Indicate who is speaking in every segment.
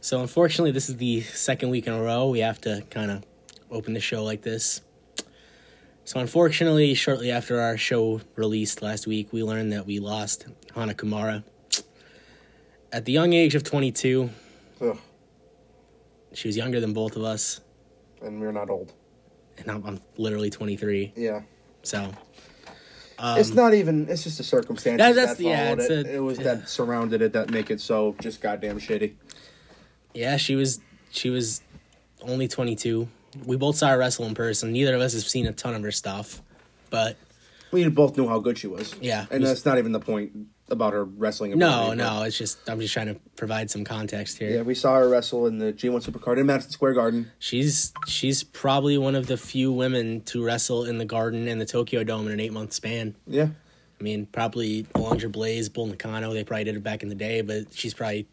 Speaker 1: So unfortunately, this is the second week in a row we have to kind of open the show like this. So unfortunately, shortly after our show released last week, we learned that we lost Hana Kumara. At the young age of 22,
Speaker 2: Ugh,
Speaker 1: she was younger than both of us,
Speaker 2: and we're not old.
Speaker 1: and I'm, I'm literally 23.
Speaker 2: Yeah.
Speaker 1: So
Speaker 2: it's not even. It's just the circumstances
Speaker 1: That-
Speaker 2: Um, that,
Speaker 1: that's-
Speaker 2: followed
Speaker 1: yeah, it's
Speaker 2: it.
Speaker 1: a-
Speaker 2: it was
Speaker 1: yeah.
Speaker 2: that surrounded it that make it so just goddamn shitty.
Speaker 1: yeah, she was she was only 22. We both saw her wrestle in person. Neither of us have seen a ton of her stuff, but
Speaker 2: We both knew how good she was.
Speaker 1: Yeah.
Speaker 2: and that's not even the point about her wrestling.
Speaker 1: no,
Speaker 2: ability, but-
Speaker 1: no, it's just I'm just trying to provide some context here.
Speaker 2: Yeah, we saw her wrestle in the G1 Supercard in Madison Square Garden.
Speaker 1: She's she's probably one of the few women to wrestle in the Garden and the Tokyo Dome in an eight month span.
Speaker 2: Yeah,
Speaker 1: I mean, probably Belanger Blaze, Bull Nakano, they probably did it back in the day, but she's probably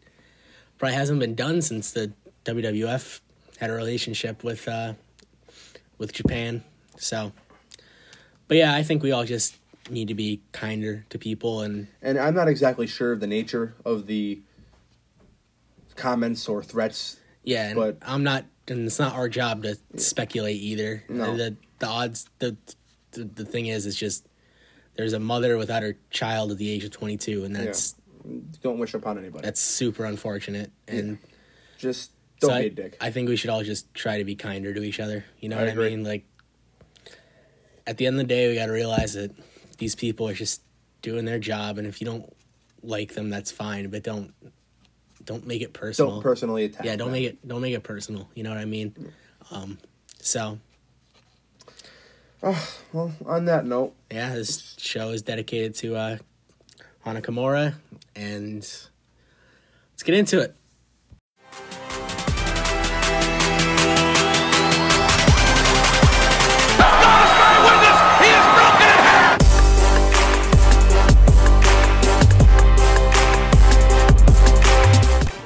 Speaker 1: probably hasn't been done since the WWF had a relationship with uh, with Japan. So, but yeah, I think we all just need to be kinder to people and
Speaker 2: and I'm not exactly sure of the nature of the comments or threats.
Speaker 1: Yeah, and
Speaker 2: But-
Speaker 1: I'm not, and it's not our job to speculate either.
Speaker 2: No.
Speaker 1: The the odds, the, the the thing is, it's just there's a mother without her child at the age of 22, and that's
Speaker 2: Don't wish upon anybody.
Speaker 1: that's super unfortunate. And
Speaker 2: just don't
Speaker 1: so
Speaker 2: be
Speaker 1: I,
Speaker 2: a dick.
Speaker 1: I think we should all just try to be kinder to each other. You know
Speaker 2: I
Speaker 1: what I
Speaker 2: agree.
Speaker 1: mean? Like at the end of the day, we got to realize that these people are just doing their job, and if you don't like them, that's fine. But don't don't make it personal.
Speaker 2: don't personally attack.
Speaker 1: Yeah, don't
Speaker 2: them.
Speaker 1: make it don't make it personal. You know what I mean? Um, so
Speaker 2: Well, on that note,
Speaker 1: yeah, this show is dedicated to uh, Hana Kimura, and let's get into it.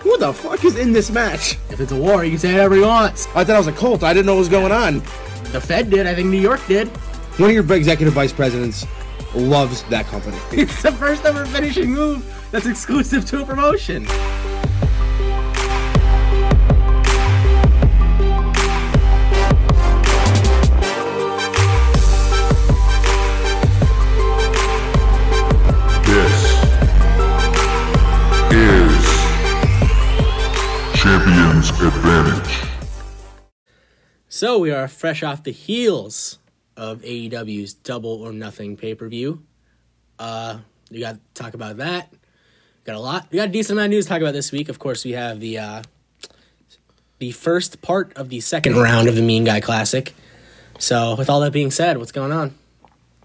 Speaker 2: who the fuck is in this match?
Speaker 1: If it's a war, you can say whatever you want.
Speaker 2: I thought I was a cult. I didn't know what was going on.
Speaker 1: The Fed did. I think New York did.
Speaker 2: One of your executive vice presidents loves that company.
Speaker 1: It's the first ever finishing move that's exclusive to a promotion.
Speaker 3: This is Champion's Advantage.
Speaker 1: So we are fresh off the heels of AEW's Double or Nothing pay per view. Uh, we got to talk about that. Got a lot. We got a decent amount of news to talk about this week. Of course, we have the uh, the first part of the second round of the Mean Guy Classic. So, with all that being said, what's going on?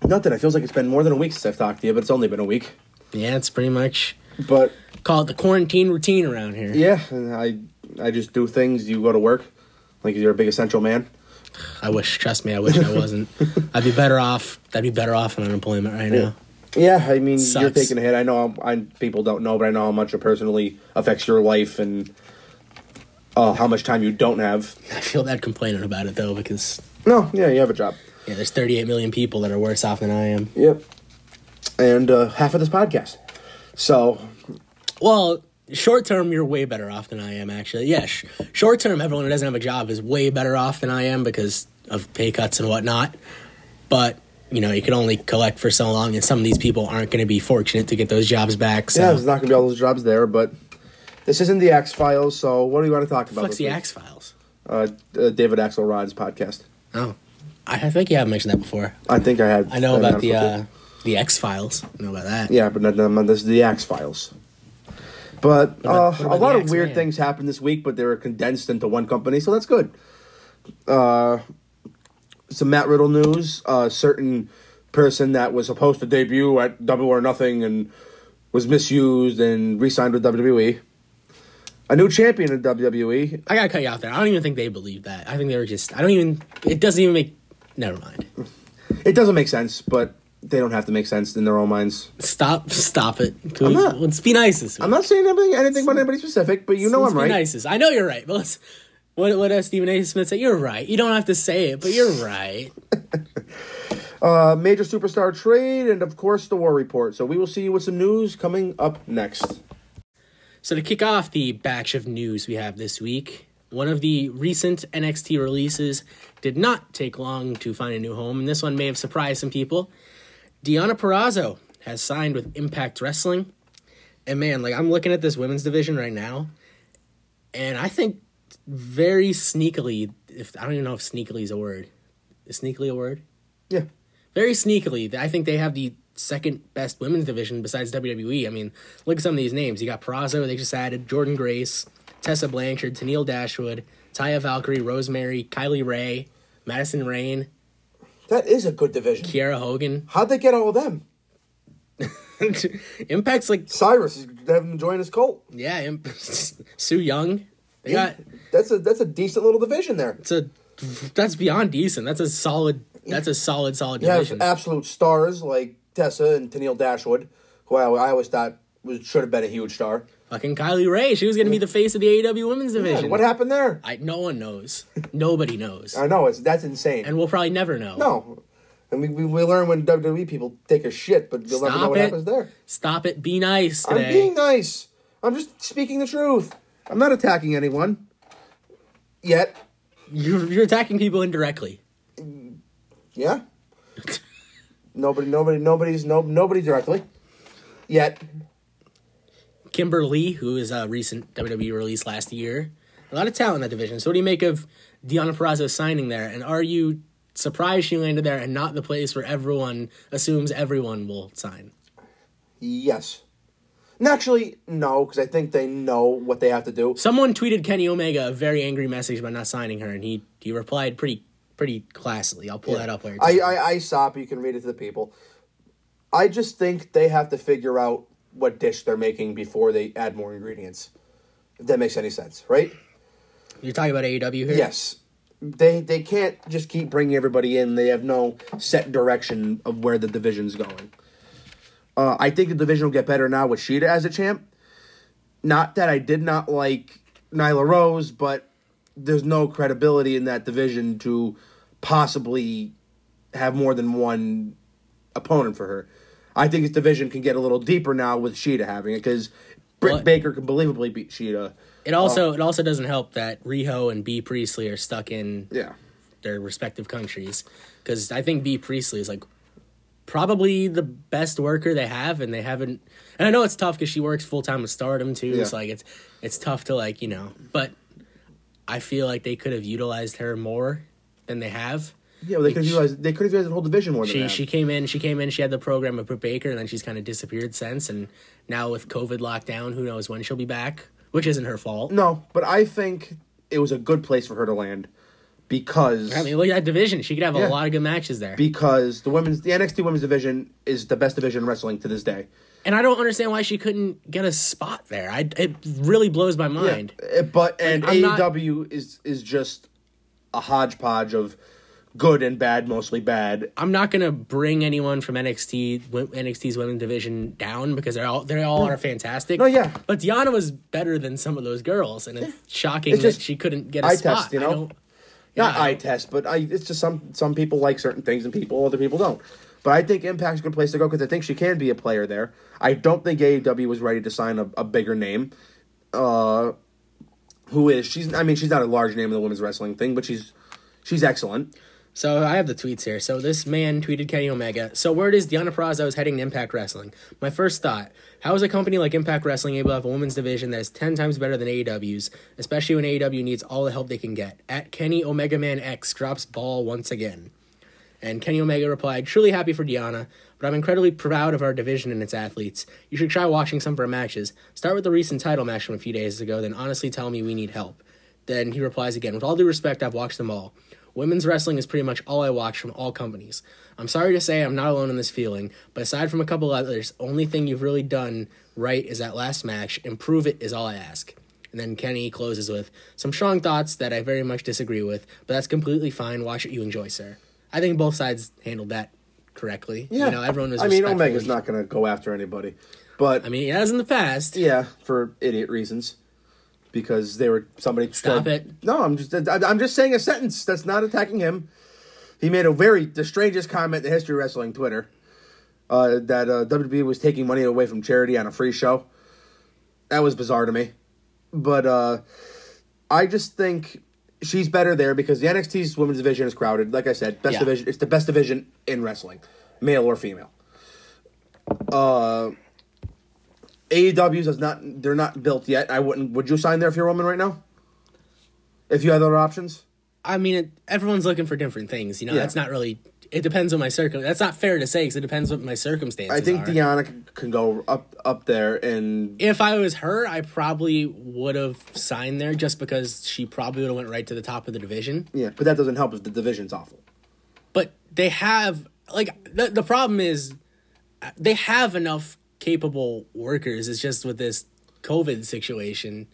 Speaker 2: Nothing. It feels like it's been more than a week since I've talked to you, but it's only been a week.
Speaker 1: Yeah, it's pretty much
Speaker 2: But
Speaker 1: call it the quarantine routine around here.
Speaker 2: yeah, I I just do things. You go to work, like you're a big essential man.
Speaker 1: I wish, trust me, I wish I wasn't. I'd be better off. I'd be better off on unemployment right now.
Speaker 2: Yeah, I mean you're
Speaker 1: Sucks.
Speaker 2: taking a hit. I know I'm, i people don't know, but I know how much it personally affects your life and uh, how much time you don't have.
Speaker 1: I feel bad complaining about it though because
Speaker 2: No, yeah, you have a job.
Speaker 1: Yeah, there's 38 million people that are worse off than I am.
Speaker 2: Yep, and uh, half of this podcast. So
Speaker 1: Well, short term, you're way better off than I am, actually. Yeah, sh- short term, everyone who doesn't have a job is way better off than I am because of pay cuts and whatnot. But, you know, you can only collect for so long, and some of these people aren't going to be fortunate to get those jobs back. So,
Speaker 2: yeah, there's not gonna be all those jobs there, but. This isn't the Axe Files, so what do you want to talk about?
Speaker 1: what's the
Speaker 2: this week?
Speaker 1: Axe Files?
Speaker 2: Uh, uh, David Axelrod's podcast.
Speaker 1: Oh, I, I think you have mentioned that before.
Speaker 2: I think I had.
Speaker 1: I know
Speaker 2: I'm
Speaker 1: about
Speaker 2: not
Speaker 1: the
Speaker 2: sure.
Speaker 1: uh, the X Files. I know about that.
Speaker 2: Yeah, but not, not, this is the Axe Files. But uh,
Speaker 1: about- what
Speaker 2: a
Speaker 1: about
Speaker 2: lot
Speaker 1: the
Speaker 2: of
Speaker 1: Axe
Speaker 2: weird
Speaker 1: Man?
Speaker 2: things happened this week, but they were condensed into one company, so that's good. Uh, some Matt Riddle news. A certain person that was supposed to debut at Double or Nothing and was misused and re-signed with WWE. A new champion in E, WWE.
Speaker 1: I got to cut you off there. I don't even think they believed that. I think they were just, I don't even, it doesn't even make, never mind.
Speaker 2: It doesn't make sense, but they don't have to make sense in their own minds.
Speaker 1: Stop! Stop it! Can
Speaker 2: I'm
Speaker 1: we-
Speaker 2: not-
Speaker 1: let's be nice this week.
Speaker 2: I'm not saying anything, anything about anybody specific, but you know
Speaker 1: let's
Speaker 2: I'm
Speaker 1: be
Speaker 2: right.
Speaker 1: nice this- I know you're right, but let's. What what does Stephen A. Smith say? You're right. You don't have to say it, but you're right.
Speaker 2: major superstar trade, and of course the war report. So we will see you with some news coming up next.
Speaker 1: So to kick off the batch of news we have this week, one of the recent NXT releases did not take long to find a new home, and this one may have surprised some people. Deanna Perrazzo has signed with Impact Wrestling, and man, like I'm looking at this women's division right now, and I think very sneakily, if I don't even know if sneakily is a word, is sneakily a word?
Speaker 2: Yeah.
Speaker 1: very sneakily, I think they have the second best women's division besides WWE. I mean, look at some of these names. You got Perazzo, they just added Jordan Grace, Tessa Blanchard, Tennille Dashwood, Taya Valkyrie, Rosemary, Kylie Ray, Madison Rain,
Speaker 2: That is a good division.
Speaker 1: Kiara Hogan.
Speaker 2: How'd they get all of them?
Speaker 1: Impact's like,
Speaker 2: Cyrus is having them join his cult.
Speaker 1: yeah, Imp- Sue Young. They got,
Speaker 2: That's a that's a decent little division there.
Speaker 1: it's a, that's beyond decent. That's a solid, that's a solid, solid
Speaker 2: You have
Speaker 1: division.
Speaker 2: absolute stars like Tessa and Tennille Dashwood, who I, I always thought was should have been a huge star.
Speaker 1: Fucking Kylie Ray. She was going to be the face of the AEW women's
Speaker 2: Man,
Speaker 1: division.
Speaker 2: what happened there?
Speaker 1: I, no one knows. Nobody knows.
Speaker 2: I know it's that's insane.
Speaker 1: and we'll probably never know.
Speaker 2: no, and we, we we learn when WWE people take a shit, but you'll never know
Speaker 1: Stop
Speaker 2: what
Speaker 1: it.
Speaker 2: happens there.
Speaker 1: Stop it. Be nice
Speaker 2: I'm
Speaker 1: today.
Speaker 2: being nice. I'm just speaking the truth. I'm not attacking anyone. Yet,
Speaker 1: You're, you're attacking people indirectly.
Speaker 2: yeah. nobody, nobody, nobody's no nobody directly. Yet,
Speaker 1: Kimberly, who is a recent WWE release last year, a lot of talent in that division. So, what do you make of Deanna Perrazzo signing there? And are you surprised she landed there and not the place where everyone assumes everyone will sign?
Speaker 2: yes. And actually, no, because I think they know what they have to do.
Speaker 1: Someone tweeted Kenny Omega a very angry message about not signing her, and he he replied pretty pretty classily. I'll pull that up later.
Speaker 2: I, I, I saw, but you can read it to the people. I just think they have to figure out what dish they're making before they add more ingredients. If that makes any sense, right?
Speaker 1: you're talking about AEW here.
Speaker 2: Yes. They they can't just keep bringing everybody in. They have no set direction of where the division's going. Uh, I think the division will get better now with Sheeta as a champ. Not that I did not like Nyla Rose, but there's no credibility in that division to possibly have more than one opponent for her. I think this division can get a little deeper now with Sheeta having it because Britt
Speaker 1: Well-
Speaker 2: Baker can believably beat Sheeta.
Speaker 1: It
Speaker 2: Um,
Speaker 1: also it also doesn't help that Riho and B Priestley are stuck in
Speaker 2: Yeah.
Speaker 1: their respective countries because I think B Priestley is like probably the best worker they have, and they haven't. And I know it's tough because she works full time with Stardom too.
Speaker 2: Yeah.
Speaker 1: It's like it's it's tough to like you know, but I feel like they could have utilized her more than they have.
Speaker 2: Yeah, well, they could have utilized they could have utilized the whole division more than
Speaker 1: She
Speaker 2: that.
Speaker 1: she came in she came in she had the program with Britt Baker and then she's kind of disappeared since and now with COVID lockdown who knows when she'll be back which isn't her fault.
Speaker 2: No, but I think it was a good place for her to land because
Speaker 1: I mean look at that division she could have a
Speaker 2: Yeah.
Speaker 1: lot of good matches there.
Speaker 2: because the women's the NXT women's division is the best division in wrestling to this day.
Speaker 1: And I don't understand why she couldn't get a spot there. I, it really blows my mind.
Speaker 2: Uh, But and
Speaker 1: I'm not-
Speaker 2: AEW is is just a hodgepodge of good and bad, mostly bad.
Speaker 1: I'm not gonna bring anyone from NXT wo- NXT's women's division down because they're all they all are fantastic.
Speaker 2: No, yeah.
Speaker 1: But Diana was better than some of those girls, and it's shocking
Speaker 2: It's just
Speaker 1: that she couldn't get a
Speaker 2: eye
Speaker 1: spot.
Speaker 2: test, you
Speaker 1: I
Speaker 2: know?
Speaker 1: don't-
Speaker 2: Not
Speaker 1: Yeah, I
Speaker 2: eye test, but I it's just some some people like certain things and people other people don't. But I think Impact's a good place to go because I think she can be a player there. I don't think AEW was ready to sign a, a bigger name. Uh, who is she's? I mean, she's not a large name in the women's wrestling thing, but she's she's excellent.
Speaker 1: So I have the tweets here. So this man tweeted Kenny Omega. So word is Deanna Prazo is heading to Impact Wrestling. My first thought: How is a company like Impact Wrestling able to have a women's division that is ten times better than AEW's, especially when AEW needs all the help they can get? At Kenny Omega Man X drops ball once again. And Kenny Omega replied, Truly happy for Deanna, but I'm incredibly proud of our division and its athletes. You should try watching some of our matches. Start with the recent title match from a few days ago, then honestly tell me we need help. Then he replies again, With all due respect, I've watched them all. Women's wrestling is pretty much all I watch from all companies. I'm sorry to say I'm not alone in this feeling, but aside from a couple others, only thing you've really done right is that last match. Improve it is all I ask. And then Kenny closes with some strong thoughts that I very much disagree with, but that's completely fine. Watch what you enjoy, sir. I think both sides handled that correctly. You know, everyone was.
Speaker 2: I mean,
Speaker 1: respectful.
Speaker 2: Omega's not going to go after anybody, but
Speaker 1: I mean, he has in the past.
Speaker 2: yeah, for idiot reasons. Because they were somebody.
Speaker 1: Stop it.
Speaker 2: No, I'm just I- I'm just saying a sentence that's not attacking him. He made a very the strangest comment in the history of wrestling E Twitter uh, that uh, WWE was taking money away from charity on a free show. That was bizarre to me. But uh I just think she's better there because the NXT's women's division is crowded. Like I said, best
Speaker 1: Yeah.
Speaker 2: division it's the best division in wrestling, male or female. Uh AEW's is not they're not built yet. I wouldn't would you sign there if you're a woman right now? If you had other options?
Speaker 1: I mean, it, everyone's looking for different things. You know,
Speaker 2: Yeah.
Speaker 1: that's not really. It depends on my circum. That's not fair to say because it depends on my circumstances.
Speaker 2: I think
Speaker 1: are.
Speaker 2: Deanna can go up up there and
Speaker 1: if I was her, I probably would have signed there just because she probably would have went right to the top of the division.
Speaker 2: yeah, but that doesn't help if the division's awful.
Speaker 1: But they have like the the problem is uh, they have enough capable workers. It's just with this COVID situation,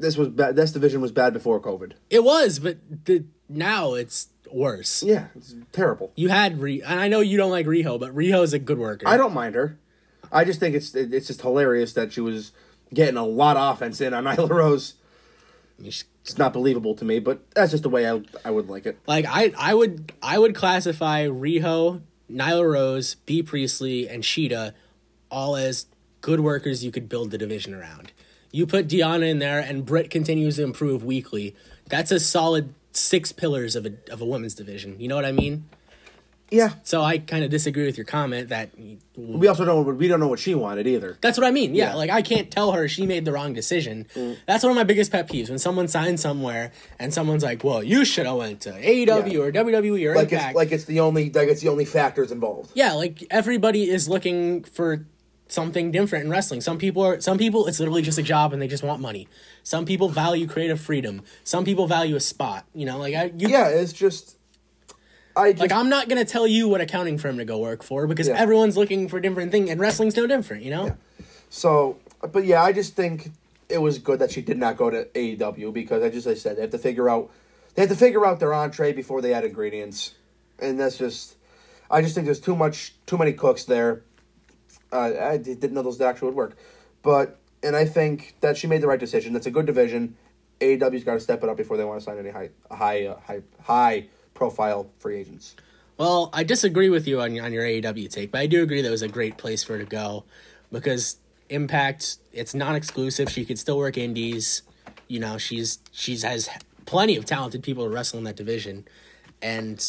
Speaker 2: This was bad. This division was bad before COVID.
Speaker 1: it was, but the, now it's worse.
Speaker 2: Yeah, it's terrible.
Speaker 1: You had Re, and I know you don't like Riho, but Riho's a good worker.
Speaker 2: I don't mind her. I just think it's it- it's just hilarious that she was getting a lot of offense in on Nyla Rose. It's not believable to me, but that's just the way I I would like it.
Speaker 1: Like I, I would, I would classify Riho, Nyla Rose, B Priestley, and Sheeta all as good workers you could build the division around. You put Deanna in there, and Britt continues to improve weekly. That's a solid six pillars of a of a women's division. You know what I mean?
Speaker 2: Yeah,
Speaker 1: So I kind of disagree with your comment that.
Speaker 2: we also don't we don't know what she wanted either.
Speaker 1: That's what I mean. Yeah,
Speaker 2: Yeah. Mm.
Speaker 1: like I can't tell her she made the wrong decision. That's one of my biggest pet peeves when someone signs somewhere and someone's like, "Well, you should have went to AEW
Speaker 2: Yeah.
Speaker 1: or WWE or
Speaker 2: Like
Speaker 1: Impact."
Speaker 2: it's like it's the only like it's the only factors involved.
Speaker 1: yeah, like everybody is looking for something different in wrestling. Some people are some people it's literally just a job and they just want money. Some people value creative freedom. Some people value a spot. You know, like I you
Speaker 2: Yeah, it's just I just,
Speaker 1: like I'm not gonna tell you what accounting firm to go work for because
Speaker 2: Yeah.
Speaker 1: everyone's looking for different thing and wrestling's no different, you know?
Speaker 2: So, but yeah, I just think it was good that she did not go to AEW because I just I said they have to figure out they have to figure out their entree before they add ingredients, and that's just I just think there's too much too many cooks there. Uh, I di- didn't know those actually would work, but and I think that she made the right decision. That's a good division. AEW's got to step it up before they want to sign any high high uh, high high profile free agents.
Speaker 1: Well, I disagree with you on on your AEW take, but I do agree that was a great place for her to go because Impact it's non-exclusive. She could still work indies. You know, she's she's has plenty of talented people to wrestle in that division, and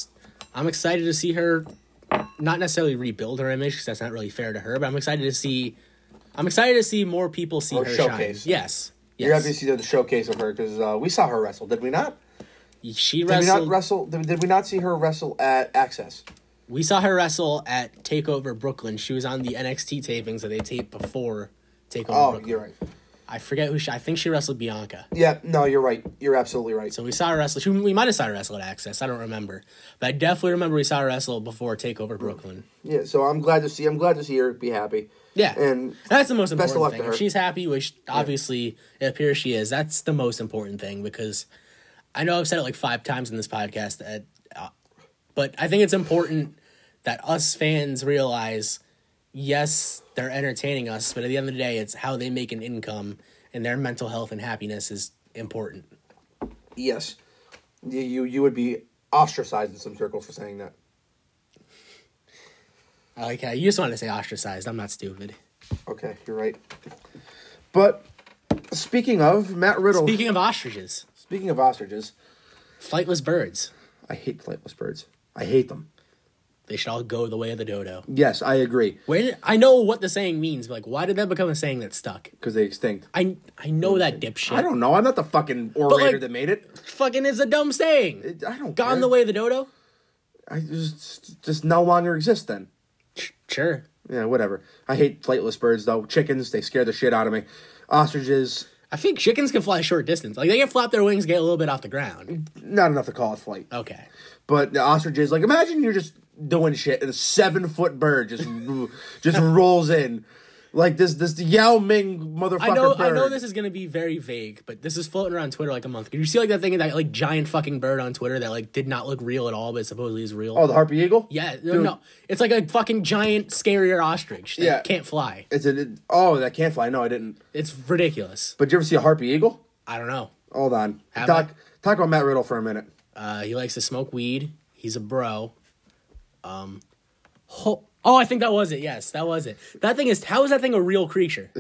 Speaker 1: I'm excited to see her not necessarily rebuild her image because that's not really fair to her. But I'm excited to see I'm excited to see more people see
Speaker 2: Or
Speaker 1: her
Speaker 2: showcase.
Speaker 1: shine. Yes,
Speaker 2: You're
Speaker 1: yes.
Speaker 2: happy to see the showcase of her because uh, we saw her wrestle, did we not?
Speaker 1: she
Speaker 2: Did we
Speaker 1: wrestled.
Speaker 2: not wrestle? Did, did we not see her wrestle at Access?
Speaker 1: We saw her wrestle at Takeover Brooklyn. She was on the NXT tapings that they taped before Takeover
Speaker 2: Oh,
Speaker 1: Brooklyn.
Speaker 2: you're right.
Speaker 1: I forget who she. I think she wrestled Bianca.
Speaker 2: Yeah, no, you're right. You're absolutely right.
Speaker 1: So we saw her wrestle. She, we might have saw her wrestle at Access. I don't remember, but I definitely remember we saw her wrestle before Takeover Brooklyn.
Speaker 2: yeah, so I'm glad to see. I'm glad to see her be happy.
Speaker 1: Yeah,
Speaker 2: and
Speaker 1: that's the most
Speaker 2: best
Speaker 1: important
Speaker 2: of luck
Speaker 1: thing.
Speaker 2: to
Speaker 1: If
Speaker 2: her.
Speaker 1: she's happy, which obviously it appears she is, that's the most important thing because I know I've said it like five times in this podcast, that, uh, but I think it's important that us fans realize yes, they're entertaining us, but at the end of the day, it's how they make an income and their mental health and happiness is important.
Speaker 2: yes, you, you you would be ostracized in some circles for saying that.
Speaker 1: I like how you just wanted to say ostracized. I'm not stupid.
Speaker 2: Okay, you're right. But speaking of Matt Riddle, speaking,
Speaker 1: Speaking of ostriches,
Speaker 2: of ostriches,
Speaker 1: flightless birds,
Speaker 2: I hate flightless birds. I hate them.
Speaker 1: they should all go the way of the dodo.
Speaker 2: Yes, I agree
Speaker 1: Where did, I know what the saying means, but like, why did that become a saying that stuck?
Speaker 2: because they extinct.
Speaker 1: I I know that dipshit.
Speaker 2: I don't know. I'm not the fucking orator
Speaker 1: like-
Speaker 2: that made it.
Speaker 1: fucking is a dumb saying.
Speaker 2: I don't.
Speaker 1: Gone
Speaker 2: care.
Speaker 1: the way of the dodo.
Speaker 2: I just just no longer exist then.
Speaker 1: Sure.
Speaker 2: Yeah, whatever. I hate flightless birds though. Chickens, they scare the shit out of me. Ostriches,
Speaker 1: I think chickens can fly short distance. Like they can flap their wings, get a little bit off the ground.
Speaker 2: not enough to call it flight.
Speaker 1: Okay.
Speaker 2: But the ostriches, like imagine you're just doing shit and a seven foot bird just just rolls in. Like this this Yao Ming motherfucker
Speaker 1: I know.
Speaker 2: bird.
Speaker 1: I know this is gonna be very vague, but this is floating around Twitter like a month. Did you see like that thing that like giant fucking bird on Twitter that like did not look real at all, but supposedly is real?
Speaker 2: Oh, the harpy eagle?
Speaker 1: yeah. No, it's like a fucking giant scarier ostrich that
Speaker 2: Yeah.
Speaker 1: can't fly.
Speaker 2: It's a it- oh that can't fly. No, I didn't.
Speaker 1: It's ridiculous.
Speaker 2: But you ever see a harpy eagle?
Speaker 1: I don't know.
Speaker 2: Hold on.
Speaker 1: Have
Speaker 2: talk talk about Matt Riddle for a minute.
Speaker 1: Uh, he likes to smoke weed. He's a bro. Um, ho- Oh, I think that was it. Yes, that was it. That thing is. How is that thing a real creature?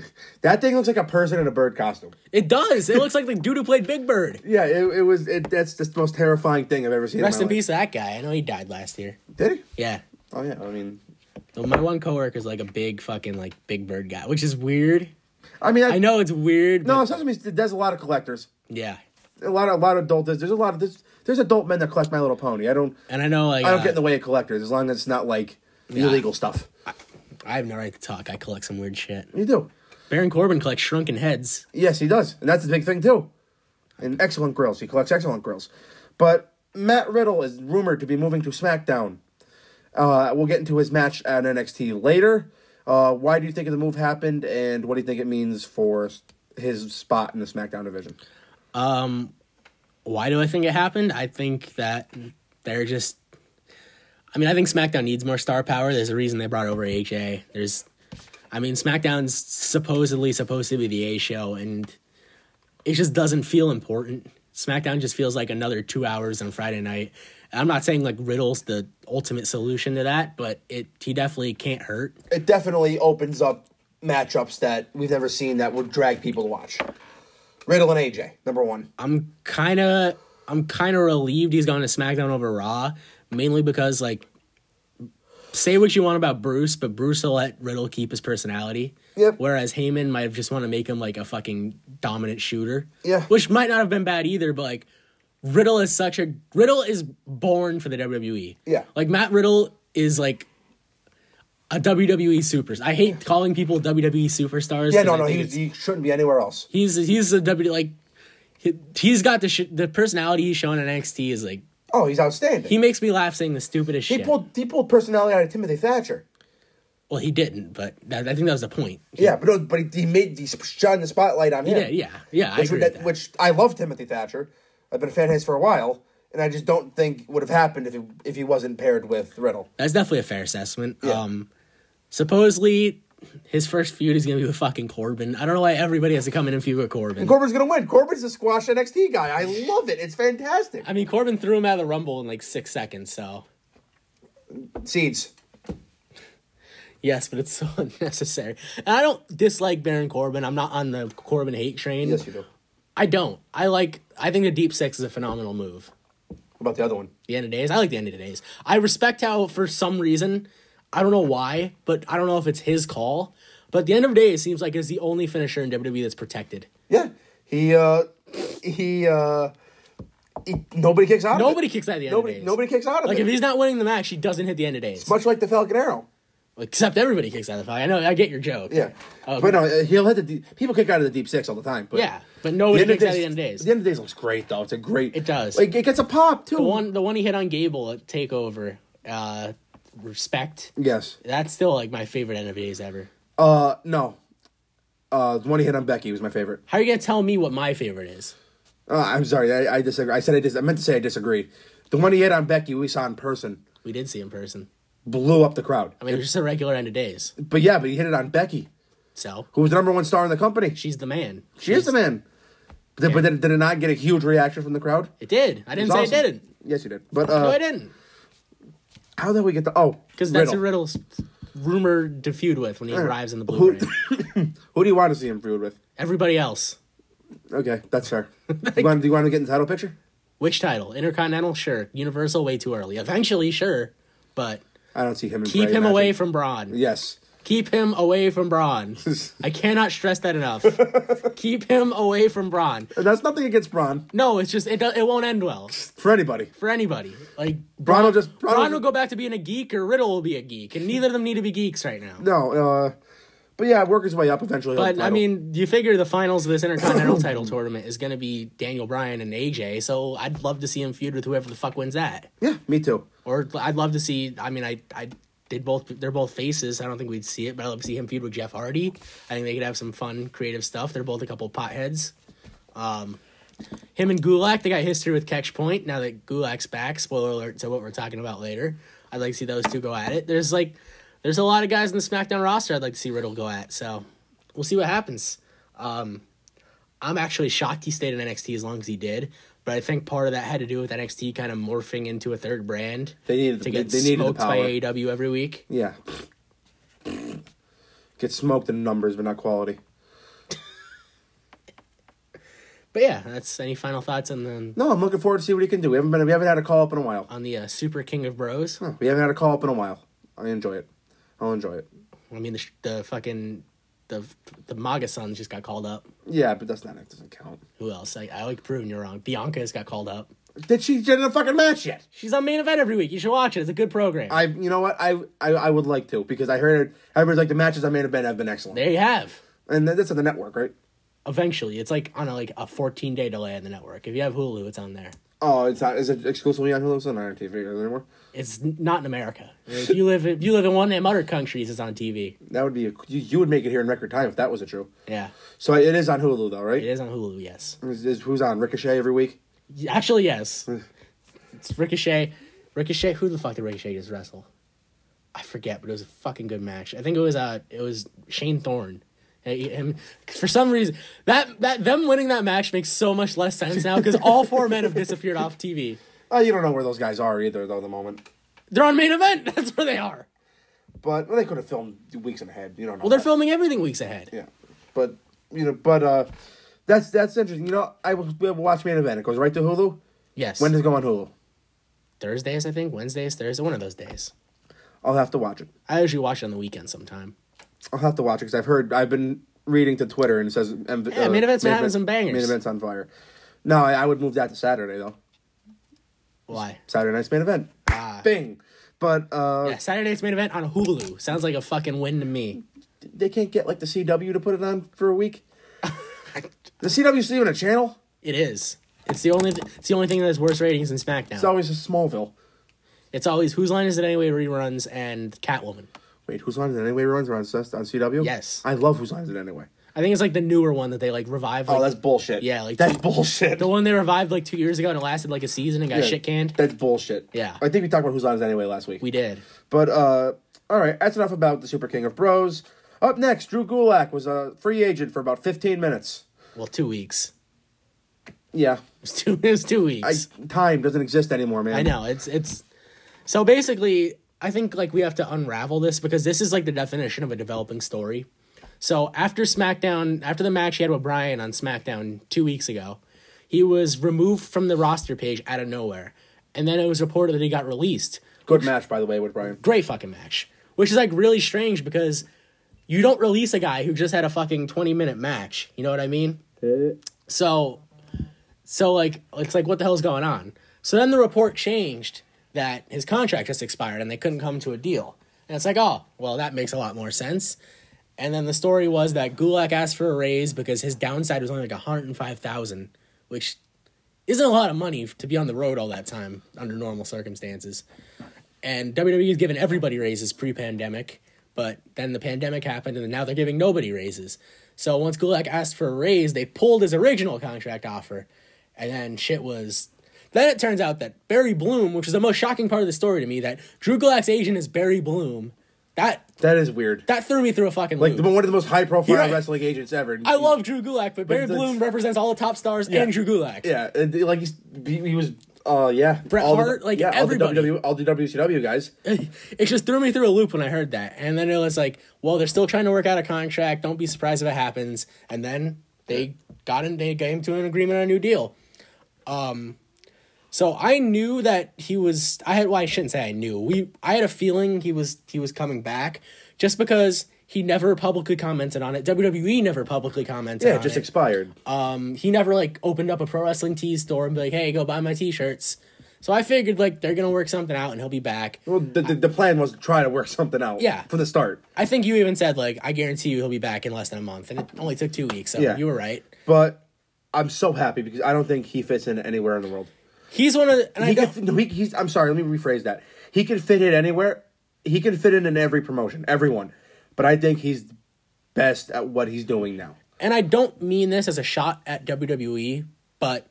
Speaker 2: That thing looks like a person in a bird costume.
Speaker 1: It does. It looks like the dude who played Big Bird.
Speaker 2: Yeah, it, it was. It, that's the most terrifying thing I've ever seen.
Speaker 1: Rest
Speaker 2: my
Speaker 1: in
Speaker 2: life.
Speaker 1: peace, to that guy. I know he died last year.
Speaker 2: Did he?
Speaker 1: Yeah.
Speaker 2: Oh yeah. I mean,
Speaker 1: So my one coworker is like a big fucking like Big Bird guy, which is weird.
Speaker 2: I mean,
Speaker 1: I know it's weird.
Speaker 2: No,
Speaker 1: but-
Speaker 2: Sesame Street. There's a lot of collectors.
Speaker 1: Yeah.
Speaker 2: A lot of a lot of adult. There's a lot of there's, there's adult men that collect My Little Pony. I don't.
Speaker 1: And I know like
Speaker 2: I don't
Speaker 1: uh,
Speaker 2: get in the way of collectors as long as it's not like the
Speaker 1: Yeah.
Speaker 2: illegal stuff.
Speaker 1: I have no right to talk. I collect some weird shit.
Speaker 2: You do.
Speaker 1: Baron Corbin collects shrunken heads.
Speaker 2: Yes, he does, and that's the big thing too. And excellent grills. He collects excellent grills. But Matt Riddle is rumored to be moving to SmackDown. Uh, we'll get into his match at NXT later. Uh, why do you think the move happened, and what do you think it means for his spot in the SmackDown division?
Speaker 1: Why do I think it happened? I think that they're just. I mean, I think SmackDown needs more star power. There's a reason they brought over AJ. There's, I mean, SmackDown's supposedly supposed to be the A show, and it just doesn't feel important. SmackDown just feels like another two hours on Friday night. And I'm not saying like Riddle's the ultimate solution to that, but it he definitely can't hurt.
Speaker 2: It definitely opens up matchups that we've never seen that would drag people to watch. Riddle and AJ, number one.
Speaker 1: I'm kind of I'm kind of relieved he's gone to SmackDown over Raw, mainly because like say what you want about Bruce, but Bruce will let Riddle keep his personality.
Speaker 2: Yep.
Speaker 1: Whereas Heyman might have just want to make him like a fucking dominant shooter.
Speaker 2: Yeah.
Speaker 1: Which might not have been bad either, but like Riddle is such a Riddle is born for the WWE.
Speaker 2: Yeah.
Speaker 1: Like Matt Riddle is like a WWE superstar. I hate calling people WWE superstars.
Speaker 2: Yeah,
Speaker 1: 'cause
Speaker 2: no,
Speaker 1: I
Speaker 2: no,
Speaker 1: think
Speaker 2: he,
Speaker 1: it's-
Speaker 2: he shouldn't be anywhere else.
Speaker 1: He's he's a W like he- he's got the sh- the personality he's shown in NXT is like
Speaker 2: Oh, he's outstanding.
Speaker 1: he makes me laugh saying the stupidest
Speaker 2: he
Speaker 1: shit.
Speaker 2: pulled he pulled personality out of Timothy Thatcher.
Speaker 1: well, he didn't, but that, I think that was the point.
Speaker 2: Yeah, but no, but he made he shone the spotlight on him.
Speaker 1: Yeah, yeah, yeah. I
Speaker 2: Which,
Speaker 1: agree
Speaker 2: would- that-
Speaker 1: with that.
Speaker 2: which I love Timothy Thatcher. I've been a fan of his for a while, and I just don't think would have happened if he, if he wasn't paired with Riddle.
Speaker 1: That's definitely a fair assessment. Um, supposedly his first feud is gonna be with fucking Corbin. I don't know why everybody has to come in and feud with Corbin.
Speaker 2: Corbin's gonna win. Corbin's a squash NXT guy. I love it. It's fantastic.
Speaker 1: I mean, Corbin threw him out of the Rumble in like six seconds. So
Speaker 2: Seeds.
Speaker 1: yes, but it's so unnecessary. And I don't dislike Baron Corbin. I'm not on the Corbin hate train.
Speaker 2: Yes, you do.
Speaker 1: I don't. I like. I think the deep six is a phenomenal move.
Speaker 2: What about the other one?
Speaker 1: The end of days. I like the end of days. I respect how, for some reason, I don't know why, but I don't know if it's his call. But the end of days seems like it's the only finisher in WWE that's protected.
Speaker 2: Yeah, he uh, he uh, he, nobody kicks out.
Speaker 1: Nobody
Speaker 2: Of
Speaker 1: kicks out of the
Speaker 2: it.
Speaker 1: end
Speaker 2: Nobody
Speaker 1: of days.
Speaker 2: nobody kicks out of
Speaker 1: Like
Speaker 2: it.
Speaker 1: if he's not winning the match, he doesn't hit the end of days.
Speaker 2: Much like the Falcon Arrow.
Speaker 1: Except everybody kicks out of the fight. I know. I get your joke.
Speaker 2: Yeah, but no, uh, he'll hit the deep, people kick out of the deep six all the time. But
Speaker 1: Oh, Yeah, but
Speaker 2: The
Speaker 1: nobody
Speaker 2: end, of
Speaker 1: kicks out
Speaker 2: days,
Speaker 1: of the end of days.
Speaker 2: the end of days looks great though. It's a great.
Speaker 1: It does.
Speaker 2: Like it gets a pop too.
Speaker 1: The one, the one he hit on Gable at Takeover, uh, respect.
Speaker 2: Yes.
Speaker 1: That's still like my favorite end of days ever.
Speaker 2: Uh no. Uh, the one he hit on Becky was my favorite.
Speaker 1: How are you gonna tell me what my favorite is?
Speaker 2: Uh, I'm sorry, I, I disagree. I said I dis- I meant to say I disagreed. The one he hit on Becky, we saw in person,
Speaker 1: We did see in person.
Speaker 2: blew up the crowd.
Speaker 1: I mean, it was just a regular end of days.
Speaker 2: But yeah, but he hit it on Becky,
Speaker 1: So
Speaker 2: who was the number one star in the company. She,
Speaker 1: she's the man.
Speaker 2: is the man. But, then- but did, did it not get a huge reaction from the crowd?
Speaker 1: It did. I didn't
Speaker 2: was
Speaker 1: say
Speaker 2: awesome.
Speaker 1: it didn't.
Speaker 2: Yes, you did. But
Speaker 1: No, I
Speaker 2: uh,
Speaker 1: didn't.
Speaker 2: how did we get the oh?
Speaker 1: Because that's who Riddle's rumored to feud with when he arrives in the blue ring.
Speaker 2: Who do you want to see him feud with?
Speaker 1: Everybody else.
Speaker 2: Okay, that's fair. you want, do you want to get in the title picture?
Speaker 1: Which title? Intercontinental? Sure. Universal? Way too early. Eventually, sure. But
Speaker 2: I don't see him. and
Speaker 1: keep
Speaker 2: Bray
Speaker 1: him away
Speaker 2: matching.
Speaker 1: from Braun.
Speaker 2: Yes.
Speaker 1: Keep him away from Braun. I cannot stress that enough. keep him away from Braun.
Speaker 2: That's nothing against Braun
Speaker 1: No, it's just, it, do- it won't end well
Speaker 2: for anybody.
Speaker 1: for anybody. Like,
Speaker 2: Braun will just Braun,
Speaker 1: Braun
Speaker 2: will
Speaker 1: will go back to being a geek or Riddle will be a geek. And neither of them need to be geeks right now.
Speaker 2: no. Uh, but yeah, work his way up eventually. he'll
Speaker 1: But I
Speaker 2: title.
Speaker 1: mean, you figure the finals of this Intercontinental title tournament is going to be Daniel Bryan and AJ, so I'd love to see him feud with whoever the fuck wins that.
Speaker 2: yeah, me too.
Speaker 1: Or I'd love to see. I mean, I I did both. They're both faces. I don't think we'd see it, but I'd love to see him feud with Jeff Hardy. I think they could have some fun, creative stuff. They're both a couple potheads. Um, him and Gulak, they got history with Catch Point. Now that Gulak's back, spoiler alert to what we're talking about later. I'd like to see those two go at it. There's like, there's a lot of guys in the SmackDown roster. I'd like to see Riddle go at. So we'll see what happens. I'm actually shocked he stayed in NXT as long as he did, but I think part of that had to do with NXT kind of morphing into a third brand
Speaker 2: They needed
Speaker 1: to
Speaker 2: the-
Speaker 1: get
Speaker 2: they needed the
Speaker 1: smoked
Speaker 2: power.
Speaker 1: by AEW every week.
Speaker 2: Yeah, Get smoked in numbers, but not quality.
Speaker 1: But yeah, that's any final thoughts on the
Speaker 2: No, I'm looking forward to see what he can do. We haven't been, we haven't had a call up in a while.
Speaker 1: on the uh, Super King of Bros.
Speaker 2: We haven't had a call up in a while. I enjoy it. I'll enjoy it.
Speaker 1: I mean the, sh- the fucking the the Maga Sons just got called up.
Speaker 2: Yeah, but that's not it. Doesn't count.
Speaker 1: Who else? I, I like proving you're wrong. Bianca's got called up.
Speaker 2: Did she get in a fucking match yet?
Speaker 1: She's on main event every week. You should watch it. It's a good program.
Speaker 2: I, you know what? I, I, I would like to because I heard everybody's like the matches I made have been have been excellent,
Speaker 1: there you have.
Speaker 2: and that's on the network, right?
Speaker 1: Eventually, it's like on a, like a 14 day delay on the network. If you have Hulu, it's on there.
Speaker 2: Oh, it's not. Is it exclusively on Hulu? It's not on TV anymore.
Speaker 1: It's n- not in America. If you live if you live in one of them other countries, it's on TV.
Speaker 2: That would be a, you, you would make it here in record time if that was a true.
Speaker 1: Yeah,
Speaker 2: So it is on Hulu though,
Speaker 1: it
Speaker 2: right?
Speaker 1: is on Hulu. Yes,
Speaker 2: Is, is- who's on Ricochet every week?
Speaker 1: Y- actually, yes. It's Ricochet. Ricochet. Who the fuck did Ricochet just wrestle? I forget, but it was a fucking good match. I think it was uh, it was Shane Thorne. Hey, him- for some reason, that that them winning that match makes so much less sense now because all four men have disappeared off TV.
Speaker 2: Oh, you don't know where those guys are either though. At the moment,
Speaker 1: They're on main event. That's where they are.
Speaker 2: but well, they could have filmed weeks ahead. You don't know.
Speaker 1: Well, they're
Speaker 2: that.
Speaker 1: filming everything weeks ahead.
Speaker 2: Yeah, but you know, but uh, that's that's interesting. You know, I was we watch main event. It goes right to Hulu.
Speaker 1: Yes.
Speaker 2: When does it go on Hulu?
Speaker 1: Thursdays, I think. Wednesdays, Thursday, one of those days.
Speaker 2: I'll have to watch it.
Speaker 1: I usually watch it on the weekend sometime.
Speaker 2: I'll have to watch it because I've heard I've been reading to Twitter and it says um,
Speaker 1: Yeah, main event's having some bangers.
Speaker 2: Main event's on fire. No, I, I would move that to Saturday though.
Speaker 1: Why?
Speaker 2: Saturday night's main event.
Speaker 1: Ah.
Speaker 2: Bing. But uh,
Speaker 1: Yeah, Saturday's main event on Hulu. Sounds like a fucking win to me.
Speaker 2: they can't get like the CW to put it on for a week. the CW's even a channel.
Speaker 1: It is. It's the only. it's the only thing that has worse ratings than SmackDown.
Speaker 2: It's always a Smallville.
Speaker 1: it's always whose line is it anyway? Reruns and Catwoman.
Speaker 2: Wait, whose line is it anyway? Runs on on CW.
Speaker 1: Yes.
Speaker 2: I love whose line is it anyway.
Speaker 1: I think it's like the newer one that they like revived. Like,
Speaker 2: Oh, that's bullshit.
Speaker 1: Yeah, like-
Speaker 2: that's bullshit.
Speaker 1: the one they revived like two years ago and it lasted like a season and got
Speaker 2: Yeah,
Speaker 1: shit canned.
Speaker 2: That's bullshit.
Speaker 1: Yeah.
Speaker 2: I think we talked about whose line is it anyway last week.
Speaker 1: we did.
Speaker 2: But uh, all right, that's enough about the Super King of Bros. Up next, Drew Gulak was a free agent for about 15 minutes.
Speaker 1: Well, two weeks.
Speaker 2: Yeah,
Speaker 1: It was two. It was two
Speaker 2: I,
Speaker 1: weeks.
Speaker 2: time doesn't exist anymore, man.
Speaker 1: I know it's it's so basically I think like we have to unravel this because this is like the definition of a developing story. So after SmackDown, after the match he had with Brian on SmackDown two weeks ago, he was removed from the roster page out of nowhere, and then it was reported that he got released.
Speaker 2: Good match, by the way, with Brian.
Speaker 1: Great fucking match, which is like really strange because you don't release a guy who just had a fucking twenty minute match. You know what I mean? So, so like it's like what the hell's going on? So then the report changed that his contract just expired and they couldn't come to a deal. And it's like, oh, well, that makes a lot more sense. And then the story was that Gulak asked for a raise because his downside was only like 105,000, which isn't a lot of money to be on the road all that time under normal circumstances. And WWE has given everybody raises pre-pandemic, but then the pandemic happened and now they're giving nobody raises. So once Gulak asked for a raise, they pulled his original contract offer. And then shit was then it turns out that Barry Bloom, which is the most shocking part of the story to me, that Drew Gulak's agent is Barry Bloom. That
Speaker 2: That is weird.
Speaker 1: that threw me through a fucking
Speaker 2: like
Speaker 1: loop.
Speaker 2: one of the most high-profile
Speaker 1: You're right.
Speaker 2: wrestling agents ever.
Speaker 1: I love Drew Gulak, but Barry
Speaker 2: that's-
Speaker 1: Bloom represents all the top stars and Drew Gulak.
Speaker 2: Yeah, and, like he's, he, he was. Uh, yeah.
Speaker 1: Bret
Speaker 2: all
Speaker 1: Hart, like,
Speaker 2: yeah,
Speaker 1: everybody.
Speaker 2: All the, WW, all the WCW guys.
Speaker 1: it just threw me through a loop when I heard that. And then it was like, well, they're still trying to work out a contract. Don't be surprised if it happens. And then they got in, they came to an agreement on a new deal. Um, so I knew that he was. I had. Well, I shouldn't say I knew. We. I had a feeling he was. He was coming back, just because he never publicly commented on it. WWE never publicly commented.
Speaker 2: Yeah,
Speaker 1: on
Speaker 2: just
Speaker 1: it
Speaker 2: expired.
Speaker 1: Uh, he never like opened up a pro wrestling tees store and be like, hey, go buy my t-shirts. So I figured like they're gonna work something out and he'll be back.
Speaker 2: well, the, the, the plan was to try to work something out.
Speaker 1: Yeah.
Speaker 2: From the start.
Speaker 1: I think you even said like I guarantee you he'll be back in less than a month, and it only took two weeks. So
Speaker 2: Yeah.
Speaker 1: you were right.
Speaker 2: But I'm so happy because I don't think he fits in anywhere in the world.
Speaker 1: He's one of the, and uh, I
Speaker 2: he
Speaker 1: don't,
Speaker 2: could, no, he, he's, I'm sorry, let me rephrase that. He can fit in anywhere. He can fit in in every promotion, everyone. But I think he's best at what he's doing now.
Speaker 1: and I don't mean this as a shot at WWE, but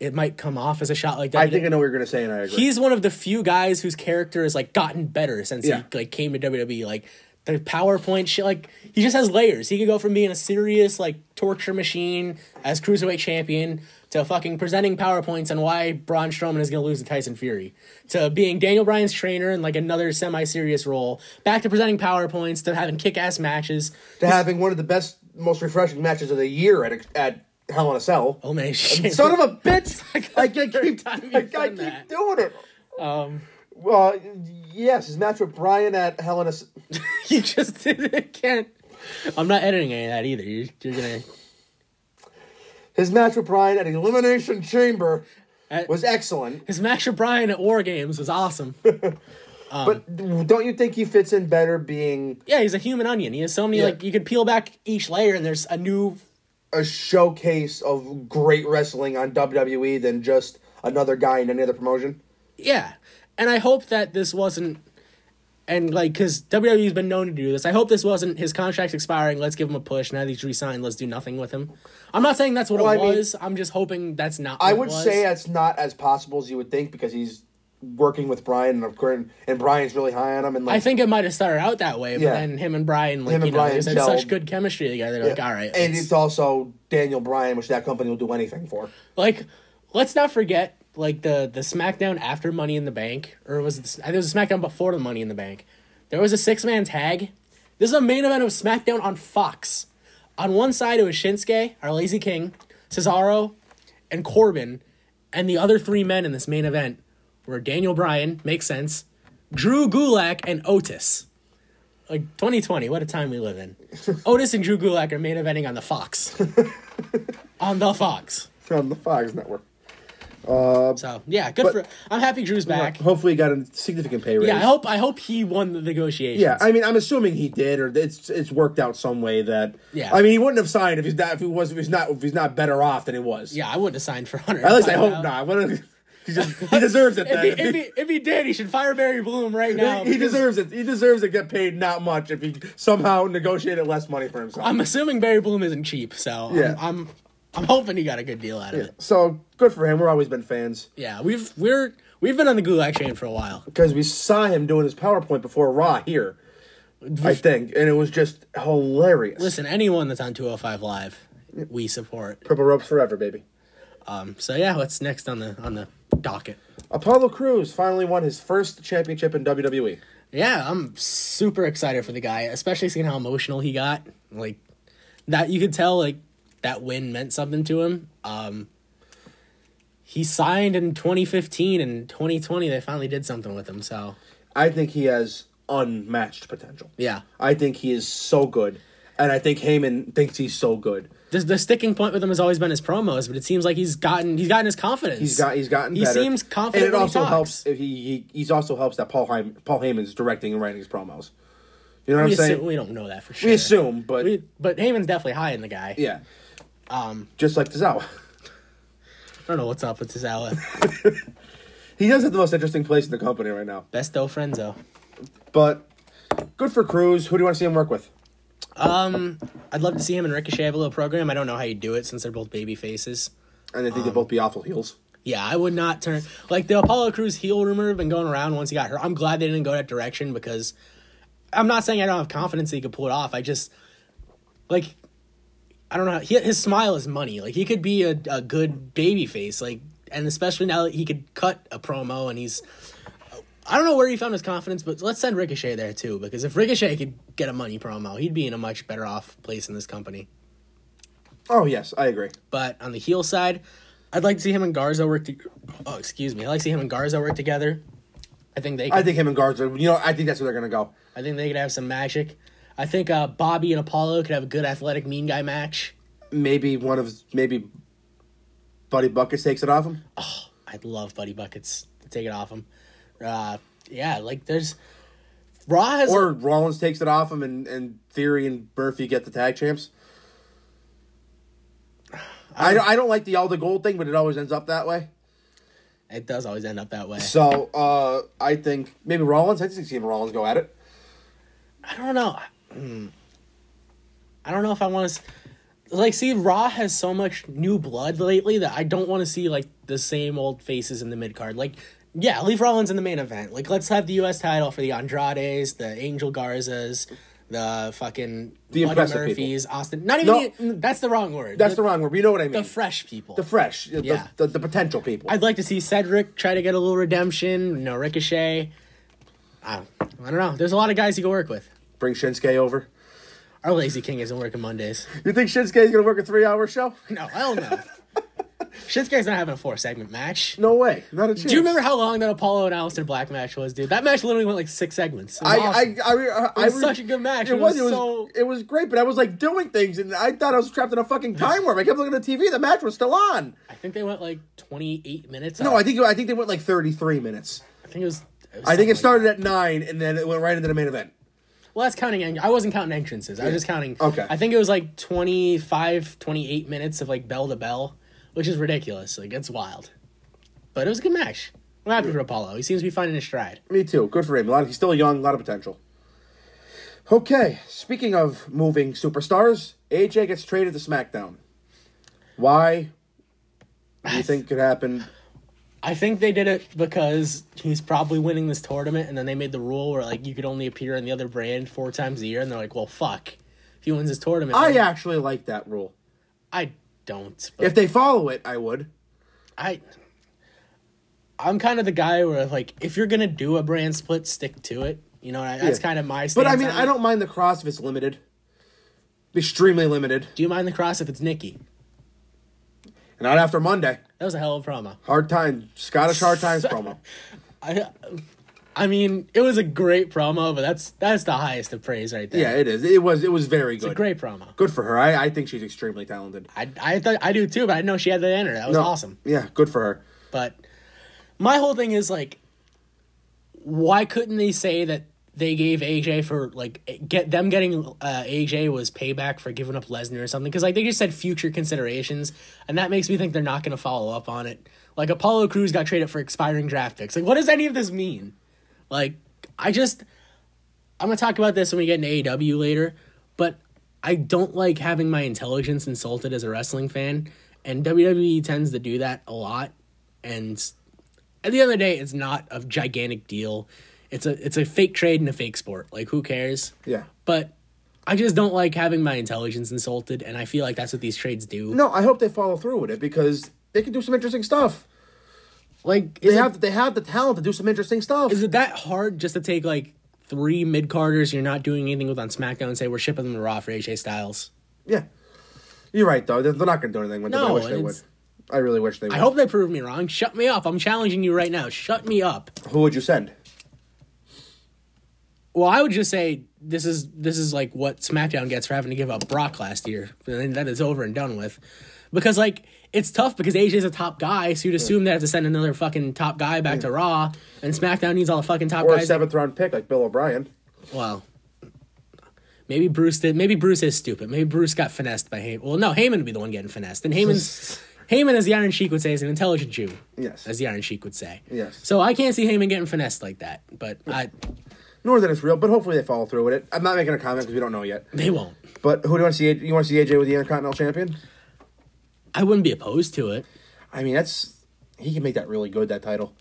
Speaker 1: it might come off as a shot like E. WWE.
Speaker 2: I think I know what you're going to say, and I agree.
Speaker 1: he's one of the few guys whose character has like gotten better since
Speaker 2: Yeah.
Speaker 1: he like came to WWE. Like the PowerPoint shit, like he just has layers. He could go from being a serious like torture machine as cruiserweight champion to fucking presenting PowerPoints on why Braun Strowman is going to lose to Tyson Fury, to being Daniel Bryan's trainer in like another semi serious role, back to presenting PowerPoints, to having kick ass matches.
Speaker 2: to having one of the best, most refreshing matches of the year at at Hell in a Cell.
Speaker 1: Oh man, shit.
Speaker 2: Um, Son of a bitch!
Speaker 1: like
Speaker 2: I,
Speaker 1: the
Speaker 2: I
Speaker 1: third
Speaker 2: keep,
Speaker 1: time you've
Speaker 2: I, I
Speaker 1: done
Speaker 2: keep
Speaker 1: that.
Speaker 2: doing it. Um. Well, yes, his match with Brian at Hell in a. C-
Speaker 1: you just did it again. I'm not editing any of that either. You're, you're going to.
Speaker 2: His match with Brian at Elimination Chamber
Speaker 1: At-
Speaker 2: was excellent,
Speaker 1: His match with Bryan at War Games was awesome.
Speaker 2: Um, but don't you think he fits in better being
Speaker 1: yeah, he's a human onion. He has so many
Speaker 2: Yeah.
Speaker 1: like you could peel back each layer and there's a new
Speaker 2: a showcase of great wrestling on WWE than just another guy in any other promotion?
Speaker 1: Yeah. And I hope that this wasn't and like cuz WWE's been known to do this. I hope this wasn't his contract's expiring, let's give him a push. Now that he's re-signed, let's do nothing with him. I'm not saying that's what
Speaker 2: Well,
Speaker 1: it
Speaker 2: I mean-
Speaker 1: was. I'm just hoping that's not what
Speaker 2: I
Speaker 1: it
Speaker 2: would
Speaker 1: was.
Speaker 2: say uh, that's not as possible as you would think because he's working with Brian and of course, and Brian's really high on him and like
Speaker 1: I think it might have started out that way, but
Speaker 2: Yeah.
Speaker 1: then him and Brian, like
Speaker 2: Him
Speaker 1: you
Speaker 2: and
Speaker 1: know, they
Speaker 2: Bryan
Speaker 1: had such
Speaker 2: gelled.
Speaker 1: good chemistry together. They're like, all right,
Speaker 2: and
Speaker 1: let's-
Speaker 2: it's also Daniel Bryan, which that company will do anything for.
Speaker 1: like let's not forget like the the SmackDown after Money in the Bank, or was it, I think it was SmackDown before the Money in the Bank? There was a six man tag. This is a main event of SmackDown on Fox. On one side it was Shinsuke, our Lazy King, Cesaro, and Corbin, and the other three men in this main event were Daniel Bryan, makes sense, Drew Gulak, and Otis. Like 2020, what a time we live in. Otis and Drew Gulak are main eventing on the Fox. on the Fox.
Speaker 2: From the Fox Network.
Speaker 1: So yeah, good for. I'm happy Drew's back.
Speaker 2: Hopefully, he got a significant pay raise.
Speaker 1: Yeah, I hope I hope he won the negotiations.
Speaker 2: Yeah, I mean, I'm assuming he did, or it's it's worked out some way that.
Speaker 1: Yeah.
Speaker 2: I mean, he wouldn't have signed if he's not if he was if he's not if he's not better off than he was.
Speaker 1: yeah, I wouldn't have signed for Hunter.
Speaker 2: At least I hope not. What a- he, just, he deserves it.
Speaker 1: If
Speaker 2: Then.
Speaker 1: he, if, he, if he did, he should fire Barry Bloom right
Speaker 2: He-
Speaker 1: now.
Speaker 2: he
Speaker 1: because
Speaker 2: deserves it. He deserves to get paid not much if he somehow negotiated less money for himself.
Speaker 1: I'm assuming Barry Bloom isn't cheap, so
Speaker 2: Yeah.
Speaker 1: I'm, I'm I'm hoping he got a good deal out of it.
Speaker 2: so good for him. We've always been fans
Speaker 1: Yeah, we've we're we've been on the Gulak chain for a while.
Speaker 2: because we saw him doing his PowerPoint before Raw here, I think, and it was just hilarious.
Speaker 1: Listen, anyone that's on 205 Live, we support.
Speaker 2: Purple ropes forever, baby.
Speaker 1: Um, so yeah, what's next on the on the docket?
Speaker 2: Apollo Cruz finally won his first championship in E. WWE.
Speaker 1: Yeah, I'm super excited for the guy, especially seeing how emotional he got. Like that you could tell like that win meant something to him. Um he signed in 2015 and 2020 they finally did something with him, so
Speaker 2: I think he has unmatched potential.
Speaker 1: yeah.
Speaker 2: I think he is so good, and I think Heyman thinks he's so good.
Speaker 1: The, the sticking point with him has always been his promos, but it seems like he's gotten he's gotten his confidence.
Speaker 2: He's got he's gotten.
Speaker 1: He
Speaker 2: better.
Speaker 1: seems confident
Speaker 2: And it
Speaker 1: when he
Speaker 2: also
Speaker 1: talks.
Speaker 2: helps. He, he he's also helps that Paul Heyman, Paul Heyman's directing and writing his promos. You know what
Speaker 1: we,
Speaker 2: I'm saying?
Speaker 1: assume, we don't know that for sure.
Speaker 2: we assume, but
Speaker 1: We- but Heyman's definitely high in the guy.
Speaker 2: yeah, um, just like Tozawa.
Speaker 1: I don't know what's up with Tozawa.
Speaker 2: He does have the most interesting place in the company right now.
Speaker 1: Besto Frenzo.
Speaker 2: But good for Cruz. Who do you want to see him work with?
Speaker 1: I'd love to see him and Ricochet have a little program. I don't know how you do it since they're both baby faces.
Speaker 2: And I think they'll
Speaker 1: Um,
Speaker 2: both be awful heels.
Speaker 1: Yeah, I would not turn like the Apollo Crews heel rumor had been going around once he got hurt. I'm glad they didn't go that direction because I'm not saying I don't have confidence that he could pull it off. I just like I don't know. He, his smile is money. Like he could be a, a good baby face. Like and especially now that he could cut a promo and he's I don't know where he found his confidence, but let's send Ricochet there too because if Ricochet could get a money promo, he'd be in a much better off place in this company.
Speaker 2: Oh yes, I agree.
Speaker 1: But on the heel side, I'd like to see him and Garza work. To- oh, excuse me. I'd like to see him and Garza work together. I think they. Could,
Speaker 2: I think him and Garza. You know, I think that's where they're gonna go.
Speaker 1: I think they could have some magic. I think uh, Bobby and Apollo could have a good athletic mean guy match.
Speaker 2: Maybe one of maybe Buddy Buckets takes it off him.
Speaker 1: I'd love Buddy Buckets to take it off him. Uh, yeah, like there's Raw has
Speaker 2: Or Rollins takes it off him, and, and Theory and Murphy get the tag champs. I don't, I don't like the all the gold thing, but it always ends up that way.
Speaker 1: it does always end up that way.
Speaker 2: So uh, I think maybe Rollins. I think see him and Rollins go at it.
Speaker 1: I don't know. I- mm. I don't know if I want to. Like, see, Raw has so much new blood lately that I don't want to see like the same old faces in the mid card. Like, yeah, leave Rollins in the main event. Like, let's have the U.S. title for the Andrades, the Angel Garzas, the fucking Buddy
Speaker 2: The impressive people.
Speaker 1: Murphy's, Austin. Not
Speaker 2: No,
Speaker 1: even the, mm, that's the wrong word.
Speaker 2: That's the wrong word. but You know what I mean?
Speaker 1: the fresh people.
Speaker 2: The fresh. the-
Speaker 1: Yeah.
Speaker 2: The, the potential people.
Speaker 1: I'd like to see Cedric try to get a little redemption. No Ricochet. I don't, I don't know. There's a lot of guys you can work with.
Speaker 2: Bring Shinsuke over.
Speaker 1: Our lazy king isn't working Mondays.
Speaker 2: You think Shinsuke's gonna work a three-hour show?
Speaker 1: No, hell no. Shinsuke's not having a four segment match.
Speaker 2: No way. Not a chance.
Speaker 1: Do you remember how long that Apollo and Alistair Black match was, dude? That match literally went like six segments. It was
Speaker 2: I,
Speaker 1: awesome.
Speaker 2: I, I, I, I
Speaker 1: was such a good match. It was so-
Speaker 2: It was great, but I was like doing things, and I thought I was trapped in a fucking time warp. I kept looking at the TV. The match was still on.
Speaker 1: I think they went like 28 minutes.
Speaker 2: No, I think I think they went like thirty-three minutes.
Speaker 1: I think it was. it was
Speaker 2: I
Speaker 1: something
Speaker 2: think it
Speaker 1: like
Speaker 2: started at nine, and then it went right into the main event.
Speaker 1: Well, that's counting. en- I wasn't counting entrances. I was just counting.
Speaker 2: Okay.
Speaker 1: I think it was like 25, 28 minutes of like bell to bell, which is ridiculous. Like, it's wild. But it was a good match. I'm happy for Apollo. He seems to be finding his stride.
Speaker 2: Me too. Good for him. A lot. He's still young. A lot of potential. Okay. Speaking of moving superstars, AJ gets traded to SmackDown. Why? What Do you think could happen?
Speaker 1: I think they did it because he's probably winning this tournament, and then they made the rule where like you could only appear in the other brand four times a year, and they're like, well, fuck. If he wins this tournament,
Speaker 2: I
Speaker 1: then-
Speaker 2: actually like that rule.
Speaker 1: I don't. But
Speaker 2: If they follow it, I would.
Speaker 1: I I'm kind of the guy where like if you're gonna do a brand split, stick to it. You know, and I- that's
Speaker 2: Yeah.
Speaker 1: kind of my. Stance
Speaker 2: But I mean,
Speaker 1: on
Speaker 2: I
Speaker 1: it.
Speaker 2: don't mind the cross if it's limited, extremely limited,
Speaker 1: Do you mind the cross if it's Nikki?
Speaker 2: and not after Monday.
Speaker 1: That was a hell of a promo.
Speaker 2: Hard time, Scottish hard times promo.
Speaker 1: I, I mean, it was a great promo, but that's that's the highest of praise right there.
Speaker 2: Yeah, it is. It was. It was very good.
Speaker 1: great promo.
Speaker 2: Good for her. I, I think she's extremely talented.
Speaker 1: I I, th- I do too, but I didn't know she had that in her. That was
Speaker 2: No,
Speaker 1: awesome.
Speaker 2: Yeah, good for her.
Speaker 1: But my whole thing is like, why couldn't they say that they gave AJ for like get them getting uh, AJ was payback for giving up Lesnar or something? Because like they just said future considerations, and that makes me think they're not going to follow up on it. Like Apollo Crews got traded for expiring draft picks. Like, what does any of this mean? Like, I just I'm gonna talk about this when we get into AEW later, but I don't like having my intelligence insulted as a wrestling fan, and WWE tends to do that a lot. And at the end of the day, it's not a gigantic deal. It's a it's a fake trade and a fake sport. Like who cares?
Speaker 2: Yeah.
Speaker 1: But I just don't like having my intelligence insulted, and I feel like that's what these trades do.
Speaker 2: No, I hope they follow through with it because they can do some interesting stuff.
Speaker 1: Like
Speaker 2: They
Speaker 1: is,
Speaker 2: have they have the talent to do some interesting stuff.
Speaker 1: it, is it that hard just to take like three mid carders you're not doing anything with on SmackDown and say we're shipping them to Raw for AJ Styles?
Speaker 2: Yeah, you're right though. They're, they're not going to do anything with it. I
Speaker 1: No,
Speaker 2: wish they would.
Speaker 1: it's-
Speaker 2: I really wish they would.
Speaker 1: I hope they prove me wrong. Shut me up. I'm challenging you right now. Shut me up.
Speaker 2: Who would you send?
Speaker 1: Well, I would just say this is this is like what SmackDown gets for having to give up Brock last year, and then that is over and done with. Because like it's tough because AJ's a top guy, so you'd assume they have to send another fucking top guy back to Raw, and SmackDown needs all the fucking top
Speaker 2: Or a
Speaker 1: guys.
Speaker 2: seventh round pick like Bill O'Brien.
Speaker 1: Well, maybe Bruce did. Maybe Bruce is stupid. Maybe Bruce got finessed by Heyman. Well, no, Heyman would be the one getting finessed, and Heyman's Heyman, as the Iron Sheik would say, is an intelligent Jew.
Speaker 2: Yes.
Speaker 1: as the Iron Sheik would say.
Speaker 2: Yes.
Speaker 1: So I can't see Heyman getting finessed like that, but I
Speaker 2: Nor that it's real, but hopefully they follow through with it. I'm not making a comment because we don't know yet.
Speaker 1: they won't.
Speaker 2: But who do you want to see? You want to see AJ with the Intercontinental Champion?
Speaker 1: I wouldn't be opposed to it.
Speaker 2: I mean, that's he can make that really good. That title,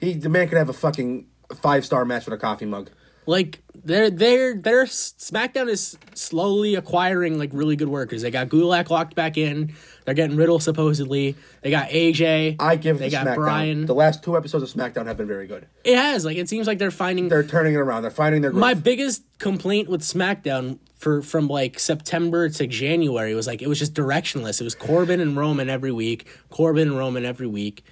Speaker 2: he the man could have a fucking five star match with a coffee mug.
Speaker 1: Like they're they're they're SmackDown is slowly acquiring like really good workers. They got Gulak locked back in. They're getting Riddle supposedly. They got AJ.
Speaker 2: I give
Speaker 1: they
Speaker 2: the
Speaker 1: got
Speaker 2: SmackDown.
Speaker 1: Brian.
Speaker 2: The last two episodes of SmackDown have been very good.
Speaker 1: it has like it seems like they're finding
Speaker 2: They're turning it around. They're finding their groove.
Speaker 1: My biggest complaint with SmackDown for from like September to January was like it was just directionless. It was Corbin and Roman every week, Corbin and Roman every week.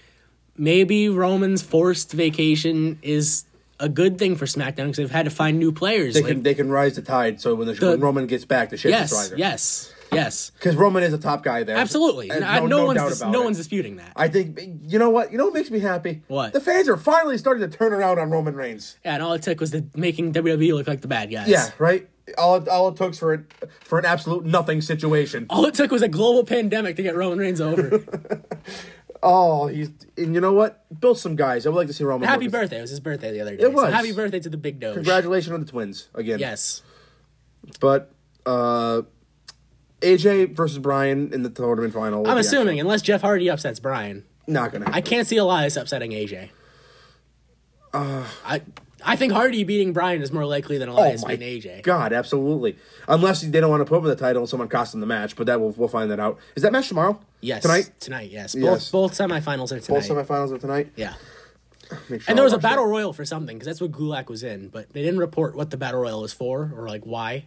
Speaker 1: Maybe Roman's forced vacation is a good thing for SmackDown because they've had to find new players.
Speaker 2: they
Speaker 1: like,
Speaker 2: can they can rise the tide. So when, the, when Roman gets back, the ship is
Speaker 1: yes,
Speaker 2: rising.
Speaker 1: yes, yes,
Speaker 2: because Roman is a top guy there.
Speaker 1: absolutely.
Speaker 2: And
Speaker 1: I- no, one's
Speaker 2: doubt
Speaker 1: dis-
Speaker 2: about
Speaker 1: no
Speaker 2: it.
Speaker 1: one's disputing that.
Speaker 2: I think you know what you know what makes me happy.
Speaker 1: What?
Speaker 2: the fans are finally starting to turn around on Roman Reigns.
Speaker 1: yeah, and all it took was the, making WWE look like the bad guys.
Speaker 2: Yeah, right. All it, all it took for it for an absolute nothing situation.
Speaker 1: All it took was a global pandemic to get Roman Reigns over.
Speaker 2: Oh, he's and you know what? Build some guys. I would like to see Roman.
Speaker 1: happy
Speaker 2: Reigns.
Speaker 1: birthday. It was his birthday the other day.
Speaker 2: It was.
Speaker 1: So happy birthday to the big doge.
Speaker 2: Congratulations on the twins again.
Speaker 1: Yes.
Speaker 2: But uh, AJ versus Brian in the tournament final.
Speaker 1: I'm assuming, unless Jeff Hardy upsets Brian,
Speaker 2: not gonna.
Speaker 1: I
Speaker 2: Happen. Uh.
Speaker 1: can't see Elias upsetting AJ. I I think Hardy beating Bryan is more likely than Elias
Speaker 2: Oh my
Speaker 1: beating AJ.
Speaker 2: God, absolutely. Unless they don't want to put him in the title and someone costs him the match, but that we'll, we'll find that out. Is that match tomorrow?
Speaker 1: Yes,
Speaker 2: Tonight?
Speaker 1: Tonight, yes. Both
Speaker 2: Yes.
Speaker 1: both semifinals are
Speaker 2: Both Oh,
Speaker 1: tonight.
Speaker 2: semifinals are tonight?
Speaker 1: yeah.
Speaker 2: Make sure
Speaker 1: And there
Speaker 2: I
Speaker 1: was a
Speaker 2: watch that.
Speaker 1: battle royal for something because that's what Gulak was in, but they didn't report what the battle royal was for or like why.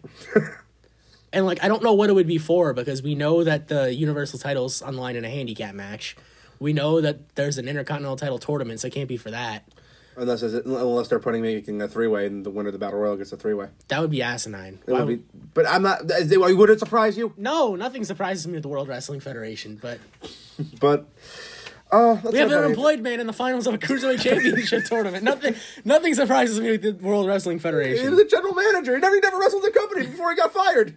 Speaker 1: and like I don't know what it would be for because we know that the universal title's on the line in a handicap match. We know that there's an intercontinental title tournament, so it can't be for that.
Speaker 2: Unless, is it, unless they're putting making a three way and the winner of the battle royal gets a three way.
Speaker 1: That would be asinine.
Speaker 2: It
Speaker 1: Why
Speaker 2: would be,
Speaker 1: would-
Speaker 2: but I'm not. is it- Would it surprise you?
Speaker 1: no, nothing surprises me with the World Wrestling Federation, but
Speaker 2: But uh,
Speaker 1: we have an unemployed man in the finals of a cruiserweight championship tournament. Nothing, nothing surprises me with the World Wrestling
Speaker 2: He
Speaker 1: Federation.
Speaker 2: was the general manager. He never, he never wrestled the company before he got fired.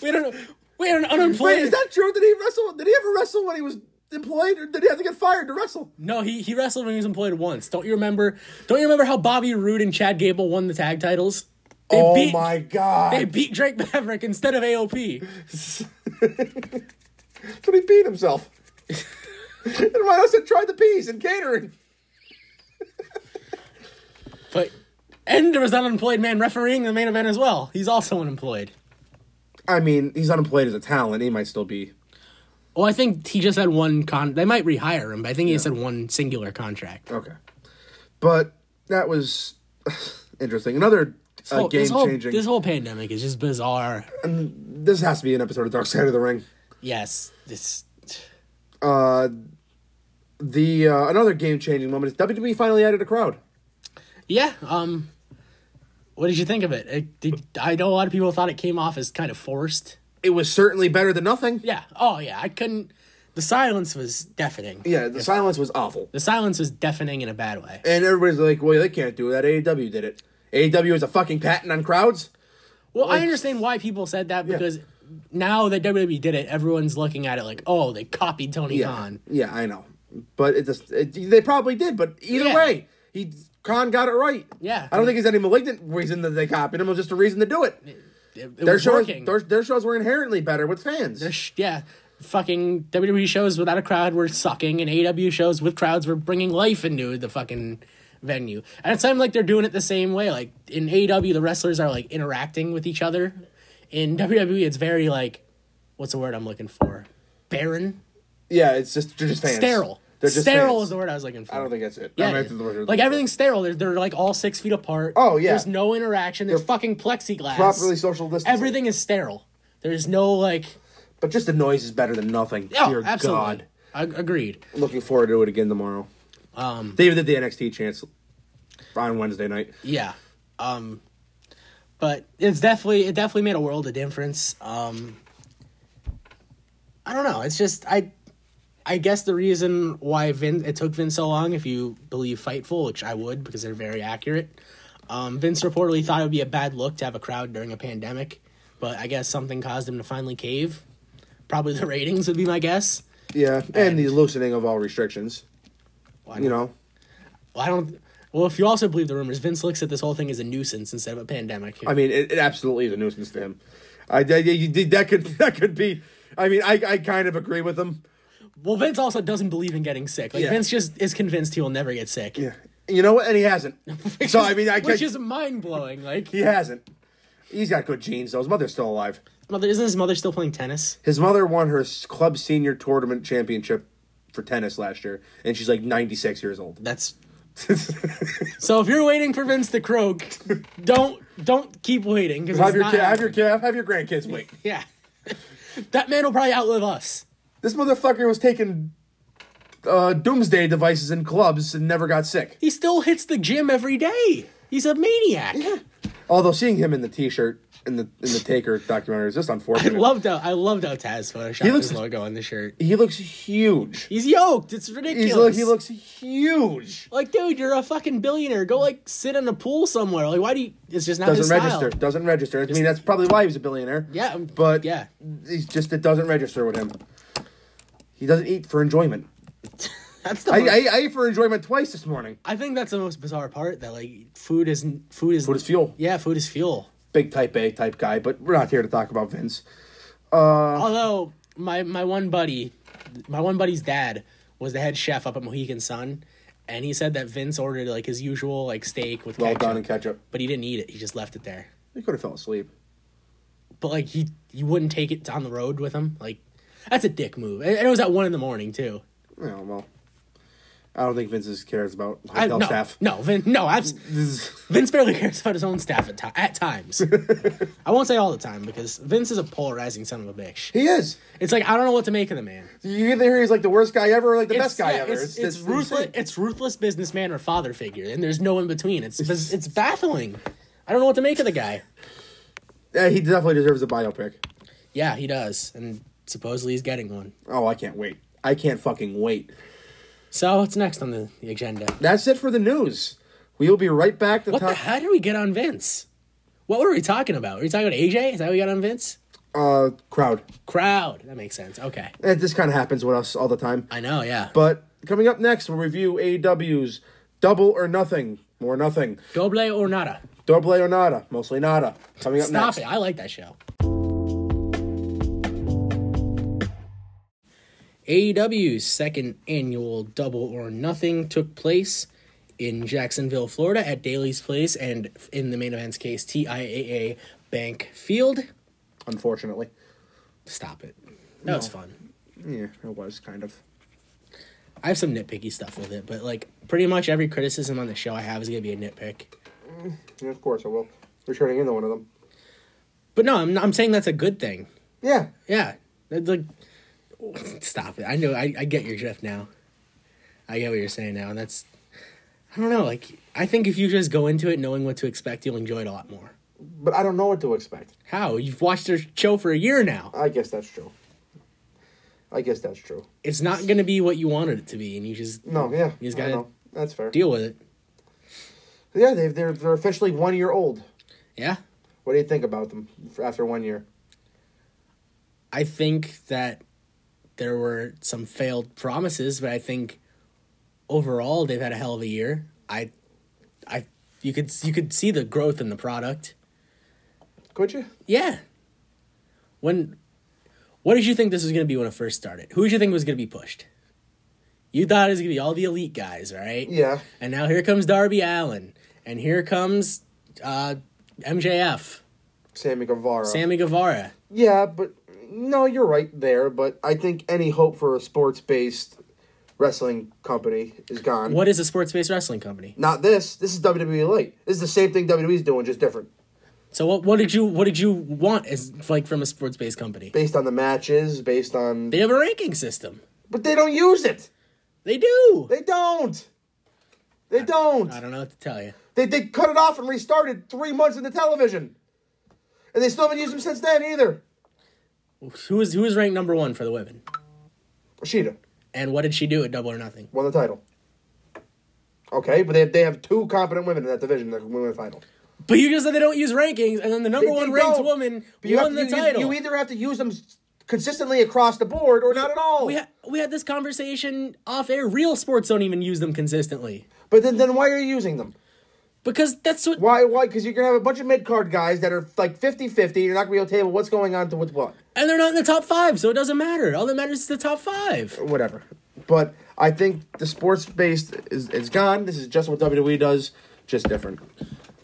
Speaker 1: We don't. We had an unemployed.
Speaker 2: Wait, is that true? Did he wrestle? Did he ever wrestle when he was employed, or did he have to get fired to wrestle?
Speaker 1: No, he, he wrestled when he was employed once. Don't you remember? Don't you remember how Bobby Roode and Chad Gable won the tag titles? They
Speaker 2: oh
Speaker 1: beat,
Speaker 2: my god!
Speaker 1: They beat Drake Maverick instead of AOP.
Speaker 2: But he beat himself. and Rhino said, "Try the peas and catering."
Speaker 1: But and there was that unemployed man refereeing the main event as well. He's also unemployed.
Speaker 2: I mean, he's unemployed as a talent. He might still be.
Speaker 1: Well, I think he just had one con. They might rehire him, but I think he just had one singular contract.
Speaker 2: Okay, but that was interesting. Another uh, game
Speaker 1: this, whole,
Speaker 2: changing.
Speaker 1: this
Speaker 2: This,
Speaker 1: whole pandemic is just bizarre.
Speaker 2: has to be an episode of Dark Side of the Ring. Uh,
Speaker 1: yes, this.
Speaker 2: The uh, another game changing moment is WWE finally added a crowd.
Speaker 1: Yeah. Um. What did you think of it? it did, I know a lot of people thought it came off as kind of forced.
Speaker 2: It was certainly better than nothing.
Speaker 1: Yeah. Oh, yeah. I couldn't. The silence was deafening.
Speaker 2: Yeah, the silence was awful.
Speaker 1: The silence was deafening in a bad way.
Speaker 2: And everybody's like, well, they can't do that. AEW did it. AEW is a fucking patent on crowds.
Speaker 1: Well, I understand why people said that because now that WWE did it, everyone's looking at it like, oh, they copied Tony Khan.
Speaker 2: Yeah, I know. But it just, it, they probably did. But either
Speaker 1: Yeah.
Speaker 2: way, he Khan got it right.
Speaker 1: Yeah.
Speaker 2: I don't think there's any malignant reason that they copied him. It was just a reason to do it.
Speaker 1: It, it
Speaker 2: Their
Speaker 1: was
Speaker 2: shows,
Speaker 1: working.
Speaker 2: their, their shows were inherently better with fans.
Speaker 1: Sh- yeah. Fucking WWE shows without a crowd were sucking, and AEW shows with crowds were bringing life into the fucking venue. And it seemed like they're doing it the same way. Like in AEW, the wrestlers are like interacting with each other. In WWE, it's very like, what's the word I'm looking for? Barren.
Speaker 2: yeah, it's just they're just fans.
Speaker 1: sterile.
Speaker 2: They're just
Speaker 1: sterile
Speaker 2: fans.
Speaker 1: is the word I was looking for.
Speaker 2: I don't think that's it. I
Speaker 1: Yeah,
Speaker 2: mean, that's the word you're
Speaker 1: like
Speaker 2: looking for.
Speaker 1: everything's sterile. They're, they're like all six feet apart.
Speaker 2: Oh, yeah.
Speaker 1: There's no interaction. There's fucking plexiglass.
Speaker 2: properly social distancing.
Speaker 1: Everything is sterile. There's no like.
Speaker 2: But just the noise is better than nothing.
Speaker 1: Oh,
Speaker 2: Dear
Speaker 1: absolutely.
Speaker 2: God.
Speaker 1: Ag- agreed.
Speaker 2: Looking forward to it again tomorrow. Um, they even did the NXT chance on Wednesday night.
Speaker 1: Yeah. Um, but it's definitely it definitely made a world of difference. Um, I don't know. It's just I. I guess the reason why Vin it took Vince so long, if you believe Fightful, which I would because they're very accurate, um, Vince reportedly thought it would be a bad look to have a crowd during a pandemic, but I guess something caused him to finally cave. Probably the ratings would be my guess.
Speaker 2: Yeah, and the loosening of all restrictions.
Speaker 1: Well, I
Speaker 2: You know,
Speaker 1: Well, I don't. Well, if you also believe the rumors, Vince looks at this whole thing as a nuisance instead of a pandemic.
Speaker 2: I mean, it, it absolutely is a nuisance to him. I that- you- you- that could that could be. I mean, I, I kind of agree with him.
Speaker 1: Well, Vince also doesn't believe in getting sick. Like
Speaker 2: Yeah.
Speaker 1: Vince just is convinced he will never get sick. Yeah.
Speaker 2: You know what? And he hasn't. so I mean, I
Speaker 1: which
Speaker 2: can't,
Speaker 1: is mind blowing. Like,
Speaker 2: he hasn't. He's got good genes though. His mother's still alive.
Speaker 1: mother isn't his mother still playing tennis?
Speaker 2: His mother won her s- club senior tournament championship for tennis last year, and she's like ninety six years old.
Speaker 1: That's so. If you're waiting for Vince to croak, don't don't keep waiting because
Speaker 2: Have your ki- have your calf, have your grandkids wait.
Speaker 1: yeah. that man will probably outlive us.
Speaker 2: This motherfucker was taking uh, doomsday devices in clubs and never got sick.
Speaker 1: He still hits the gym every day. He's a maniac.
Speaker 2: Although seeing him in the T-shirt in the in the Taker documentary is just unfortunate.
Speaker 1: Loved out. I loved how Taz photoshopped
Speaker 2: He looks-
Speaker 1: his logo on the shirt.
Speaker 2: he looks huge.
Speaker 1: He's yoked. It's ridiculous.
Speaker 2: He's look, he looks huge.
Speaker 1: Like, dude, you're a fucking billionaire. Go like sit in a pool somewhere. Like, why do you? It's just not his
Speaker 2: Doesn't
Speaker 1: style.
Speaker 2: register. Doesn't register. I mean, that's probably why he was a billionaire.
Speaker 1: Yeah, um,
Speaker 2: but
Speaker 1: yeah.
Speaker 2: he's just it doesn't register with him. He doesn't eat for enjoyment.
Speaker 1: That's the.
Speaker 2: I,
Speaker 1: most- I,
Speaker 2: I, I ate for enjoyment twice this morning.
Speaker 1: think that's the most bizarre part. That like food isn't food is
Speaker 2: Food is fuel.
Speaker 1: yeah food is fuel.
Speaker 2: Big type A type guy, but we're not here to talk about Vince. Uh.
Speaker 1: Although my my one buddy, my one buddy's dad was the head chef up at Mohegan Sun, and he said that Vince ordered like his usual like steak with
Speaker 2: Well
Speaker 1: ketchup,
Speaker 2: done and ketchup.
Speaker 1: but he didn't eat it. He just left it there.
Speaker 2: He could have fell asleep.
Speaker 1: But like he he wouldn't take it on the road with him. Like that's a dick move. And and it was at one in the morning too.
Speaker 2: Yeah, well, I don't think Vince cares about
Speaker 1: I,
Speaker 2: hotel
Speaker 1: no,
Speaker 2: staff.
Speaker 1: no, Vin, no, abs- Vince barely cares about his own staff at, ti- at times. I won't say all the time because Vince is a polarizing son of a bitch.
Speaker 2: He is.
Speaker 1: It's like I don't know what to make of the man.
Speaker 2: You either hear he's like the worst guy ever or like the
Speaker 1: It's-
Speaker 2: best guy
Speaker 1: yeah,
Speaker 2: ever.
Speaker 1: It's, it's
Speaker 2: it's
Speaker 1: ruthless.
Speaker 2: insane.
Speaker 1: It's ruthless businessman or father figure, and there's no in between. It's biz- it's baffling. I don't know what to make of the guy.
Speaker 2: Yeah, he definitely deserves a biopic.
Speaker 1: Yeah, he does, and supposedly he's getting one.
Speaker 2: Oh, I can't wait. I can't fucking wait.
Speaker 1: So what's next on the, the agenda?
Speaker 2: That's it for the news. We will be right back to
Speaker 1: What the
Speaker 2: talk.
Speaker 1: hell did we get on Vince? What were we talking about? Were we talking about AJ? Is that what we got on Vince?
Speaker 2: uh, crowd.
Speaker 1: Crowd. That makes sense. Okay.
Speaker 2: Eh, this kind of happens with us all the time.
Speaker 1: I know. Yeah.
Speaker 2: But coming up next, we'll review AEW's Double or Nothing, or Nothing,
Speaker 1: Doble or nada.
Speaker 2: Doble or Nada, mostly Nada. Coming up
Speaker 1: Stop
Speaker 2: next.
Speaker 1: it. I like that show. AEW's E second annual Double or Nothing took place in Jacksonville, Florida at Daly's Place and in the main event's case, TIAA Bank Field.
Speaker 2: Unfortunately,
Speaker 1: Stop it. That was fun.
Speaker 2: yeah, it was kind of.
Speaker 1: I have some nitpicky stuff with it, but like pretty much every criticism on the show I have is going to be a nitpick.
Speaker 2: Yeah, of course, I will. You're turning into one of them.
Speaker 1: But no, I'm, I'm saying that's a good thing.
Speaker 2: Yeah,
Speaker 1: Yeah. That's like stop it. I know I, I get your drift now. I get what you're saying now, and that's I don't know, like I think if you just go into it knowing what to expect, you'll enjoy it a lot more.
Speaker 2: but I don't know what to expect.
Speaker 1: How? You've watched their show for a year now.
Speaker 2: I guess that's true. I guess that's true.
Speaker 1: It's not gonna be what you wanted it to be, and you just
Speaker 2: No, yeah,
Speaker 1: You just
Speaker 2: I
Speaker 1: gotta
Speaker 2: know. That's fair.
Speaker 1: deal with it.
Speaker 2: Yeah, they they're they're officially one year old.
Speaker 1: Yeah?
Speaker 2: What do you think about them f- after one year?
Speaker 1: I think that there were some failed promises, but I think overall they've had a hell of a year. I I you could you could see the growth in the product.
Speaker 2: Could you?
Speaker 1: Yeah. When what did you think this was gonna be when it first started? Who did you think was gonna be pushed? You thought it was gonna be all the elite guys, all right?
Speaker 2: Yeah.
Speaker 1: And now here comes Darby Allen, and here comes uh, MJF,
Speaker 2: Sammy Guevara.
Speaker 1: Sammy Guevara.
Speaker 2: Yeah, but no, you're right there. But I think any hope for a sports-based wrestling company is gone.
Speaker 1: What is a sports-based wrestling company?
Speaker 2: Not this. This is WWE Elite. This is the same thing WWE's doing, just different.
Speaker 1: So what what did you what did you want as like from a sports based company?
Speaker 2: Based on the matches, based on.
Speaker 1: They have a ranking system.
Speaker 2: But they don't use it.
Speaker 1: They do.
Speaker 2: They don't. They don't.
Speaker 1: I don't know what to tell you.
Speaker 2: They, they cut it off and restarted three months into television. And they still haven't used them since then either.
Speaker 1: Who is who is ranked number one for the women?
Speaker 2: Rashida
Speaker 1: And what did she do at Double or Nothing?
Speaker 2: won the title. Okay, but they have, they have two competent women in that division that can win the title.
Speaker 1: But you just said they don't use rankings, and then the number
Speaker 2: They- they
Speaker 1: one ranked
Speaker 2: don't.
Speaker 1: woman
Speaker 2: But you
Speaker 1: won
Speaker 2: have to-
Speaker 1: the
Speaker 2: you-
Speaker 1: title.
Speaker 2: You either have to use them s- consistently across the board or not at all.
Speaker 1: we, ha- we had this conversation off air. Real sports don't even use them consistently
Speaker 2: but then, then why are you using them?
Speaker 1: because that's what
Speaker 2: Why? Why? Because you're going to have a bunch of mid card guys that are like 50 50. You're not going to be able to table what's going on to with what.
Speaker 1: and they're not in the top five, so it doesn't matter. All that matters is the top five.
Speaker 2: whatever. But I think the sports based is, is gone. This is just what WWE does, just different.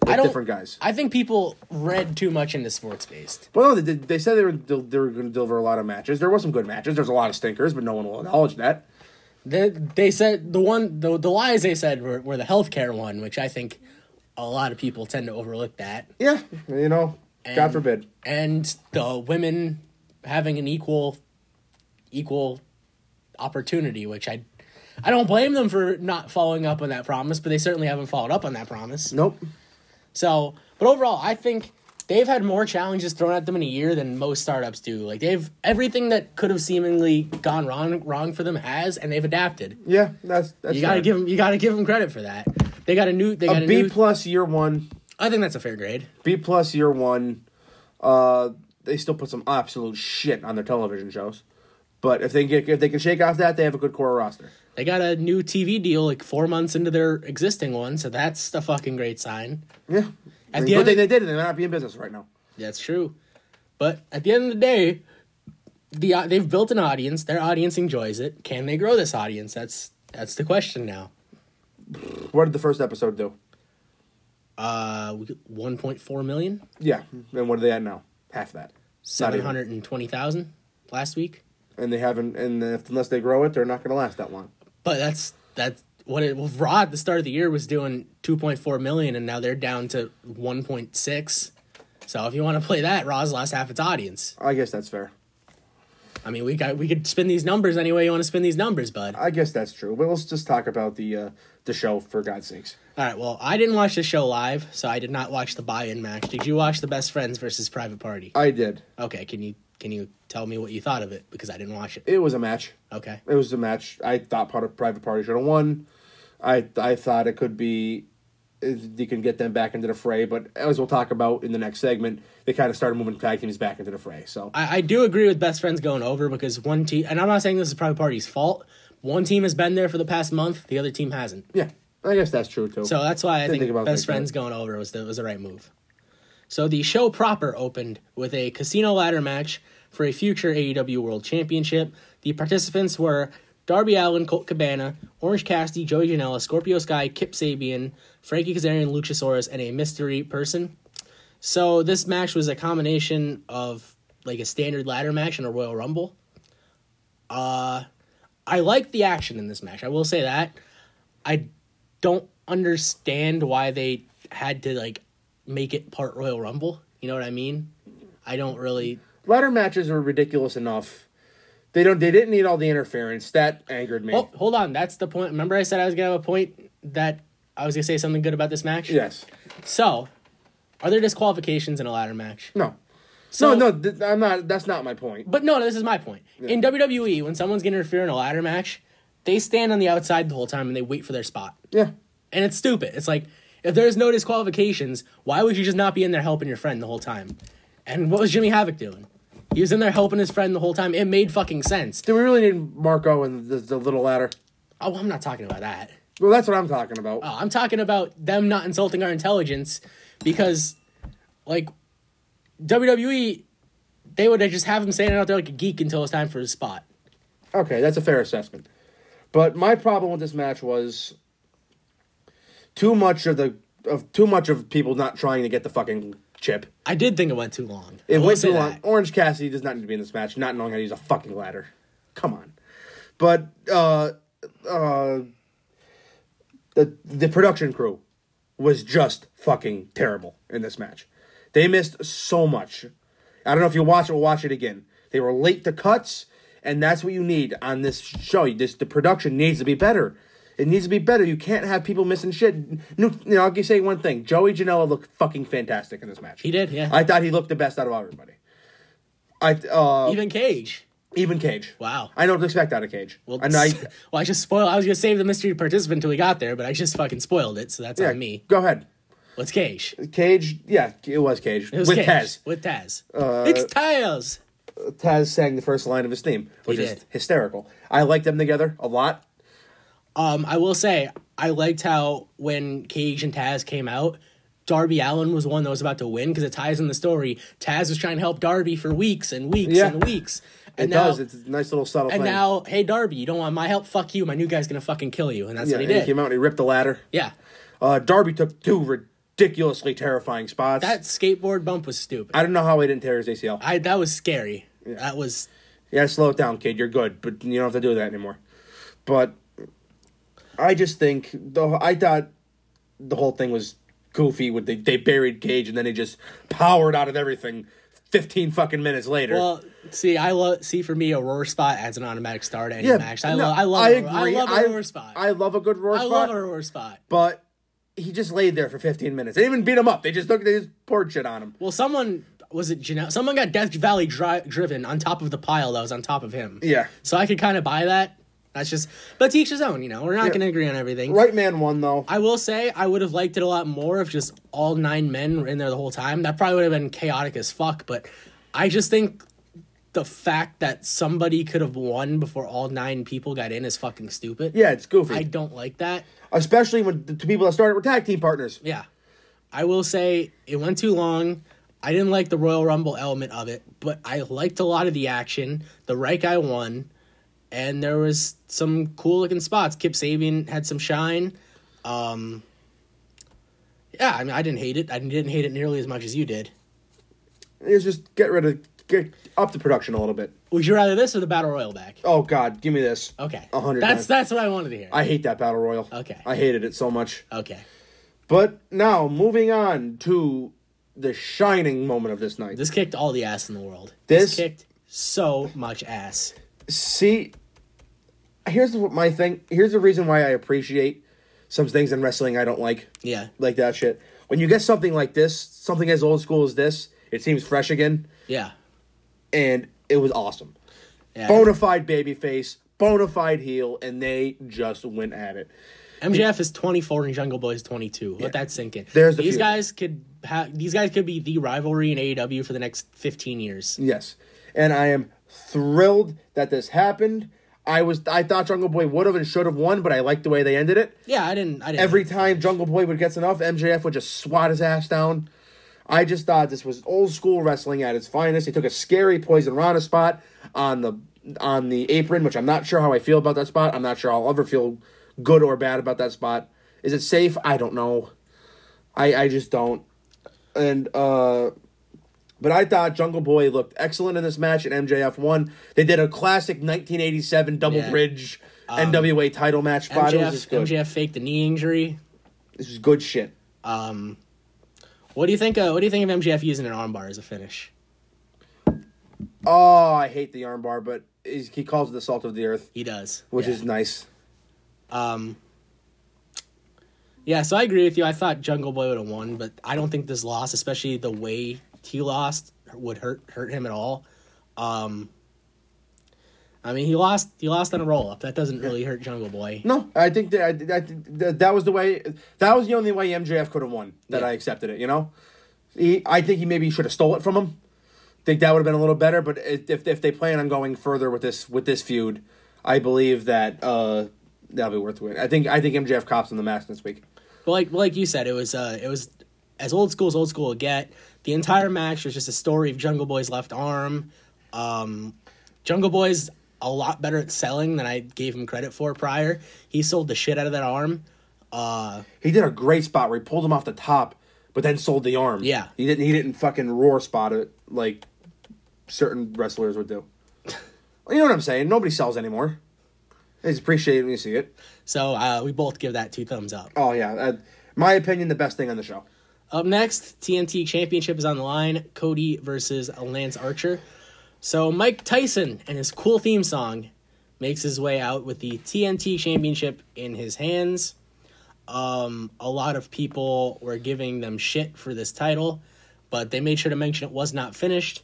Speaker 2: With
Speaker 1: I don't,
Speaker 2: different guys.
Speaker 1: I think people read too much into sports based.
Speaker 2: well, no, they, did- they said they were del- they were going to deliver a lot of matches. There was some good matches. There's a lot of stinkers, but no one will acknowledge that.
Speaker 1: They, they said the one the, the lies they said were, were the healthcare one, which I think a lot of people tend to overlook that.
Speaker 2: Yeah, you know, God
Speaker 1: And-
Speaker 2: forbid.
Speaker 1: And the women having an equal equal opportunity, which I I don't blame them for not following up on that promise, but they certainly haven't followed up on that promise.
Speaker 2: Nope.
Speaker 1: So, but overall, I think they've had more challenges thrown at them in a year than most startups do. Like they've everything that could have seemingly gone wrong wrong for them has, and they've adapted.
Speaker 2: Yeah, that's that's.
Speaker 1: You gotta
Speaker 2: fair.
Speaker 1: give them. You gotta give them credit for that. They got a new. They got a,
Speaker 2: a B
Speaker 1: new.
Speaker 2: plus year one,
Speaker 1: I think that's a fair grade.
Speaker 2: B plus year one. Uh, they still put some absolute shit on their television shows, but if they can get if they can shake off that, they have a good core roster.
Speaker 1: They got a new TV deal like four months into their existing one, so that's a fucking great sign.
Speaker 2: Yeah,
Speaker 1: At
Speaker 2: And
Speaker 1: the
Speaker 2: good
Speaker 1: end
Speaker 2: thing
Speaker 1: of-
Speaker 2: they did, and they might not be in business right now.
Speaker 1: That's true. But at the end of the day, the au- they've built an audience. Their audience enjoys it. Can they grow this audience? That's that's the question now.
Speaker 2: What did the first episode do?
Speaker 1: Uh, we get 1.4 million,
Speaker 2: Yeah, and what are they at now? Half that. Not even.
Speaker 1: 720,000 last week.
Speaker 2: And they haven't. And if, unless they grow it, they're not going to last that long.
Speaker 1: But that's that's what it well, Raw at the start of the year was doing 2.4 million, and now they're down to 1.6. So if you want to play that, Raw's lost half its audience.
Speaker 2: I guess that's fair.
Speaker 1: I mean, we got we could spin these numbers any way you want to spin these numbers, bud.
Speaker 2: I guess that's true. But let's just talk about the uh, the show for God's sakes.
Speaker 1: All right. Well, I didn't watch the show live, so I did not watch the buy-in match. Did you watch the Best Friends versus Private Party?
Speaker 2: I did.
Speaker 1: Okay. Can you can you tell me what you thought of it because I didn't watch it?
Speaker 2: It was a match.
Speaker 1: Okay.
Speaker 2: It was a match. I thought part of Private Party should have won. I I thought it could be if they can get them back into the fray, but as we'll talk about in the next segment, they kind of started moving tag teams back into the fray. So
Speaker 1: I, I do agree with best friends going over because one team, and I'm not saying this is private party's fault. One team has been there for the past month; the other team hasn't.
Speaker 2: yeah, I guess that's true too.
Speaker 1: So that's why I think,
Speaker 2: think about it
Speaker 1: best
Speaker 2: like that.
Speaker 1: friends going over was the, was the right move. So the show proper opened with a casino ladder match for a future AEW World Championship. The participants were Darby Allen, Colt Cabana, Orange Cassidy, Joey Janela, Scorpio Sky, Kip Sabian, Frankie Kazarian, Luchasaurus, and a mystery person. So this match was a combination of like a standard ladder match and a Royal Rumble. Uh, I like the action in this match. I will say that. I don't understand why they had to like make it part Royal Rumble. You know what I mean? I don't really.
Speaker 2: ladder matches are ridiculous enough. They don't. They didn't need all the interference. That angered me.
Speaker 1: Oh, hold on. That's the point. Remember, I said I was gonna have a point that I was gonna say something good about this match.
Speaker 2: Yes.
Speaker 1: So, are there disqualifications in a ladder match?
Speaker 2: No.
Speaker 1: So,
Speaker 2: no. No. Th- I'm not. That's not my point.
Speaker 1: But no, this is my point. In WWE, when someone's gonna interfere in a ladder match, they stand on the outside the whole time and they wait for their spot.
Speaker 2: Yeah.
Speaker 1: And it's stupid. It's like, if there's no disqualifications, why would you just not be in there helping your friend the whole time? And what was Jimmy Havoc doing? He was in there helping his friend the whole time. It made fucking sense.
Speaker 2: Do we really need Marco and the, the little ladder?
Speaker 1: Oh, I'm not talking about that.
Speaker 2: Well, that's what I'm talking about.
Speaker 1: Oh, I'm talking about them not insulting our intelligence because, like, WWE, they would just have him standing out there like a geek until it's time for his spot.
Speaker 2: Okay, that's a fair assessment. But my problem with this match was too much of the of too much of people not trying to get the fucking chip.
Speaker 1: I did think it went too long. I
Speaker 2: It
Speaker 1: will
Speaker 2: went
Speaker 1: say
Speaker 2: too long.
Speaker 1: that.
Speaker 2: Orange Cassidy does not need to be in this match, not knowing how to use a fucking ladder. Come on. But uh uh the the production crew was just fucking terrible in this match. They missed so much. I don't know if you watch it, we'll watch it again. They were late to cuts, and that's what you need on this show. You just the production needs to be better. It needs to be better. You can't have people missing shit. No, you know, I'll say one thing. Joey Janela looked fucking fantastic in this match.
Speaker 1: He did, yeah.
Speaker 2: I thought he looked the best out of everybody. I uh,
Speaker 1: Even Cage.
Speaker 2: even Cage.
Speaker 1: Wow.
Speaker 2: I know what to expect out of Cage.
Speaker 1: Well,
Speaker 2: and I,
Speaker 1: well, I just spoiled. I was gonna save the mystery participant until we got there, but I just fucking spoiled it, so that's
Speaker 2: yeah,
Speaker 1: on me.
Speaker 2: Go ahead.
Speaker 1: What's Cage? It
Speaker 2: Cage, yeah, it was Cage.
Speaker 1: was
Speaker 2: With
Speaker 1: Cage.
Speaker 2: Taz. Uh,
Speaker 1: With Taz. it's Taz.
Speaker 2: Taz sang the first line of his theme, which is
Speaker 1: did.
Speaker 2: hysterical. I like them together a lot.
Speaker 1: Um, I will say I liked how when Cage and Taz came out, Darby Allen was one that was about to win because it ties in the story. Taz was trying to help Darby for weeks and weeks
Speaker 2: Yeah.
Speaker 1: and weeks, and
Speaker 2: It
Speaker 1: now
Speaker 2: does. It's a nice little subtle
Speaker 1: and
Speaker 2: thing.
Speaker 1: now, hey Darby, you don't want my help? Fuck you. My new guy's gonna fucking kill you, and that's
Speaker 2: yeah,
Speaker 1: what he
Speaker 2: and he
Speaker 1: did.
Speaker 2: came out and he ripped the ladder.
Speaker 1: yeah,
Speaker 2: Uh, Darby took two ridiculously terrifying spots.
Speaker 1: that skateboard bump was stupid.
Speaker 2: I don't know how he didn't tear his ACL.
Speaker 1: I that was scary. That was
Speaker 2: Yeah, slow it down, kid. You're good, but you don't have to do that anymore. But I just think the I thought the whole thing was goofy. With they, they buried Cage and then they just powered out of everything. Fifteen fucking minutes later.
Speaker 1: Well, see, I love see for me a roar spot adds an automatic start to any match. I,
Speaker 2: no,
Speaker 1: love, I love,
Speaker 2: I
Speaker 1: a roar-
Speaker 2: agree.
Speaker 1: I love a roar spot. I,
Speaker 2: I love a good roar spot.
Speaker 1: love a roar spot.
Speaker 2: but he just laid there for fifteen minutes. They didn't even beat him up. They just took they just poured shit on him.
Speaker 1: Well, someone was it Janelle? Someone got Death Valley dri- driven on top of the pile that was on top of him.
Speaker 2: Yeah.
Speaker 1: So I could kind of buy that. That's just, but to each his own. You know, we're not going to agree on everything.
Speaker 2: Right man won though.
Speaker 1: I will say I would have liked it a lot more if just all nine men were in there the whole time. That probably would have been chaotic as fuck, but I just think the fact that somebody could have won before all nine people got in is fucking stupid.
Speaker 2: yeah, it's goofy,
Speaker 1: I don't like that.
Speaker 2: especially when the two people that started were tag team partners.
Speaker 1: Yeah. I will say it went too long. I didn't like the Royal Rumble element of it, but I liked a lot of the action. The right guy won, and there was some cool looking spots. Kip Sabian had some shine. Um, Yeah, I mean, I didn't hate it. I didn't hate it nearly as much as you did.
Speaker 2: It's just get rid of get up the production a little bit.
Speaker 1: Would you rather this or the battle royal back?
Speaker 2: Oh God, give me this.
Speaker 1: Okay,
Speaker 2: a hundred.
Speaker 1: That's
Speaker 2: times.
Speaker 1: that's what I wanted to hear.
Speaker 2: I hate that battle royal.
Speaker 1: Okay.
Speaker 2: I hated it so much.
Speaker 1: okay,
Speaker 2: But now moving on to the shining moment of this night.
Speaker 1: this kicked all the ass in the world.
Speaker 2: This-
Speaker 1: kicked so much ass.
Speaker 2: See, here's what my thing. Here's the reason why I appreciate some things in wrestling I don't like.
Speaker 1: Yeah,
Speaker 2: Like that shit. When you get something like this, something as old school as this, it seems fresh again,
Speaker 1: yeah,
Speaker 2: and it was awesome.
Speaker 1: yeah.
Speaker 2: Bona fide babyface, bona fide heel, and they just went at it.
Speaker 1: MJF is 24 and Jungle Boy is 22. Let that sink in.
Speaker 2: There's the
Speaker 1: these
Speaker 2: feud.
Speaker 1: guys could have these guys could be the rivalry in AEW for the next 15 years.
Speaker 2: Yes, and I am thrilled that this happened. I was I thought Jungle Boy would have and should have won, but I liked the way they ended it.
Speaker 1: Yeah, I didn't. I didn't.
Speaker 2: Every time Jungle Boy would get enough, MJF would just swat his ass down. I just thought this was old school wrestling at its finest. He took a scary Poison Rana spot on the on the apron, which I'm not sure how I feel about that spot. I'm not sure I'll ever feel good or bad about that spot. Is it safe? I don't know. I I just don't. And uh but I thought Jungle Boy looked excellent in this match and MJF won. They did a classic 1987 double
Speaker 1: Yeah.
Speaker 2: bridge NWA title match spot. it was
Speaker 1: MJF,
Speaker 2: just good.
Speaker 1: MJF faked a knee injury.
Speaker 2: This is good shit.
Speaker 1: What do you think? Uh, what do you think of MJF using an armbar as a finish?
Speaker 2: Oh, I hate the armbar, but he's, he calls it the salt of the earth,
Speaker 1: He does,
Speaker 2: which
Speaker 1: Yeah.
Speaker 2: is nice.
Speaker 1: Yeah, so I agree with you. I thought Jungle Boy would have won, but I don't think this loss, especially the way he lost, would hurt hurt him at all. Um, I mean, he lost he lost on a roll up. That doesn't really hurt Jungle Boy.
Speaker 2: No, I think that I, I, that that was the way. That was the only way MJF could have won. That
Speaker 1: Yeah.
Speaker 2: I accepted it. You know, he, I think he maybe should have stole it from him. Think that would have been a little better. But if if- if they plan on going further with this with this feud, I believe that uh, that'll be worth it. I think I think MJF cops in the match this week.
Speaker 1: But like like you said, it was uh it was as old school as old school would get. The entire match was just a story of Jungle Boy's left arm. Um, Jungle Boy's a lot better at selling than I gave him credit for prior. He sold the shit out of that arm. Uh,
Speaker 2: He did a great spot where he pulled him off the top, but then sold the arm.
Speaker 1: Yeah.
Speaker 2: he didn't. He didn't fucking roar spot it like certain wrestlers would do. you know what I'm saying? Nobody sells anymore. It's appreciated when you see it.
Speaker 1: so uh, we both give that two thumbs up.
Speaker 2: Oh yeah, uh, my opinion, the best thing on the show.
Speaker 1: Up next, TNT Championship is on the line. Cody versus Lance Archer. So Mike Tyson and his cool theme song makes his way out with the TNT Championship in his hands. Um, a lot of people were giving them shit for this title, but they made sure to mention it was not finished.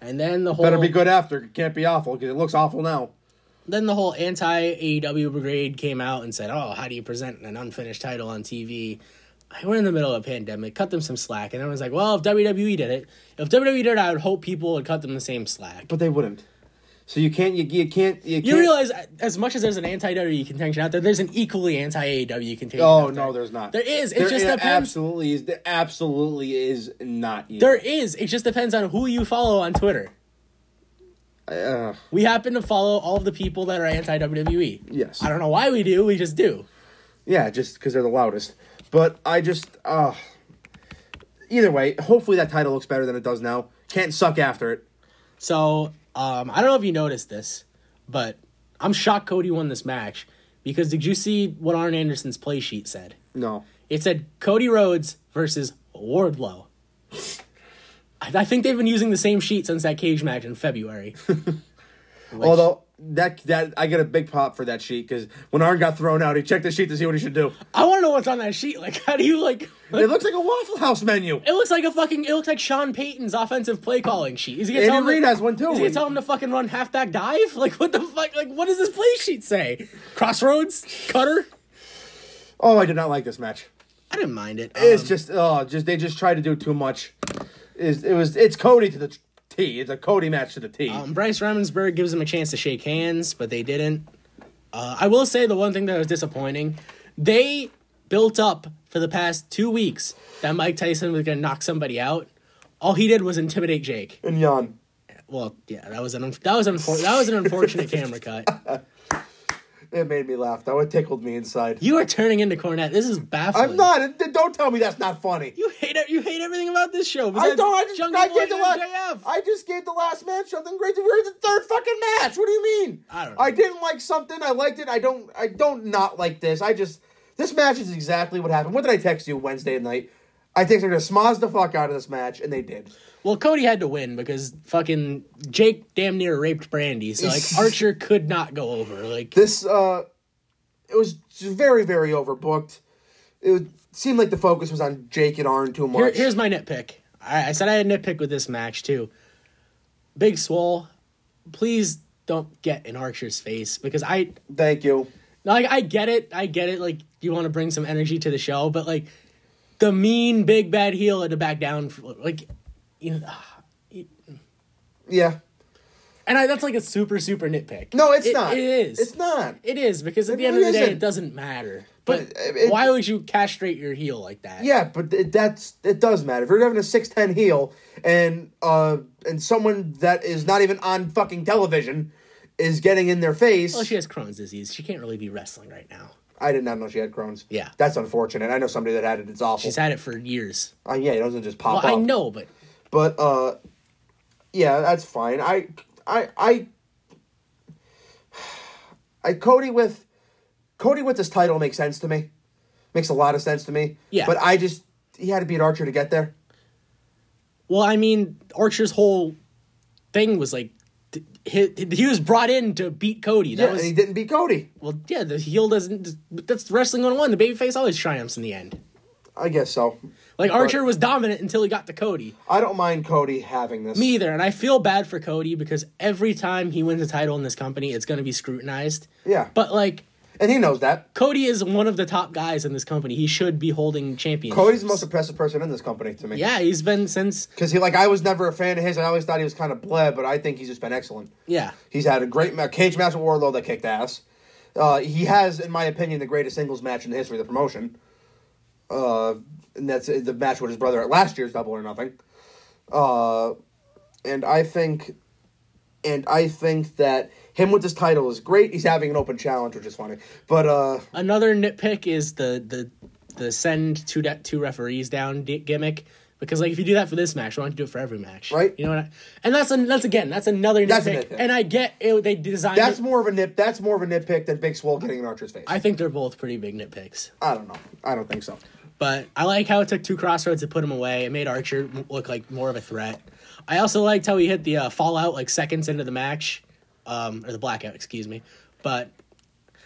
Speaker 1: And then the whole
Speaker 2: Better be good after. It can't be awful because it looks awful now.
Speaker 1: then the whole anti AEW brigade came out and said, "Oh, how do you present an unfinished title on TV?" We're in the middle of a pandemic. Cut them some slack, and everyone's like, "Well, if WWE did it, if WWE did it, I would hope people would cut them the same slack." But
Speaker 2: But they wouldn't. So you can't. You, you can't. You, can't,
Speaker 1: you realize, uh, as much as there's an anti WWE contention out there, there's an equally anti AEW contention.
Speaker 2: Oh
Speaker 1: out
Speaker 2: no,
Speaker 1: there.
Speaker 2: there's not.
Speaker 1: There is. It
Speaker 2: There
Speaker 1: just
Speaker 2: i-
Speaker 1: depends.
Speaker 2: Absolutely is. There absolutely is not. either.
Speaker 1: There is. It just depends on who you follow on Twitter.
Speaker 2: Uh.
Speaker 1: we happen to follow all of the people that are anti WWE.
Speaker 2: Yes.
Speaker 1: I don't know why we do. We just do.
Speaker 2: Yeah, just because they're the loudest. But I just, uh, either way, hopefully that title looks better than it does now. Can't suck after it.
Speaker 1: So um, I don't know if you noticed this, but I'm shocked Cody won this match because did you see what Arn Anderson's play sheet said?
Speaker 2: No.
Speaker 1: It said Cody Rhodes versus Wardlow. I I think they've been using the same sheet since that cage match in February.
Speaker 2: Although that that I get a big pop for that sheet because when Arn got thrown out, he checked the sheet to see what he should do.
Speaker 1: I want to know what's on that sheet. Like, how do you like?
Speaker 2: It looks like a Waffle House menu.
Speaker 1: It looks like a fucking. It looks like Sean Payton's offensive play calling sheet. Is he gonna
Speaker 2: Andy
Speaker 1: tell him?
Speaker 2: Reid
Speaker 1: to-
Speaker 2: has one, too.
Speaker 1: Is he gonna tell him to fucking run halfback dive? Like what the fuck? Like what does this play sheet say? Crossroads cutter.
Speaker 2: Oh, I did not like this match.
Speaker 1: I didn't mind it.
Speaker 2: It's
Speaker 1: Um,
Speaker 2: just, oh, just they just tried to do too much. Is it was it's Cody to the T. It's a Cody match to the T.
Speaker 1: Um, Bryce Remensburg gives them a chance to shake hands, but they didn't. Uh, I will say the one thing that was disappointing: they built up for the past two weeks that Mike Tyson was going to knock somebody out. All he did was intimidate Jake.
Speaker 2: and yawn.
Speaker 1: Well, yeah, that was an unf that was unfor- that was an unfortunate camera cut.
Speaker 2: It made me laugh. That one tickled me inside.
Speaker 1: You are turning into Cornette. This is baffling.
Speaker 2: I'm not. It- it- Don't tell me that's not funny.
Speaker 1: You hate it. You hate everything about this show.
Speaker 2: I
Speaker 1: besides
Speaker 2: don't. I just,
Speaker 1: Jungle
Speaker 2: I,
Speaker 1: Boy
Speaker 2: gave the
Speaker 1: and
Speaker 2: last,
Speaker 1: MJF.
Speaker 2: I just gave the last match something great. We We're in the third fucking match. What do you mean?
Speaker 1: I don't know.
Speaker 2: I didn't like something. I liked it. I don't. I don't not like this. I just. This match is exactly what happened. What did I text you Wednesday night? I think they're gonna smoz the fuck out of this match, and they did.
Speaker 1: Well, Cody had to win because fucking Jake damn near raped Brandy. So like Archer could not go over. Like
Speaker 2: This uh, it was just very very overbooked. It would- seemed like the focus was on Jake and Arn too
Speaker 1: Here-
Speaker 2: much.
Speaker 1: here's my nitpick. I, I said I had a nitpick with this match too. Big Swole, please don't get in Archer's face because I
Speaker 2: Thank you.
Speaker 1: like I get it. I get it. Like you want to bring some energy to the show, but like the mean big bad heel had to back down. For, like, you know, ah.
Speaker 2: Yeah.
Speaker 1: and I, that's like a super super nitpick.
Speaker 2: No, it's
Speaker 1: It-
Speaker 2: not.
Speaker 1: It is.
Speaker 2: It's not.
Speaker 1: It is because at
Speaker 2: It
Speaker 1: the end of
Speaker 2: really
Speaker 1: the day,
Speaker 2: isn't.
Speaker 1: it doesn't matter. But,
Speaker 2: But, uh, it-
Speaker 1: why would you castrate your heel like that?
Speaker 2: Yeah, but it, that's it does matter. If you're having a six ten heel and uh and someone that is not even on fucking television is getting in their face,
Speaker 1: Well, she has Crohn's disease. She can't really be wrestling right now.
Speaker 2: I did not know she had Crohn's.
Speaker 1: Yeah.
Speaker 2: that's unfortunate. I know somebody that had it. It's awful.
Speaker 1: She's had it for years.
Speaker 2: uh, yeah, it doesn't just pop
Speaker 1: Well, I
Speaker 2: up.
Speaker 1: know, but
Speaker 2: But uh, yeah, that's fine. I I I I Cody with Cody with this title makes sense to me. Makes a lot of sense to me.
Speaker 1: Yeah.
Speaker 2: but I just he had to beat Archer to get there.
Speaker 1: well, I mean, Archer's whole thing was like th- he, he was brought in to beat Cody. That
Speaker 2: yeah,
Speaker 1: was
Speaker 2: and he didn't beat Cody.
Speaker 1: well, yeah. The heel doesn't. but That's wrestling one on one. The babyface always triumphs in the end.
Speaker 2: I guess so.
Speaker 1: Like Archer was dominant until he got to Cody.
Speaker 2: I don't mind Cody having this.
Speaker 1: Me either, and I feel bad for Cody because every time he wins a title in this company, it's going to be scrutinized.
Speaker 2: Yeah.
Speaker 1: But like
Speaker 2: and he knows that.
Speaker 1: Cody is one of the top guys in this company. He should be holding championships.
Speaker 2: Cody's the most impressive person in this company to me.
Speaker 1: Yeah, he's been since.
Speaker 2: Because he like I was never a fan of his. I always thought he was kind of bleh, but I think he's just been excellent.
Speaker 1: Yeah.
Speaker 2: He's had a great ma- cage match with Warlow that kicked ass. Uh, he has, in my opinion, the greatest singles match in the history of the promotion. Uh, and that's uh, the match with his brother at last year's Double or Nothing. Uh, and I think, and I think that him with this title is great. He's having an open challenge, which is funny. But uh,
Speaker 1: Another nitpick is the the the send two de- two referees down di- gimmick because like if you do that for this match, why don't you do it for every match?
Speaker 2: Right.
Speaker 1: You know what? I, and that's an that's again that's another nitpick.
Speaker 2: That's a nitpick.
Speaker 1: And I get it, they designed.
Speaker 2: That's
Speaker 1: it-
Speaker 2: more of a nip. That's more of a nitpick than Big Swole getting in Archer's face. I,
Speaker 1: I think they're both pretty big nitpicks,
Speaker 2: don't know. I don't think so.
Speaker 1: but I like how it took two crossroads to put him away. It made Archer m- look like more of a threat. I also liked how he hit the uh, fallout like seconds into the match, um, or the blackout, excuse me. But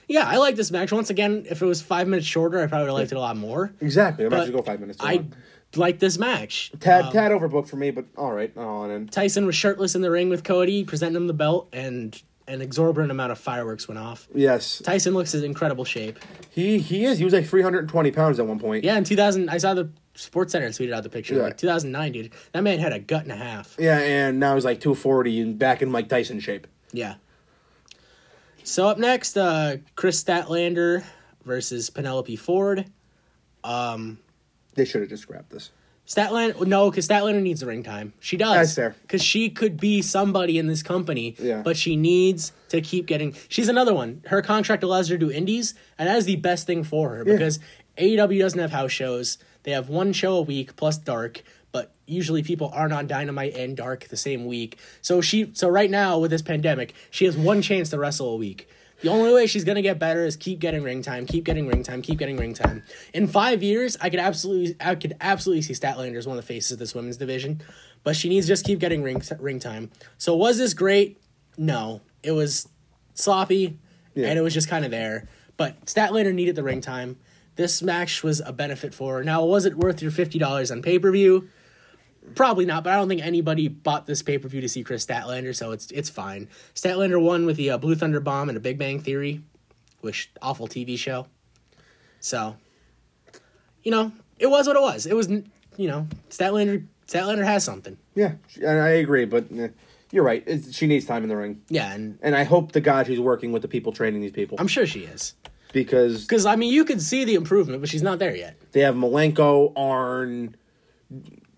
Speaker 1: yeah, I like this match. Once again, if it was five minutes shorter, I probably would have liked it a lot more.
Speaker 2: Exactly. I'm
Speaker 1: But
Speaker 2: actually go five minutes.
Speaker 1: I Um, like this match.
Speaker 2: tad tad overbooked for me, but all right. On and
Speaker 1: Tyson was shirtless in the ring with Cody, presenting him the belt, and an exorbitant amount of fireworks went off.
Speaker 2: yes,
Speaker 1: Tyson looks in incredible shape.
Speaker 2: he he is. He was like 320 pounds at one point.
Speaker 1: Yeah, in 2000, I saw the Sports Center tweeted out the picture.
Speaker 2: Yeah.
Speaker 1: Like 2009, dude, that man had a gut and a half.
Speaker 2: Yeah, and now he's like 240 and back in Mike Tyson shape.
Speaker 1: Yeah. So up next, uh, Chris Statlander versus Penelope Ford.
Speaker 2: They should have just grabbed this.
Speaker 1: Statlander, no, because Statlander needs the ring time. She does.
Speaker 2: That's fair.
Speaker 1: Because she could be somebody in this company,
Speaker 2: Yeah.
Speaker 1: but she needs to keep getting. She's another one. Her contract allows her to do indies, and that is the best thing for her because AEW doesn't have house shows. They have one show a week plus Dark, but usually people aren't on Dynamite and Dark the same week. So she, so right now with this pandemic, she has one chance to wrestle a week. The only way she's gonna get better is keep getting ring time, keep getting ring time, keep getting ring time. In five years, I could absolutely, I could absolutely see Statlander as one of the faces of this women's division, but she needs to just keep getting ring ring time. So was this great? No, it was sloppy, and it was just kind of there. But Statlander needed the ring time. This match was a benefit for her. Now, was it worth your fifty dollars on pay per view? Probably not, but I don't think anybody bought this pay per view to see Chris Statlander, so it's it's fine. Statlander won with the uh, Blue Thunder Bomb and a Big Bang Theory, which awful TV show. So, you know, it was what it was. It was, n- you know, Statlander. Statlander has something.
Speaker 2: Yeah, and I agree, but eh, you're right. It's, she needs time in the ring,
Speaker 1: Yeah, and
Speaker 2: and I hope to God she's working with the people training these people
Speaker 1: I'm sure she is.
Speaker 2: because
Speaker 1: Because I mean, you could see the improvement, but she's not there yet.
Speaker 2: They have Malenko, Arn.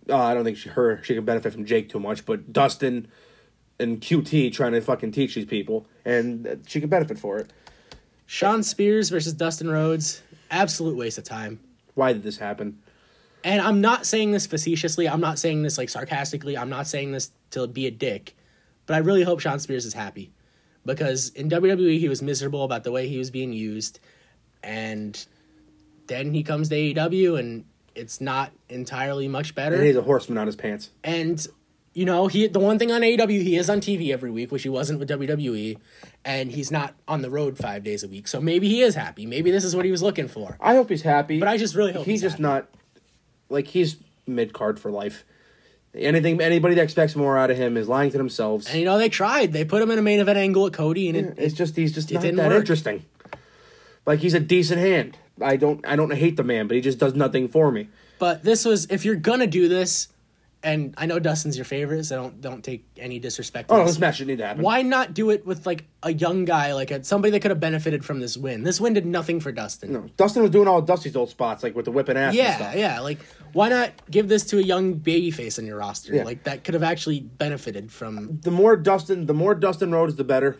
Speaker 2: Uh, I don't think she, her she can benefit from Jake too much, but Dustin and QT trying to fucking teach these people, and uh, she can benefit for it.
Speaker 1: Sean Spears versus Dustin Rhodes, absolute waste of time.
Speaker 2: Why did this happen?
Speaker 1: And I'm not saying this facetiously. I'm not saying this like sarcastically. I'm not saying this to be a dick. But I really hope Sean Spears is happy. Because in WWE, he was miserable about the way he was being used. And then he comes to AEW and it's not entirely much better.
Speaker 2: And he's a horseman on his pants.
Speaker 1: And you know, he the one thing on AEW he is on TV every week, which he wasn't with WWE, and he's not on the road five days a week. So maybe he is happy. Maybe this is what he was looking for.
Speaker 2: I hope he's happy.
Speaker 1: But I just really hope
Speaker 2: he's,
Speaker 1: he's
Speaker 2: just
Speaker 1: happy.
Speaker 2: not like he's mid card for life. Anything anybody that expects more out of him is lying to themselves.
Speaker 1: And you know, they tried. They put him in a main event angle at Cody, and it,
Speaker 2: it's just he's just not
Speaker 1: didn't
Speaker 2: that
Speaker 1: work.
Speaker 2: interesting. Like he's a decent hand. I don't I don't hate the man, but he just does nothing for me.
Speaker 1: But this was if you're gonna do this, and I know Dustin's your favorite, so don't don't take any disrespect. to
Speaker 2: Oh, no,
Speaker 1: this.
Speaker 2: this match didn't need to happen.
Speaker 1: Why not do it with like a young guy, like a, somebody that could have benefited from this win? This win did nothing for Dustin.
Speaker 2: Dustin was doing all Dusty's old spots, like with the whipping ass and
Speaker 1: Yeah,
Speaker 2: stuff.
Speaker 1: yeah. Like, why not give this to a young babyface on your roster?
Speaker 2: Yeah.
Speaker 1: Like, that could have actually benefited from.
Speaker 2: the more Dustin, the more Dustin Rhodes, the better.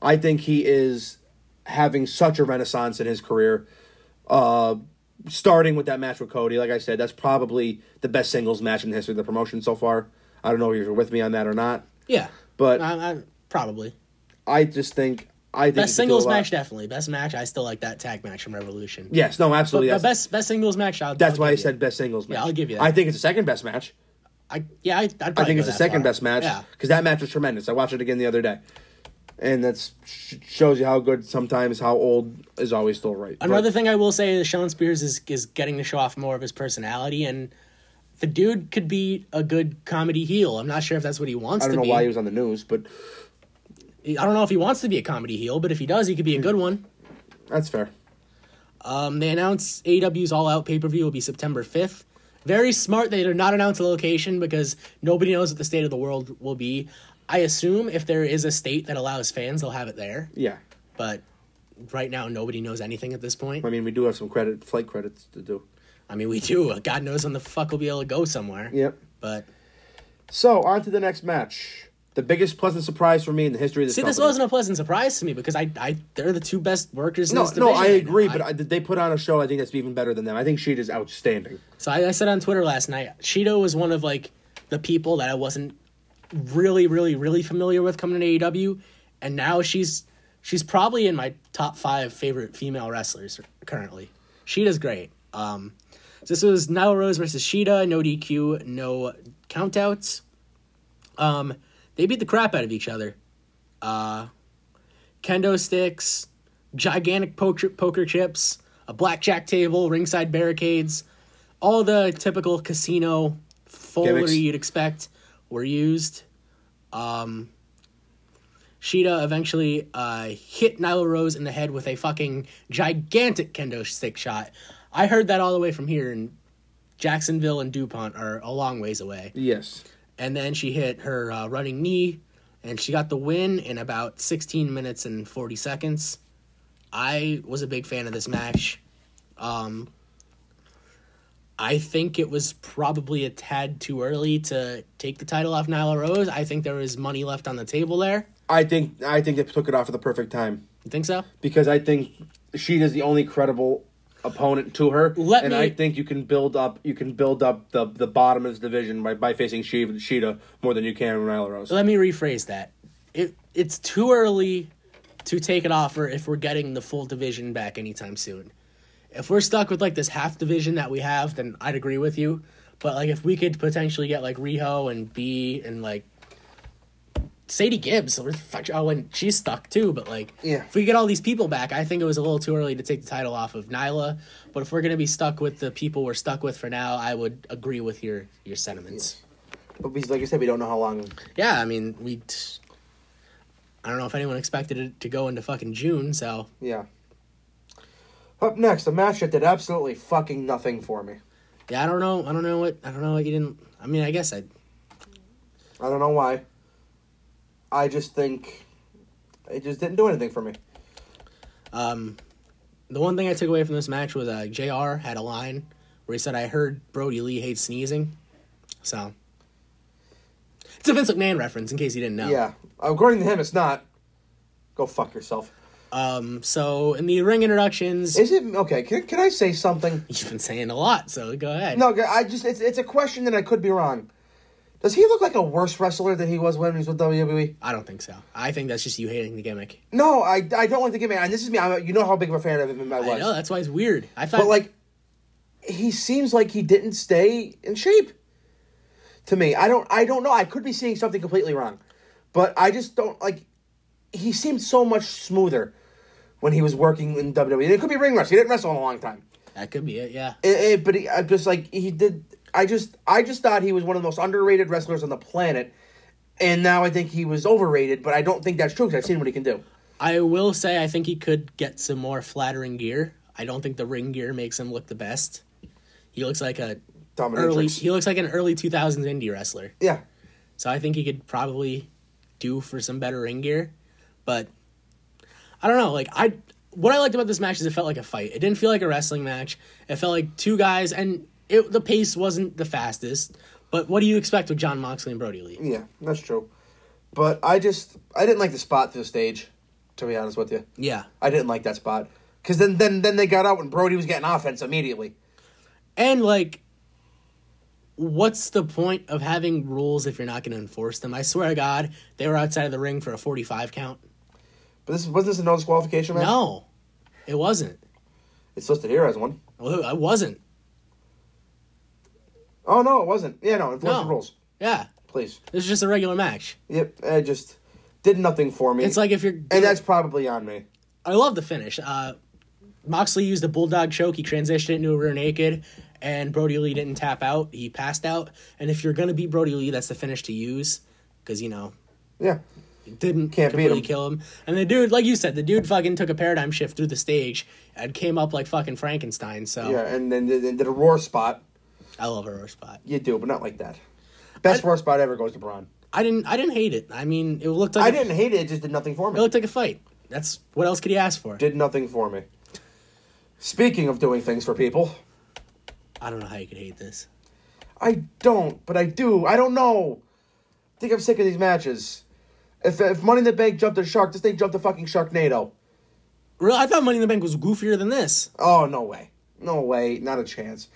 Speaker 2: I think he is having such a renaissance in his career. Uh, starting with that match with Cody, like I said, that's probably the best singles match in the history of the promotion so far. I don't know if you're with me on that or not,
Speaker 1: Yeah,
Speaker 2: but
Speaker 1: I, I, probably
Speaker 2: I just think I think
Speaker 1: Uh, best
Speaker 2: he could do a
Speaker 1: singles
Speaker 2: lot.
Speaker 1: match, definitely best match. I still like that tag match from Revolution.
Speaker 2: Yes, no, absolutely.
Speaker 1: but
Speaker 2: that's
Speaker 1: best best singles match. I'll,
Speaker 2: that's
Speaker 1: I'll
Speaker 2: why I
Speaker 1: give you.
Speaker 2: said best singles match.
Speaker 1: I'll give you that.
Speaker 2: I think it's the second best match.
Speaker 1: I yeah. I, I'd
Speaker 2: I think it's the second best match
Speaker 1: Yeah,
Speaker 2: because that match was tremendous. I watched it again the other day, and that sh- shows you how good sometimes how old is always still right. But-
Speaker 1: Another thing I will say is Sean Spears is is getting to show off more of his personality, and the dude could be a good comedy heel. I'm not sure if that's what he wants
Speaker 2: I
Speaker 1: to
Speaker 2: don't know
Speaker 1: be.
Speaker 2: why he was on the news, but
Speaker 1: I don't know if he wants to be a comedy heel, but if he does, he could be a
Speaker 2: Hmm.
Speaker 1: good one.
Speaker 2: that's fair.
Speaker 1: Um, they announced AEW's All Out pay per view will be September 5th. Very smart they did not announce a location because nobody knows what the state of the world will be. I assume if there is a state that allows fans, they'll have it there.
Speaker 2: Yeah,
Speaker 1: But right now, nobody knows anything at this point.
Speaker 2: I mean we do have some credit flight credits to do.
Speaker 1: I mean, we do. God knows when the fuck we'll be able to go somewhere.
Speaker 2: Yep.
Speaker 1: But
Speaker 2: So on to the next match. The biggest pleasant surprise for me in the history of this.
Speaker 1: see, this
Speaker 2: company.
Speaker 1: wasn't a pleasant surprise to me because I, I, they're the two best workers. in
Speaker 2: No,
Speaker 1: this
Speaker 2: no,
Speaker 1: division
Speaker 2: I
Speaker 1: right now.
Speaker 2: agree, but I, they put on a show. I think that's even better than them. I think Sheet is outstanding.
Speaker 1: So I, I said on Twitter last night, Cheeto was one of like the people that I wasn't really, really, really familiar with coming to AEW, and now she's she's probably in my top five favorite female wrestlers currently. Sheeta's great. Um, so this was Nyla Rose versus Sheeta, no DQ, no countouts. Um, they beat the crap out of each other. Uh, kendo sticks, gigantic poker poker chips, a blackjack table, ringside barricades all the typical casino foolery
Speaker 2: Gimmicks.
Speaker 1: you'd expect were used. Um, Sheeta eventually uh, hit Nyla Rose in the head with a fucking gigantic kendo stick shot. I heard that all the way from here, and Jacksonville and DuPont are a long ways away.
Speaker 2: Yes,
Speaker 1: And then she hit her uh, running knee, and she got the win in about 16 minutes and 40 seconds. I was a big fan of this match. Um, I think it was probably a tad too early to take the title off Nyla Rose. I think there was money left on the table there.
Speaker 2: I think I think they took it off at the perfect time
Speaker 1: You think so?
Speaker 2: because I think Sheet is the only credible opponent to her.
Speaker 1: Let
Speaker 2: and
Speaker 1: me-
Speaker 2: I think you can build up you can build up the the bottom of this division by, by facing She- Sheeta more than you can with Nyla Rose.
Speaker 1: Let me rephrase that. It it's too early to take it off her if we're getting the full division back anytime soon. If we're stuck with like this half division that we have, then I'd agree with you. But like if we could potentially get like Riho and B and like Sadie Gibbs, or fuck, oh, and she's stuck too. But like,
Speaker 2: Yeah.
Speaker 1: if we get all these people back, I think it was a little too early to take the title off of Nyla. But if we're gonna be stuck with the people we're stuck with for now, I would agree with your your sentiments.
Speaker 2: But we- like I said, we don't know how long.
Speaker 1: Yeah, I mean, we. T- I don't know if anyone expected it to go into fucking June, so
Speaker 2: Yeah. Up next, a match that did absolutely fucking nothing for me.
Speaker 1: yeah, I don't know. I don't know what I don't know what you didn't. I mean, I guess I.
Speaker 2: I don't know why. I just think it just didn't do anything for me.
Speaker 1: Um, the one thing I took away from this match was uh, Jr. had a line where he said, "I heard Brody Lee hates sneezing," so it's a Vince McMahon reference in case you didn't know.
Speaker 2: Yeah, according to him, it's not. Go fuck yourself.
Speaker 1: Um, so in the ring introductions,
Speaker 2: Is it okay? Can, can I say something?
Speaker 1: you've been saying a lot, so go ahead.
Speaker 2: No, I just it's it's a question that I could be wrong. Does he look like a worse wrestler than he was when he was with WWE?
Speaker 1: I don't think so. I think that's just you hating the gimmick.
Speaker 2: No, I, I don't like the gimmick. And this is me. I'm, you know how big of a fan of him I was.
Speaker 1: I know that's why it's weird. I thought
Speaker 2: But like, he seems like he didn't stay in shape. To me, I don't. I don't know. I could be seeing something completely wrong, but I just don't like. He seemed so much smoother when he was working in WWE. And it could be ring rust. He didn't wrestle in a long time.
Speaker 1: that could be it. Yeah,
Speaker 2: It, it- Eh, but he, I just like he did. I just I just thought he was one of the most underrated wrestlers on the planet, and now I think he was overrated. But I don't think that's true because I've seen what he can do.
Speaker 1: I will say I think he could get some more flattering gear. I don't think the ring gear makes him look the best. He looks like a
Speaker 2: Dominatrix.
Speaker 1: early. He looks like an early two thousands indie wrestler.
Speaker 2: Yeah,
Speaker 1: So I think he could probably do for some better ring gear, but I don't know. Like I, what I liked about this match is it felt like a fight. It didn't feel like a wrestling match. It felt like two guys, and it, the pace wasn't the fastest. But what do you expect with John Moxley and Brody Lee?
Speaker 2: yeah, that's true. But I just I didn't like the spot to the stage. To be honest with you,
Speaker 1: Yeah,
Speaker 2: I didn't like that spot because then then then they got out when Brody was getting offense immediately.
Speaker 1: and like, what's the point of having rules if you're not going to enforce them? I swear to God, they were outside of the ring for a forty-five count.
Speaker 2: But this wasn't this a no disqualification match.
Speaker 1: No, it wasn't.
Speaker 2: It's listed here as one.
Speaker 1: Well, It wasn't.
Speaker 2: Oh no, it wasn't. Yeah, no, enforce
Speaker 1: No
Speaker 2: the rules,
Speaker 1: Yeah,
Speaker 2: please.
Speaker 1: this is just a regular match.
Speaker 2: Yep, I just did nothing for me.
Speaker 1: It's like if you're
Speaker 2: and that's probably on me.
Speaker 1: I love the finish. Uh, Moxley used a bulldog choke. He transitioned it into a rear naked, and Brody Lee didn't tap out. He passed out. And if you're gonna beat Brody Lee, that's the finish to use because you know
Speaker 2: Yeah.
Speaker 1: it didn't
Speaker 2: Can't beat
Speaker 1: completely
Speaker 2: him.
Speaker 1: kill him. And the dude, like you said, the dude fucking took a paradigm shift through the stage and came up like fucking Frankenstein. So
Speaker 2: Yeah, and then they did a roar spot.
Speaker 1: I love her spot.
Speaker 2: You do, but not like that. Best roar spot ever goes to Braun.
Speaker 1: I didn't. I didn't hate it. I mean, it looked like
Speaker 2: I
Speaker 1: a-
Speaker 2: didn't hate it, it just did nothing for
Speaker 1: It
Speaker 2: me.
Speaker 1: looked like a fight. That's what else could he ask for?
Speaker 2: Did nothing for me. Speaking of doing things for people,
Speaker 1: I don't know how you could hate this.
Speaker 2: I don't, but I do. I don't know. I think I'm sick of these matches. If, if Money in the Bank jumped a shark, this thing jumped a fucking Sharknado.
Speaker 1: Real, I thought Money in the Bank was goofier than this.
Speaker 2: Oh, no way. No way. Not a chance.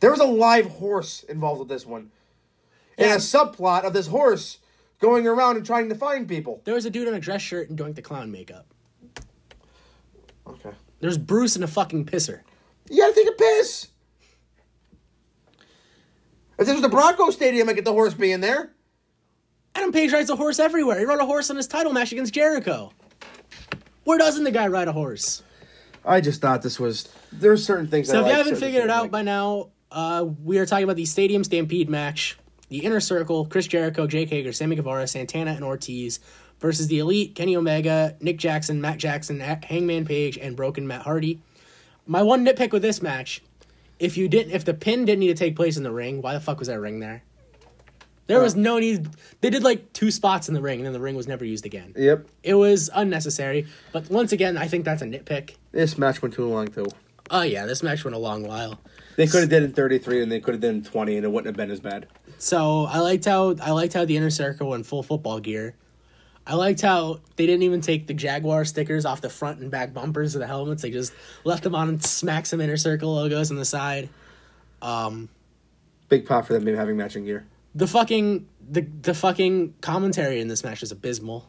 Speaker 2: There was a live horse involved with this one. And
Speaker 1: Yeah.
Speaker 2: a subplot of this horse going around and trying to find people.
Speaker 1: There was a dude in a dress shirt and Doink the Clown makeup.
Speaker 2: Okay.
Speaker 1: There's Bruce in a fucking pisser.
Speaker 2: You gotta take a piss. If this was the Bronco Stadium, I get the horse being there.
Speaker 1: Adam Page rides a horse everywhere. He rode a horse in his title match against Jericho. Where doesn't the guy ride a horse?
Speaker 2: I just thought this was. There are certain things.
Speaker 1: So if you haven't figured it out by now, uh, we are talking about the Stadium Stampede match, the Inner Circle, Chris Jericho, Jake Hager, Sammy Guevara, Santana, and Ortiz versus the Elite, Kenny Omega, Nick Jackson, Matt Jackson, Ha- Hangman Page, and Broken Matt Hardy. My one nitpick with this match: if you didn't, if the pin didn't need to take place in the ring, why the fuck was that ring there? There was no need. They did like two spots in the ring, and then the ring was never used again.
Speaker 2: Yep,
Speaker 1: It was unnecessary, but once again, I think that's a nitpick.
Speaker 2: this match went too long too.
Speaker 1: Oh yeah, this match went a long while.
Speaker 2: They could have did it in thirty three, and they could have did it in twenty, and it wouldn't have been as bad.
Speaker 1: So I liked how I liked how the inner circle were in full football gear. I liked how they didn't even take the Jaguar stickers off the front and back bumpers of the helmets. They just left them on and smacked some inner circle logos on the side.
Speaker 2: Big pop for them maybe having matching gear.
Speaker 1: The fucking the the fucking commentary in this match is abysmal.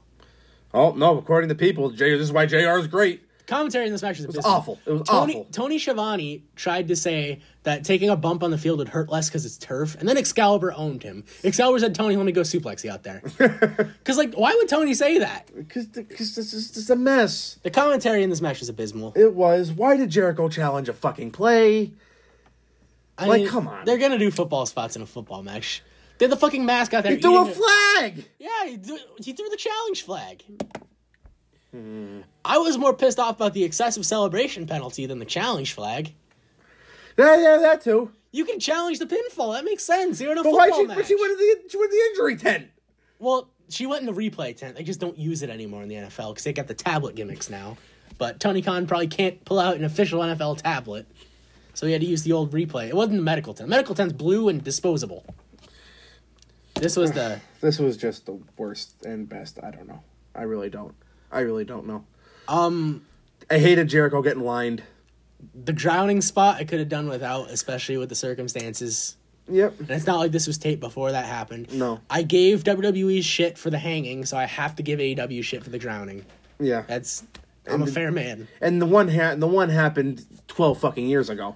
Speaker 2: Oh no! According to people, J, this is why JR is great.
Speaker 1: Commentary in this match is abysmal.
Speaker 2: awful. It was
Speaker 1: Tony,
Speaker 2: awful.
Speaker 1: Tony Schiavone tried to say that taking a bump on the field would hurt less because it's turf, and then Excalibur owned him. Excalibur said, "Tony, let me go suplex you out there." Because like, why would Tony say that?
Speaker 2: Because because this is just a mess.
Speaker 1: The commentary in this match is abysmal.
Speaker 2: It was. Why did Jericho challenge a fucking play?
Speaker 1: I
Speaker 2: like, come on.
Speaker 1: they're gonna do football spots in a football match. They had the fucking mask out there.
Speaker 2: He threw a
Speaker 1: eating
Speaker 2: flag.
Speaker 1: Yeah, he threw, he threw the challenge flag.
Speaker 2: Hmm.
Speaker 1: I was more pissed off about the excessive celebration penalty than the challenge flag.
Speaker 2: Yeah, yeah, that too.
Speaker 1: You can challenge the pinfall. That makes sense. You're in a
Speaker 2: But why
Speaker 1: football
Speaker 2: she,
Speaker 1: match.
Speaker 2: but she went to the she went to the injury tent?
Speaker 1: Well, she went in the replay tent. They just don't use it anymore in the NFL because they got the tablet gimmicks now. But Tony Khan probably can't pull out an official NFL tablet, so he had to use the old replay. It wasn't the medical tent. Medical tent's blue and disposable. This was the
Speaker 2: This was just the worst and best. I don't know. I really don't. I really don't know.
Speaker 1: Um,
Speaker 2: I hated Jericho getting lined.
Speaker 1: The drowning spot I could have done without, especially with the circumstances.
Speaker 2: Yep.
Speaker 1: And it's not like this was taped before that happened.
Speaker 2: No.
Speaker 1: I gave WWE shit for the hanging, so I have to give AEW shit for the drowning.
Speaker 2: Yeah.
Speaker 1: That's I'm a fair man.
Speaker 2: and the one ha- the one happened twelve fucking years ago.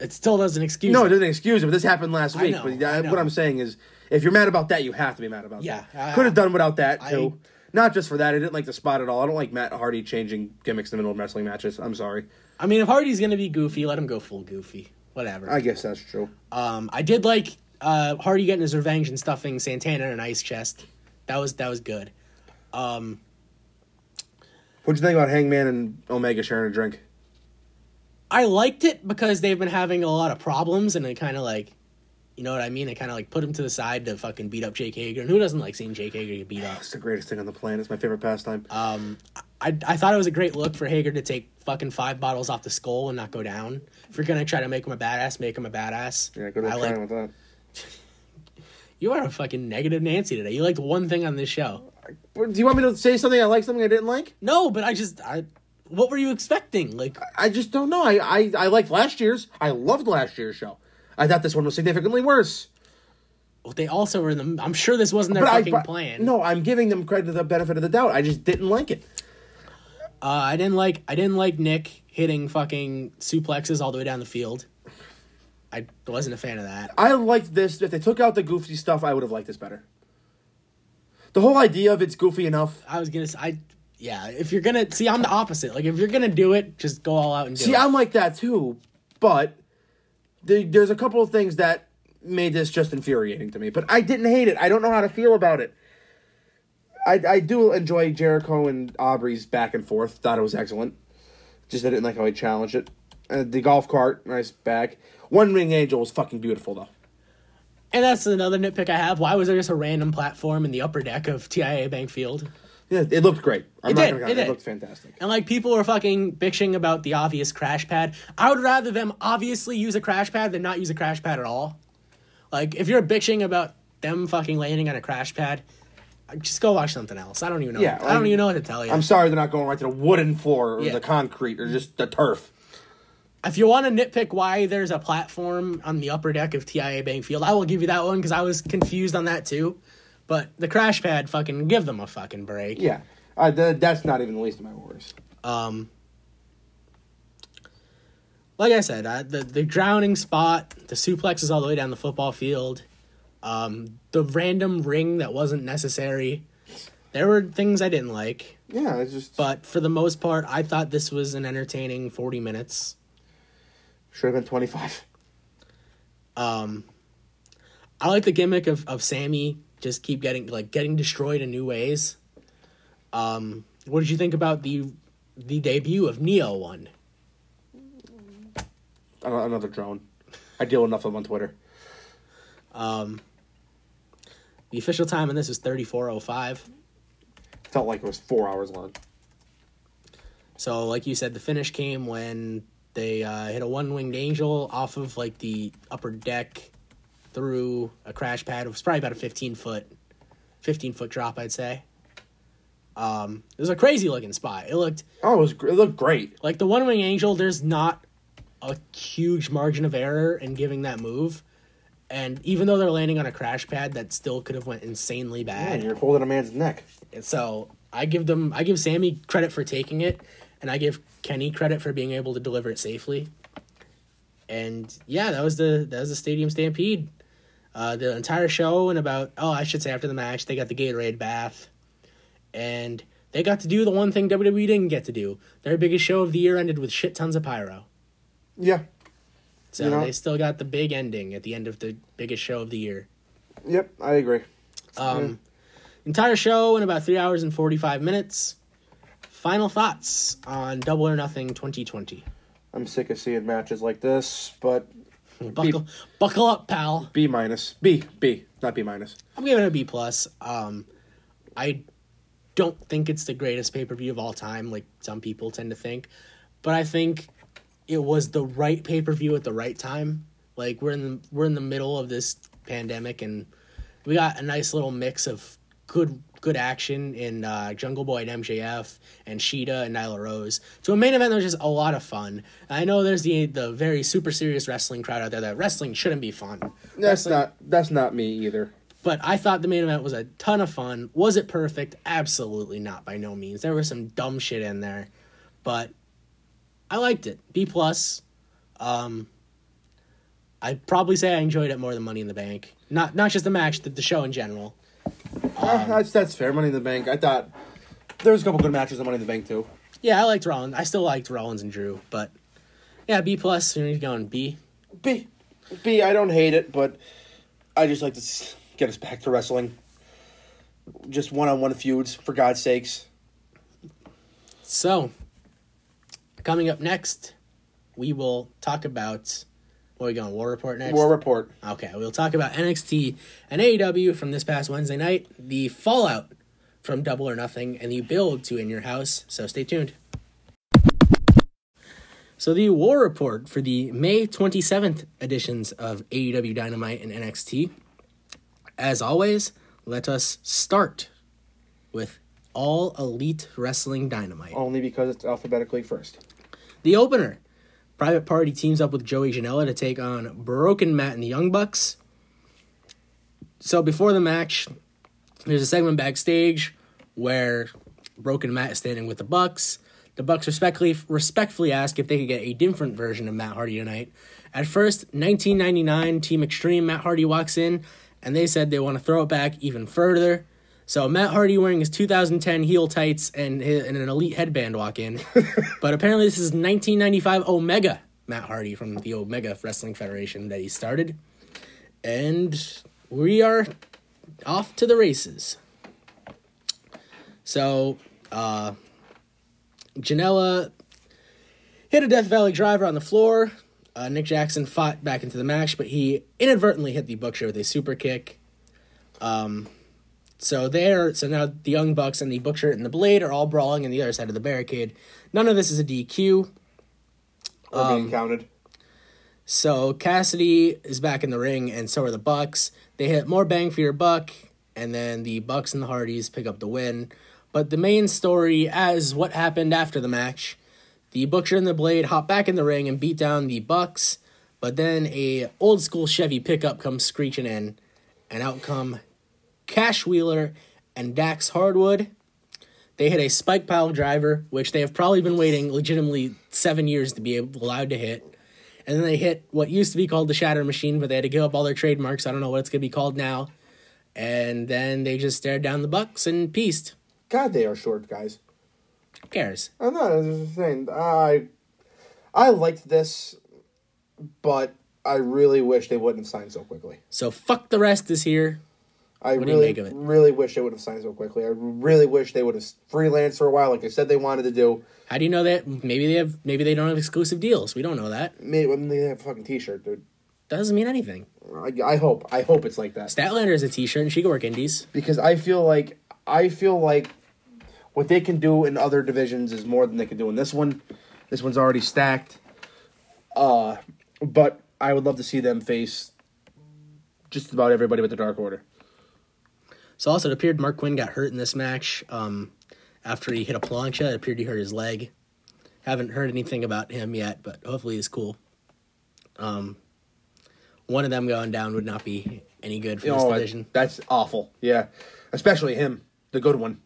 Speaker 1: It still doesn't excuse.
Speaker 2: No, it
Speaker 1: it.
Speaker 2: doesn't excuse it. But this happened last week.
Speaker 1: know,
Speaker 2: but
Speaker 1: I
Speaker 2: I,
Speaker 1: know.
Speaker 2: what I'm saying is, if you're mad about that, you have to be mad about
Speaker 1: Yeah,
Speaker 2: that.
Speaker 1: I-
Speaker 2: Could have done without that
Speaker 1: I-
Speaker 2: too. Not just for that. I didn't like the spot at all. I don't like Matt Hardy changing gimmicks in the middle of wrestling matches. I'm sorry.
Speaker 1: I mean, if Hardy's gonna be goofy, let him go full goofy. Whatever.
Speaker 2: I guess that's true.
Speaker 1: um, I did like uh, Hardy getting his revenge and stuffing Santana in an ice chest. That was that was good.
Speaker 2: What'd you think about Hangman and Omega sharing a drink?
Speaker 1: I liked it because they've been having a lot of problems, and it kind of like, you know what I mean? It kind of like put him to the side to fucking beat up Jake Hager, and who doesn't like seeing Jake Hager get beat up?
Speaker 2: It's the greatest thing on the planet. It's my favorite pastime.
Speaker 1: Uh, I, I thought it was a great look for Hager to take fucking five bottles off the skull and not go down. If you're gonna try to make him a badass, make him a badass.
Speaker 2: yeah, go to
Speaker 1: I
Speaker 2: the
Speaker 1: like-
Speaker 2: shrine with that.
Speaker 1: You are a fucking negative Nancy today. You liked one thing on this show.
Speaker 2: But do you want me to say something I like, something I didn't like?
Speaker 1: No, but I just I. What were you expecting? Like
Speaker 2: I just don't know. I, I, I liked last year's. I loved last year's show. I thought this one was significantly worse.
Speaker 1: they also were in the. I'm sure this wasn't their
Speaker 2: But I-
Speaker 1: fucking
Speaker 2: but-
Speaker 1: plan.
Speaker 2: No, I'm giving them credit to the benefit of the doubt. I just didn't like it.
Speaker 1: uh, I didn't like. I didn't like Nick hitting fucking suplexes all the way down the field. I wasn't a fan of that.
Speaker 2: I liked this. If they took out the goofy stuff, I would have liked this better. The whole idea of it's goofy enough.
Speaker 1: I was gonna. s- I yeah. If you're gonna see, I'm the opposite. Like if you're gonna do it, just go all out and do
Speaker 2: See,
Speaker 1: it.
Speaker 2: I'm like that too, but the, there's a couple of things that made this just infuriating to me. But I didn't hate it. I don't know how to feel about it. I, I do enjoy Jericho and Aubrey's back and forth. Thought it was excellent. Just I didn't like how he challenged it. Uh, the golf cart, nice back. One Ring Angel was fucking beautiful though.
Speaker 1: And that's another nitpick I have. Why was there just a random platform in the upper deck of TIA Bank Field?
Speaker 2: Yeah, it looked great. I'm
Speaker 1: It
Speaker 2: not
Speaker 1: did,
Speaker 2: gonna
Speaker 1: it
Speaker 2: count it,
Speaker 1: did.
Speaker 2: looked fantastic.
Speaker 1: And like people were fucking bitching about the obvious crash pad. I would rather them obviously use a crash pad than not use a crash pad at all. Like if you're bitching about them fucking landing on a crash pad, uh, just go watch something else. I don't even know.
Speaker 2: Yeah,
Speaker 1: I don't
Speaker 2: I'm-
Speaker 1: even know what to tell you.
Speaker 2: I'm sorry they're not going right to the wooden floor or
Speaker 1: Yeah.
Speaker 2: the concrete or just the turf.
Speaker 1: if you want to nitpick why there's a platform on the upper deck of TIA Bank Field, I will give you that one because I was confused on that too. But the crash pad, fucking give them a fucking break.
Speaker 2: Yeah, uh, th- that's not even the least of my worries.
Speaker 1: like I said, I, the the drowning spot, the suplexes all the way down the football field, um, the random ring that wasn't necessary. There were things I didn't like,
Speaker 2: Yeah, it's just
Speaker 1: but for the most part, I thought this was an entertaining forty minutes.
Speaker 2: should have been 25.
Speaker 1: I like the gimmick of of Sammy just keep getting like getting destroyed in new ways. Um, what did you think about the the debut of Neo one?
Speaker 2: An- Another drone. I deal enough of them on Twitter.
Speaker 1: The official time on this was thirty four oh five.
Speaker 2: Felt like it was four hours long.
Speaker 1: So, like you said, the finish came when they uh, hit a one winged angel off of like the upper deck through a crash pad. It was probably about a fifteen foot, fifteen foot drop, I'd say. Um, it was a crazy looking spot. It looked
Speaker 2: Oh, it was. gr- It looked great.
Speaker 1: like the one winged angel. There's not a huge margin of error in giving that move, and even though they're landing on a crash pad, that still could have went insanely bad.
Speaker 2: And you're holding a man's neck.
Speaker 1: And so I give them I give Sammy credit for taking it, and I give Kenny credit for being able to deliver it safely. And yeah, that was the that was the stadium stampede. Uh, the entire show and about oh I should say after the match they got the Gatorade bath, and they got to do the one thing WWE didn't get to do. Their biggest show of the year ended with shit tons of pyro.
Speaker 2: Yeah.
Speaker 1: So
Speaker 2: You know-
Speaker 1: they still got the big ending at the end of the biggest show of the year.
Speaker 2: Yep. I agree.
Speaker 1: Um, Entire show in about three hours and 45 minutes. Final thoughts on Double or Nothing 2020.
Speaker 2: I'm sick of seeing matches like this, but
Speaker 1: Buckle, buckle up, pal.
Speaker 2: B minus. B. B. Not B minus.
Speaker 1: I'm giving it a B plus. Um, I don't think it's the greatest pay per view of all time, like some people tend to think, but I think it was the right pay per view at the right time. Like we're in the, we're in the middle of this pandemic, and we got a nice little mix of good good action in uh, Jungle Boy and MJF and Sheeta and Nyla Rose to a main event that was just a lot of fun. I know there's the the very super serious wrestling crowd out there that wrestling shouldn't be fun.
Speaker 2: That's not that's not me either.
Speaker 1: But I thought the main event was a ton of fun. Was it perfect? Absolutely not, by no means. There was some dumb shit in there, but I liked it. B plus. Um, I'd probably say I enjoyed it more than Money in the Bank. Not not just the match, the, the show in general.
Speaker 2: Uh, that's that's fair. Money in the Bank. I thought there was a couple good matches on Money in the Bank too.
Speaker 1: Yeah, I liked Rollins. I still liked Rollins and Drew, but yeah, B plus. You're going B.
Speaker 2: B, B. I don't hate it, but I just like to s- get us back to wrestling. Just one on one feuds, for God's sakes.
Speaker 1: So, coming up next, we will talk about what are we going War Report next.
Speaker 2: War report.
Speaker 1: Okay, we'll talk about NXT and AEW from this past Wednesday night, the fallout from Double or Nothing, and the build to In Your House, so stay tuned. So, the war report for the May 27th editions of AEW Dynamite and NXT. As always, let us start with All Elite Wrestling Dynamite.
Speaker 2: Only because it's alphabetically first.
Speaker 1: The opener. Private Party teams up with Joey Janela to take on Broken Matt and the Young Bucks. So before the match, there's a segment backstage where Broken Matt is standing with the Bucks. The Bucks respectfully respectfully ask if they could get a different version of Matt Hardy tonight. At first, 1999 Team Extreme Matt Hardy walks in, and they said they want to throw it back even further. So Matt Hardy wearing his 2010 heel tights and, his, and an elite headband walk in, but apparently this is 1995 Omega Matt Hardy from the Omega Wrestling Federation that he started, and we are off to the races. So, uh, Janela hit a Death Valley driver on the floor. Uh, Nick Jackson fought back into the match, but he inadvertently hit the Butcher with a super kick. Um, so there, so now the Young Bucks and the Butcher and the Blade are all brawling on the other side of the barricade. None of this is a DQ.
Speaker 2: Or being counted.
Speaker 1: So Cassidy is back in the ring, and so are the Bucks. They hit more bang for your buck, and then the Bucks and the Hardys pick up the win. But the main story, as what happened after the match, the Butcher and the Blade hop back in the ring and beat down the Bucks. But then a old school Chevy pickup comes screeching in, and out come Cash Wheeler and Dax Hardwood. They hit a spike pile driver, which they have probably been waiting legitimately seven years to be able, allowed to hit and then they hit what used to be called the Shatter Machine, but they had to give up all their trademarks. I don't know what it's gonna be called now. And then they just stared down the Bucks and pieced.
Speaker 2: God, they are short, guys.
Speaker 1: Who cares?
Speaker 2: I'm not I'm just saying. I I liked this, but I really wish they wouldn't have signed so quickly.
Speaker 1: So fuck the rest is here.
Speaker 2: I
Speaker 1: What do you
Speaker 2: really,
Speaker 1: make of it?
Speaker 2: really wish they would have signed so quickly. I really wish they would have freelanced for a while, like they said they wanted to do.
Speaker 1: How do you know that? Maybe they have. Maybe they don't have exclusive deals. We don't know that.
Speaker 2: Maybe when they have a fucking T-shirt, dude.
Speaker 1: Doesn't mean anything.
Speaker 2: I, I hope, I hope it's like that
Speaker 1: Statlander is a T-shirt, and she can work indies.
Speaker 2: because I feel like I feel like what they can do in other divisions is more than they can do in this one. This one's already stacked. Uh, but I would love to see them face just about everybody but the Dark Order.
Speaker 1: So also, it appeared Mark Quinn got hurt in this match. Um, after he hit a plancha, it appeared he hurt his leg. Haven't heard anything about him yet, but hopefully he's cool. Um, one of them going down would not be any good for this
Speaker 2: Oh,
Speaker 1: division.
Speaker 2: that's awful. Yeah, especially him, the good one.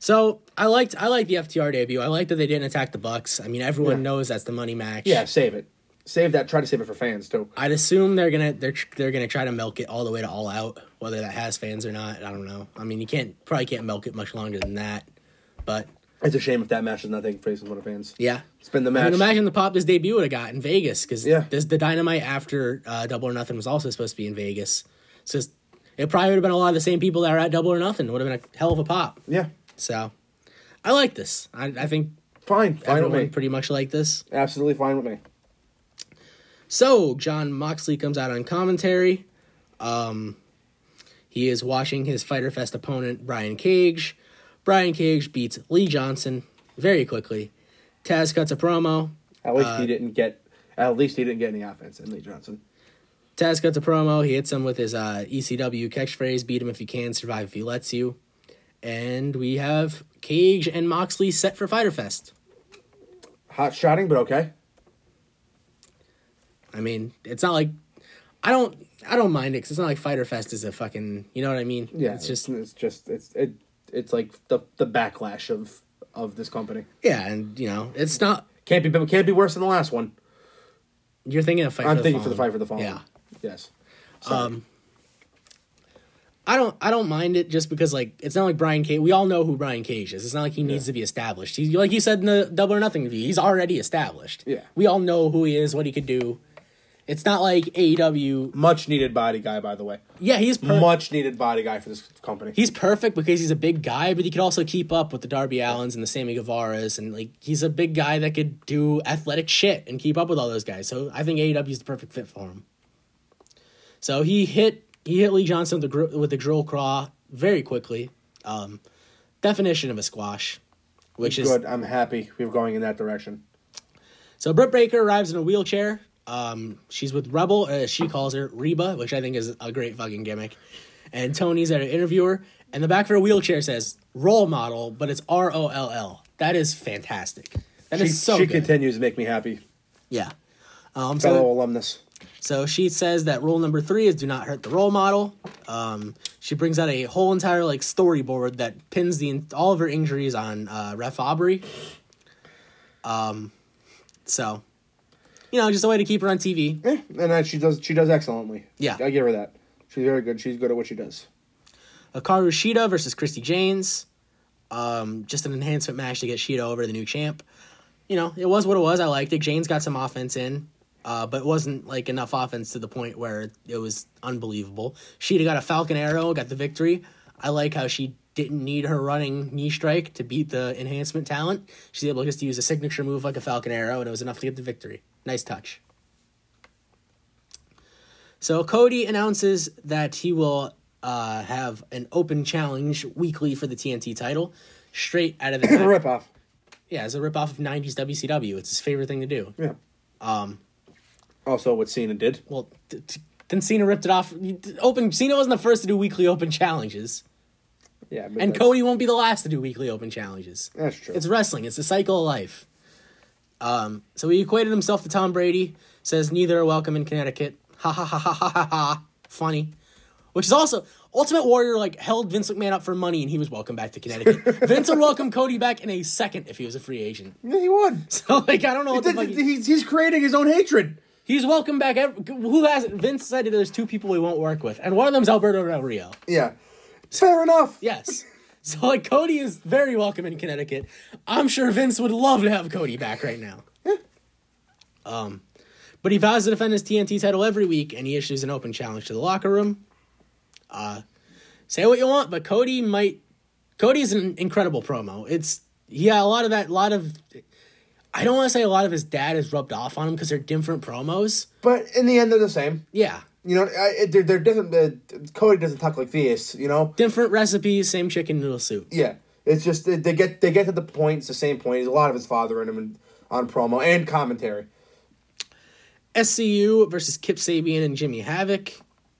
Speaker 1: So I liked I liked the FTR debut. I liked that they didn't attack the Bucks. I mean, everyone knows that's the money match.
Speaker 2: Yeah, save it. Save that. Try to save it for fans too.
Speaker 1: I'd assume they're gonna they're they're gonna try to milk it all the way to all out, whether that has fans or not. I don't know. I mean, you can't probably can't milk it much longer than that. But
Speaker 2: It's a shame if that match is not taking place in front of fans.
Speaker 1: yeah,
Speaker 2: It's been the
Speaker 1: I
Speaker 2: match.
Speaker 1: mean, imagine the pop this debut would have got in Vegas because
Speaker 2: Yeah.
Speaker 1: this the dynamite after uh, Double or Nothing was also supposed to be in Vegas. So it's- it probably would have been a lot of the same people that were at Double or Nothing. Would have been a hell of a pop.
Speaker 2: yeah,
Speaker 1: So I like this. I, I think
Speaker 2: fine, fine with
Speaker 1: everyone
Speaker 2: me.
Speaker 1: pretty much like this.
Speaker 2: Absolutely fine with me.
Speaker 1: So John Moxley comes out on commentary. Um, he is watching his Fighter Fest opponent Brian Cage. Brian Cage beats Lee Johnson very quickly. Taz cuts a promo.
Speaker 2: At least he didn't get. At least he didn't get any offense in Lee Johnson.
Speaker 1: Taz cuts a promo. He hits him with his uh, ECW catchphrase beat him if you can, survive if he lets you. And we have Cage and Moxley set for Fighter Fest.
Speaker 2: Hot shotting, but okay.
Speaker 1: I mean, it's not like I don't I don't mind it 'cause it's not like Fighter Fest is a fucking you know what I mean.
Speaker 2: Yeah,
Speaker 1: it's just
Speaker 2: it's just it's it it's like the the backlash of of this company.
Speaker 1: yeah, and you know it's not.
Speaker 2: Can't be can't be worse than the last one.
Speaker 1: You're thinking of fight.
Speaker 2: I'm
Speaker 1: for the
Speaker 2: thinking for the
Speaker 1: Fallen.
Speaker 2: fight for the fallen.
Speaker 1: Yeah,
Speaker 2: Yes.
Speaker 1: I don't I don't mind it just because like it's not like Brian Cage. We all know who Brian Cage is. It's not like he needs to be established. He like you said in the Double or Nothing review, he's already established.
Speaker 2: Yeah.
Speaker 1: we all know who he is, what he could do. It's not like AEW.
Speaker 2: Much needed body guy, by the way.
Speaker 1: Yeah, he's per-
Speaker 2: Much needed body guy for this company.
Speaker 1: he's perfect because he's a big guy, but he could also keep up with the Darby Allens and the Sammy Guevara's, and like he's a big guy that could do athletic shit and keep up with all those guys. So I think AEW is the perfect fit for him. So he hit he hit Lee Johnson with the gr- with the drill craw very quickly. Um, definition of a squash, which is
Speaker 2: Good. I'm happy we we're going in that direction.
Speaker 1: so Britt Baker arrives in a wheelchair. Um, she's with Rebel, as she calls her Reba, which I think is a great fucking gimmick. And Tony's at an interviewer, and the back of her wheelchair says role model, but it's R O L L. That is fantastic. That is
Speaker 2: She,
Speaker 1: so
Speaker 2: she
Speaker 1: good.
Speaker 2: continues to make me happy,
Speaker 1: yeah. Um,
Speaker 2: fellow
Speaker 1: so,
Speaker 2: alumnus.
Speaker 1: so she says that rule number three is do not hurt the role model. Um, she brings out a whole entire like storyboard that pins the all of her injuries on uh, Ref Aubrey. Um, so, you know, just a way to keep her on TV.
Speaker 2: Eh, and that she does she does excellently.
Speaker 1: Yeah.
Speaker 2: I give her that. She's very good. She's good at what she does.
Speaker 1: Hikaru Shida versus Christy Janes. Um, just an enhancement match to get Shida over the new champ. You know, it was what it was. I liked it. Janes got some offense in, uh, but it wasn't like enough offense to the point where it was unbelievable. Shida got a Falcon Arrow, got the victory. I like how she didn't need her running knee strike to beat the enhancement talent. She's able just to use a signature move like a Falcon Arrow, and it was enough to get the victory. Nice touch. So Cody announces that he will uh, have an open challenge weekly for the TNT title, straight out of the
Speaker 2: Rip off.
Speaker 1: yeah, it's a ripoff of '90s WCW. It's his favorite thing to do.
Speaker 2: Yeah. Um. Also, what Cena did.
Speaker 1: Well, t- t- then Cena ripped it off. Open Cena wasn't the first to do weekly open challenges,
Speaker 2: Yeah.
Speaker 1: and Cody won't be the last to do weekly open challenges.
Speaker 2: That's true.
Speaker 1: It's wrestling. It's the cycle of life. Um, so he equated himself to Tom Brady. Says neither are welcome in Connecticut. Ha ha ha ha ha ha ha. Funny, which is also Ultimate Warrior like held Vince McMahon up for money, and he was welcome back to Connecticut. Vince would welcome Cody back in a second if he was a free agent.
Speaker 2: yeah, he would.
Speaker 1: So like I don't know what the fuck he-
Speaker 2: He's, he's creating his own hatred.
Speaker 1: He's welcome back. Ev- Who has Vince said there's two people he won't work with, and one of them's Alberto Del Rio.
Speaker 2: Yeah. Fair enough.
Speaker 1: Yes. So like Cody is very welcome in Connecticut. I'm sure Vince would love to have Cody back right now. um, but he vows to defend his TNT title every week, and he issues an open challenge to the locker room. Uh, say what you want, but Cody might. Cody's an incredible promo. It's yeah, a lot of that, a lot of. I don't want to say a lot of his dad is rubbed off on him because they're different promos.
Speaker 2: But in the end, they're the same.
Speaker 1: Yeah.
Speaker 2: You know, I, it- they're, they're different. Uh, Cody doesn't talk like theists. You know.
Speaker 1: different recipes, same chicken noodle soup.
Speaker 2: Yeah. It's just they- they get they get to the point. It's the same point. There's a lot of his father in him and, on promo and commentary.
Speaker 1: SCU versus Kip Sabian and Jimmy Havoc.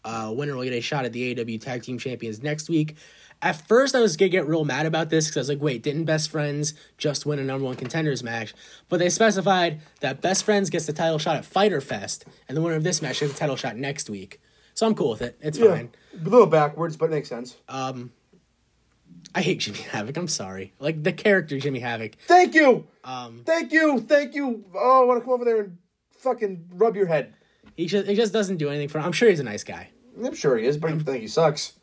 Speaker 1: Uh, winner will get a shot at the AEW Tag Team Champions next week. At first, I was gonna get real mad about this because I was like, "Wait, didn't Best Friends just win a number one contenders match?" But they specified that Best Friends gets the title shot at Fighter Fest, and the winner of this match gets the title shot next week. So I'm cool with it. It's fine. Uh,
Speaker 2: A little backwards, but it makes sense.
Speaker 1: I hate Jimmy Havoc. I'm sorry. Like the character Jimmy Havoc.
Speaker 2: Thank you. Um, thank you. Thank you. Oh, I want to come over there and fucking rub your head.
Speaker 1: He just he just doesn't do anything for. I'm sure he's a nice guy.
Speaker 2: I'm sure he is, but I think he sucks.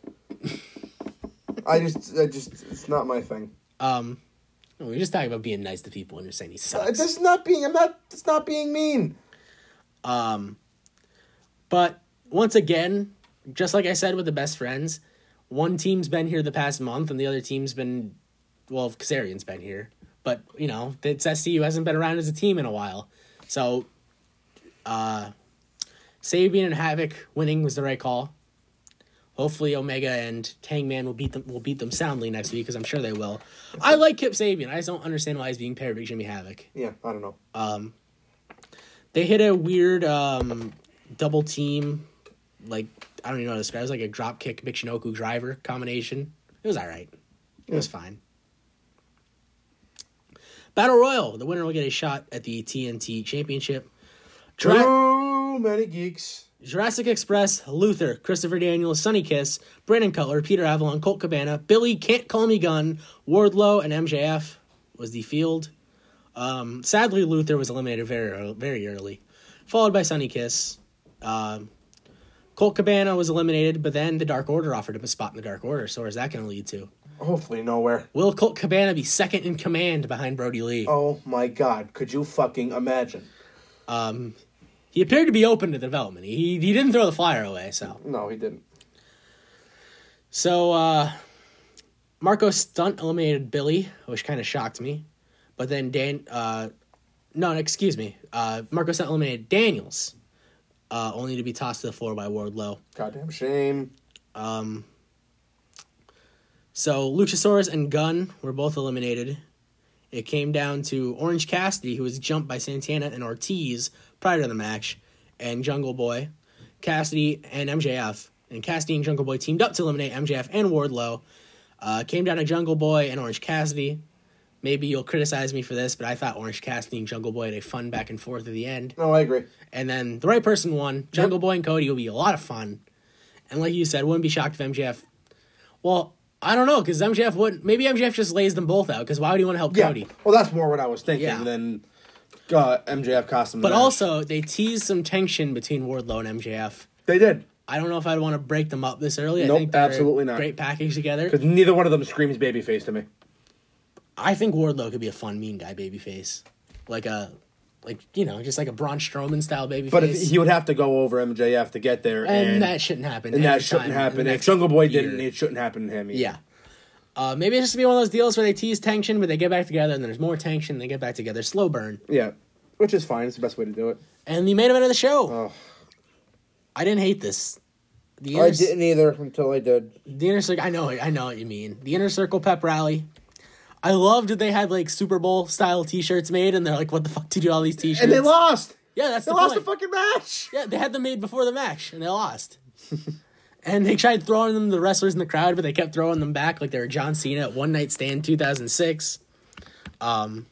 Speaker 2: I just, I just, it's not my thing.
Speaker 1: We were just talking about being nice to people, and you're saying he sucks.
Speaker 2: Uh, This is not being. I'm not. It's not being mean.
Speaker 1: But once again, just like I said with the best friends, one team's been here the past month and the other team's been, well, Kazarian's been here. But, you know, it's SCU hasn't been around as a team in a while. So, uh, Sabian and Havoc winning was the right call. Hopefully, Omega and Hangman will beat them will beat them soundly next week because I'm sure they will. I like Kip Sabian. I just don't understand why he's being paired with Jimmy Havoc
Speaker 2: Yeah, I don't know.
Speaker 1: they hit a weird um, double team like I don't even know how to describe. It It was like a drop kick Michinoku driver combination. It was all right. It was fine. Battle Royal. The winner will get a shot at the TNT Championship. Jura-
Speaker 2: Too many geeks.
Speaker 1: Jurassic Express, Luther, Christopher Daniels, Sunny Kiss, Brandon Cutler, Peter Avalon, Colt Cabana, Billy Can't Call Me Gun, Wardlow, and MJF was the field. Um, sadly, Luther was eliminated very ear- very early, followed by Sunny Kiss. Um, Colt Cabana was eliminated, but then the Dark Order offered him a spot in the Dark Order. So, where's that going to lead to?
Speaker 2: Hopefully nowhere.
Speaker 1: Will Colt Cabana be second in command behind Brody Lee?
Speaker 2: Oh my god, could you fucking imagine?
Speaker 1: He appeared to be open to development. He he didn't throw the flyer away. So.
Speaker 2: No, he didn't.
Speaker 1: So uh Marco Stunt eliminated Billy, which kind of shocked me. But then Dan uh no, excuse me. Uh Marco Stunt eliminated Daniels. Uh only to be tossed to the floor by Wardlow.
Speaker 2: Goddamn shame.
Speaker 1: So Luchasaurus and Gunn were both eliminated. It came down to Orange Cassidy, who was jumped by Santana and Ortiz prior to the match, and Jungle Boy, Cassidy and MJF. And Cassidy and Jungle Boy teamed up to eliminate MJF and Wardlow. Uh, came down to Jungle Boy and Orange Cassidy. Maybe you'll criticize me for this, but I thought Orange Cassidy and Jungle Boy had a fun back and forth at the end.
Speaker 2: No, I agree.
Speaker 1: And then the right person won. Jungle Boy and Cody will be a lot of fun. And like you said, wouldn't be shocked if MJF. Well, I don't know because MJF would. Maybe MJF just lays them both out because why would he want to help
Speaker 2: Yeah.
Speaker 1: Cody?
Speaker 2: Well, that's more what I was thinking
Speaker 1: Yeah.
Speaker 2: than uh, MJF costume.
Speaker 1: But
Speaker 2: match.
Speaker 1: also, they teased some tension between Wardlow and MJF.
Speaker 2: they did
Speaker 1: I don't know if I'd want to break them up this early.
Speaker 2: Nope,
Speaker 1: I think they're
Speaker 2: absolutely not.
Speaker 1: Great package together.
Speaker 2: because neither one of them screams babyface to me.
Speaker 1: I think Wardlow could be a fun mean guy babyface, like a, like you know, just like a Braun Strowman style babyface.
Speaker 2: But if, he would have to go over MJF to get there,
Speaker 1: and,
Speaker 2: and,
Speaker 1: that shouldn't happen.
Speaker 2: and that
Speaker 1: every
Speaker 2: shouldn't
Speaker 1: time in the
Speaker 2: happen. If
Speaker 1: next
Speaker 2: Jungle Boy
Speaker 1: year.
Speaker 2: didn't, it shouldn't happen to him. either.
Speaker 1: Yeah. Uh, maybe it's just be one of those deals where they tease tension, but they get back together, and then there's more tension, they get back together. Slow burn.
Speaker 2: yeah, which is fine. It's the best way to do it.
Speaker 1: And the main event of the show.
Speaker 2: Oh.
Speaker 1: I didn't hate this. The
Speaker 2: I
Speaker 1: inner,
Speaker 2: didn't either until I did.
Speaker 1: the inner circle. I know. I know what you mean. The inner circle pep rally. I loved that they had like Super Bowl style T-shirts made, and they're like, "What the fuck did you do all these T-shirts?"
Speaker 2: And they lost.
Speaker 1: Yeah, that's
Speaker 2: They
Speaker 1: the
Speaker 2: lost
Speaker 1: point.
Speaker 2: the fucking match.
Speaker 1: Yeah, they had them made before the match, and they lost. and they tried throwing them to the wrestlers in the crowd, but they kept throwing them back like they were John Cena at One Night Stand 2006. Um,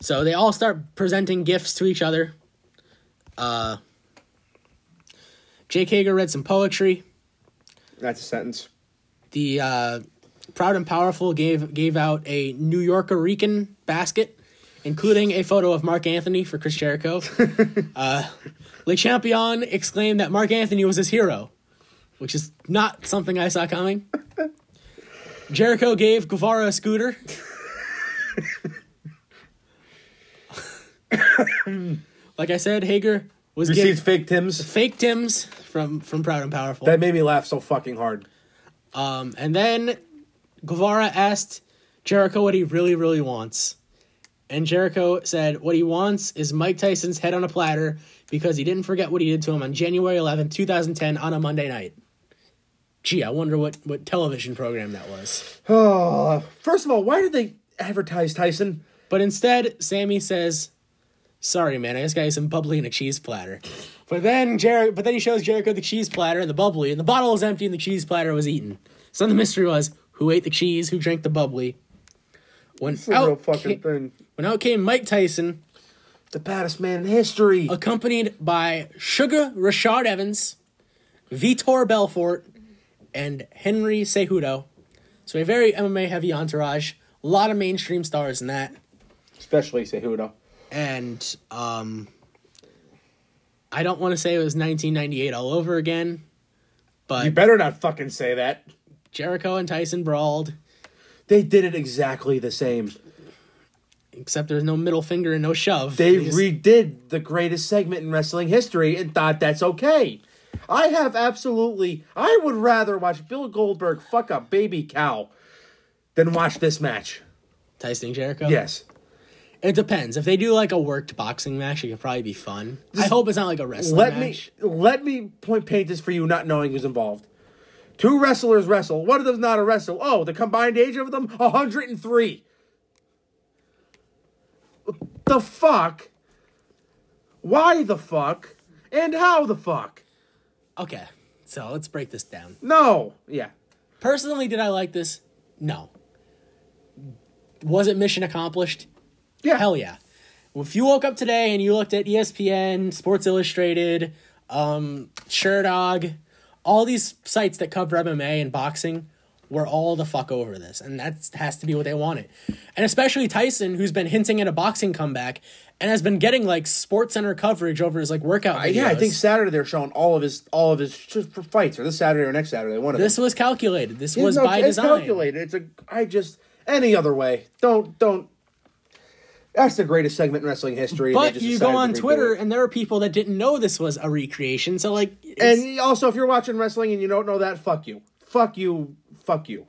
Speaker 1: so they all start presenting gifts to each other. Uh, Jake Hager read some poetry.
Speaker 2: That's a sentence.
Speaker 1: The uh, Proud and Powerful gave gave out a New Yorkerican basket, including a photo of Mark Anthony for Chris Jericho. uh, Le Champion exclaimed that Mark Anthony was his hero, which is not something I saw coming. Jericho gave Guevara a scooter. like I said, Hager was
Speaker 2: Received
Speaker 1: given
Speaker 2: fake Tim's.
Speaker 1: fake Tim's from from Proud and Powerful.
Speaker 2: That made me laugh so fucking hard.
Speaker 1: Um, And then Guevara asked Jericho what he really, really wants. And Jericho said what he wants is Mike Tyson's head on a platter because he didn't forget what he did to him on January 11th, 2010, on a Monday night. Gee, I wonder what, what television program that was.
Speaker 2: Oh, first of all, why did they advertise Tyson?
Speaker 1: But instead, Sammy says, Sorry, man, I just got you some bubbly and a cheese platter. But then Jer- but then he shows Jericho the cheese platter and the bubbly, and the bottle was empty and the cheese platter was eaten. So then the mystery was who ate the cheese, who drank the bubbly. When out, ca-
Speaker 2: thing.
Speaker 1: when out came Mike Tyson,
Speaker 2: The baddest man in history.
Speaker 1: accompanied by Sugar Rashad Evans, Vitor Belfort, and Henry Cejudo. So a very MMA heavy entourage. A lot of mainstream stars in that.
Speaker 2: Especially Cejudo.
Speaker 1: and um, I don't want to say it was 1998 all over again,
Speaker 2: You
Speaker 1: but
Speaker 2: better not fucking say that.
Speaker 1: Jericho and Tyson brawled,
Speaker 2: They did it exactly the same.
Speaker 1: except there was no middle finger and no shove.
Speaker 2: They
Speaker 1: just-
Speaker 2: redid the greatest segment in wrestling history and thought that's okay. I have absolutely. I would rather watch Bill Goldberg fuck a baby cow than watch this match.
Speaker 1: Tyson and Jericho.
Speaker 2: Yes.
Speaker 1: it depends. If they do like a worked boxing match, it could probably be fun. I hope it's not like a wrestling
Speaker 2: Let
Speaker 1: match.
Speaker 2: me let me point paint this for you, not knowing who's involved. Two wrestlers wrestle. One of them's not a wrestle. Oh, the combined age of them, hundred and three. The fuck? Why the fuck? And how the fuck?
Speaker 1: Okay, so let's break this down.
Speaker 2: No. Yeah.
Speaker 1: Personally, did I like this? No. Was it mission accomplished?
Speaker 2: Yeah.
Speaker 1: Hell yeah. If you woke up today and you looked at E ESPN, Sports Illustrated, um, Sherdog, all these sites that cover MMA and boxing were all the fuck over this. And that has to be what they wanted. And especially Tyson, who's been hinting at a boxing comeback and has been getting like Sports Center coverage over his like workout videos.
Speaker 2: Uh, Yeah, I think Saturday they're showing all of his all of his sh- for fights, or this Saturday or next Saturday. One of
Speaker 1: This
Speaker 2: them.
Speaker 1: was calculated. This was
Speaker 2: no,
Speaker 1: by
Speaker 2: it's
Speaker 1: design.
Speaker 2: calculated. It's a. I just any other way. Don't don't. That's the greatest segment in wrestling history. and they
Speaker 1: But
Speaker 2: just
Speaker 1: you
Speaker 2: decided
Speaker 1: go
Speaker 2: to
Speaker 1: on
Speaker 2: redo
Speaker 1: Twitter,
Speaker 2: it.
Speaker 1: and there are people that didn't know this was a recreation. So like, it's-
Speaker 2: and also if you're watching wrestling and you don't know that, fuck you, fuck you, fuck you.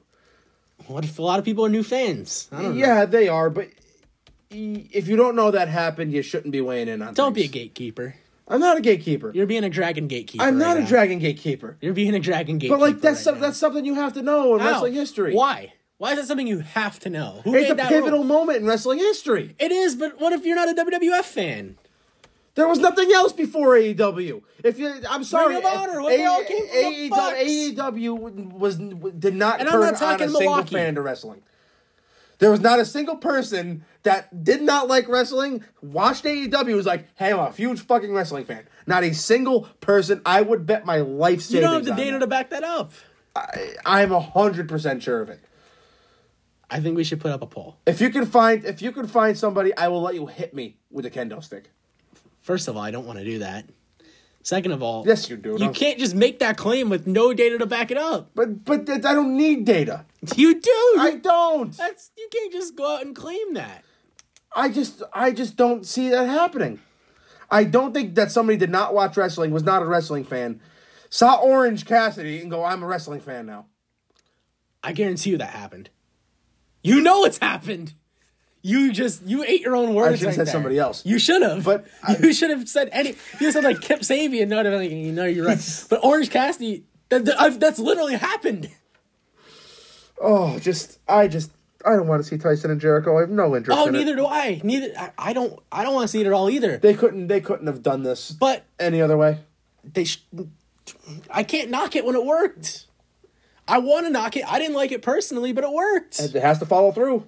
Speaker 1: what if a lot of people are new fans? I don't know.
Speaker 2: Yeah, they are, but y- if you don't know that happened, you shouldn't be weighing in on.
Speaker 1: Don't be a
Speaker 2: things.
Speaker 1: gatekeeper.
Speaker 2: I'm not a gatekeeper.
Speaker 1: You're being a dragon gatekeeper.
Speaker 2: I'm not
Speaker 1: right
Speaker 2: a
Speaker 1: now.
Speaker 2: dragon gatekeeper.
Speaker 1: You're being a dragon gatekeeper.
Speaker 2: But like that's
Speaker 1: right
Speaker 2: some-
Speaker 1: now.
Speaker 2: that's something you have to know in
Speaker 1: How?
Speaker 2: wrestling history.
Speaker 1: Why? Why is that something you have to know? Who
Speaker 2: It's
Speaker 1: made
Speaker 2: a
Speaker 1: that
Speaker 2: pivotal
Speaker 1: rule?
Speaker 2: moment in wrestling history.
Speaker 1: It is, but what if you're not a WWF fan?
Speaker 2: There was nothing else before AEW. If you, I'm sorry, E
Speaker 1: of Honor, when they all came from the Bucks.
Speaker 2: AEW was did not
Speaker 1: And I'm
Speaker 2: turn
Speaker 1: not
Speaker 2: on
Speaker 1: talking
Speaker 2: a single
Speaker 1: Milwaukee.
Speaker 2: fan to wrestling. There was not a single person that did not like wrestling, watched AEW, was like, "Hey, I'm a huge fucking wrestling fan." Not a single person. I would bet my life
Speaker 1: You
Speaker 2: savings.
Speaker 1: don't have the
Speaker 2: on
Speaker 1: data
Speaker 2: that.
Speaker 1: to back that up.
Speaker 2: I'm hundred percent sure of it.
Speaker 1: I think we should put up a poll.
Speaker 2: If you can find, if you can find somebody, I will let you hit me with a kendo stick.
Speaker 1: First of all, I don't want to do that. Second of all,
Speaker 2: Yes, you do.
Speaker 1: You
Speaker 2: Don't-
Speaker 1: can't just make that claim with no data to back it up.
Speaker 2: But but th- I don't need data.
Speaker 1: You do.
Speaker 2: I don't.
Speaker 1: That's you can't just go out and claim that.
Speaker 2: I just I just don't see that happening. I don't think that somebody did not watch wrestling, was not a wrestling fan, saw Orange Cassidy and go, I'm a wrestling fan now.
Speaker 1: I guarantee you that happened. You know it's happened. You just you ate your own words.
Speaker 2: should've
Speaker 1: right
Speaker 2: said
Speaker 1: there.
Speaker 2: somebody else.
Speaker 1: You should have.
Speaker 2: But I-
Speaker 1: you should have said any. You said like Kip Sabian. No, no, no, you know you're right. But Orange Cassidy. That, that- I've- that's literally happened.
Speaker 2: Oh, just I just I don't want to see Tyson and Jericho. I have no interest.
Speaker 1: Oh,
Speaker 2: in
Speaker 1: neither
Speaker 2: It.
Speaker 1: do I. Neither I, I don't. I don't want to see it at all either.
Speaker 2: They couldn't. They couldn't have done this
Speaker 1: But
Speaker 2: any other way.
Speaker 1: they. Sh- I can't knock it when it worked. I want to knock it. I didn't like it personally, but it worked.
Speaker 2: It has to follow through.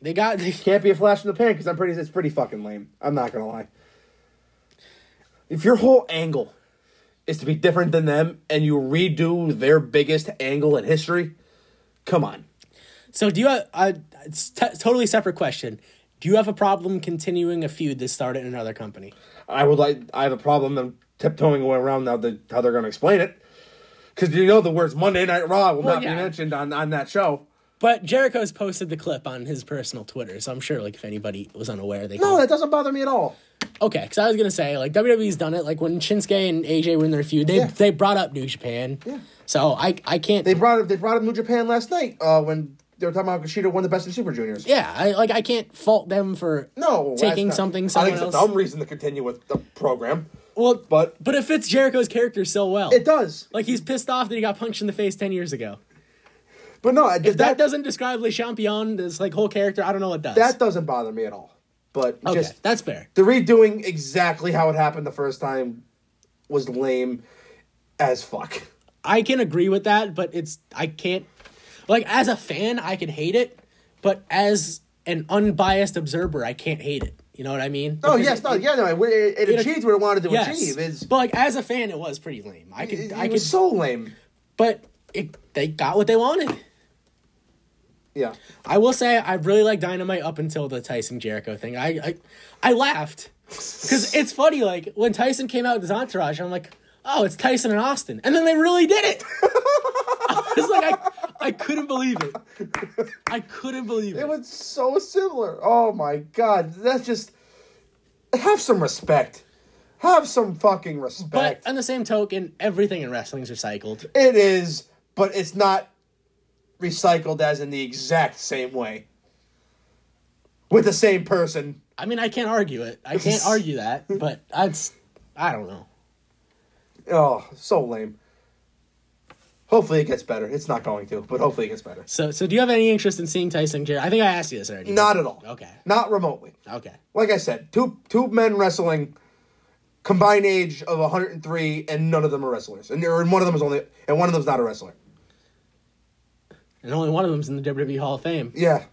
Speaker 1: They got.
Speaker 2: Can't be a flash in the pan because I'm pretty. It's pretty fucking lame. I'm not gonna lie. If your whole angle is to be different than them and you redo their biggest angle in history, come on.
Speaker 1: So do you have uh, it's t- totally separate question? Do you have a problem continuing a feud that started in another company?
Speaker 2: I would like. I have a problem. I'm tiptoeing away around now. The, how they're going to explain it, because you know the words Monday Night Raw will
Speaker 1: Well,
Speaker 2: not
Speaker 1: yeah.
Speaker 2: be mentioned on on that show.
Speaker 1: But Jericho's posted the clip on his personal Twitter, so I'm sure like if anybody was unaware, they
Speaker 2: No,
Speaker 1: can...
Speaker 2: that doesn't bother me at all.
Speaker 1: okay. Because I was gonna say like WWE's done it like when Shinsuke and AJ were in their feud, they
Speaker 2: Yeah.
Speaker 1: they brought up New Japan. Yeah. So I I can't.
Speaker 2: They brought up. They brought up New Japan last night uh, when they were talking about Kushida won the Best in Super Juniors.
Speaker 1: yeah, I like I can't fault them for
Speaker 2: No, that's
Speaker 1: taking
Speaker 2: not-
Speaker 1: something
Speaker 2: I
Speaker 1: someone
Speaker 2: think it's
Speaker 1: else.
Speaker 2: a dumb reason to continue with the program.
Speaker 1: well, but
Speaker 2: But
Speaker 1: but it fits Jericho's character so well.
Speaker 2: It does.
Speaker 1: Like he's pissed off that he got punched in the face ten years ago.
Speaker 2: But no, I- that,
Speaker 1: That
Speaker 2: that,
Speaker 1: doesn't describe Le Champion, this like whole character. I don't know what does.
Speaker 2: doesn't bother me at all. But
Speaker 1: Okay,
Speaker 2: just
Speaker 1: that's fair.
Speaker 2: the redoing exactly how it happened the first time was lame as fuck.
Speaker 1: I can agree with that, but it's I can't like as a fan I can hate it, but as an unbiased observer I can't hate it. You know what I mean?
Speaker 2: Oh
Speaker 1: Because
Speaker 2: yes,
Speaker 1: it-
Speaker 2: no, yeah, no, it, it,
Speaker 1: it-
Speaker 2: achieved what it wanted to
Speaker 1: yes.
Speaker 2: achieve. It's
Speaker 1: but like as a fan it was pretty lame. I could
Speaker 2: it,
Speaker 1: I
Speaker 2: it
Speaker 1: could
Speaker 2: was so lame.
Speaker 1: but it they got what they wanted.
Speaker 2: Yeah,
Speaker 1: I will say I really like Dynamite up until the Tyson Jericho thing. I I, I laughed because it's funny. Like when Tyson came out with his entourage, I'm like, oh, it's Tyson and Austin, and then they really did it. I was like, I, I couldn't believe it. I couldn't believe it.
Speaker 2: it was so similar. Oh my god, that's just have some respect. Have some fucking
Speaker 1: but
Speaker 2: respect.
Speaker 1: on the same token, everything in wrestling's recycled.
Speaker 2: it is, but it's not recycled as in the exact same way with the same person.
Speaker 1: I mean, I can't argue it. I can't argue that. But that's I don't know.
Speaker 2: Oh, so lame. Hopefully it gets better. It's not going to, but hopefully it gets better.
Speaker 1: So so do you have any interest in seeing Tyson Jericho? I think I asked you this already.
Speaker 2: Not at all.
Speaker 1: Okay.
Speaker 2: Not remotely.
Speaker 1: Okay.
Speaker 2: Like I said, two two men wrestling combined age of 103, and none of them are wrestlers, and there- and one of them is only, and one of them's not a wrestler.
Speaker 1: and only one of them's in the WWE Hall of Fame.
Speaker 2: Yeah,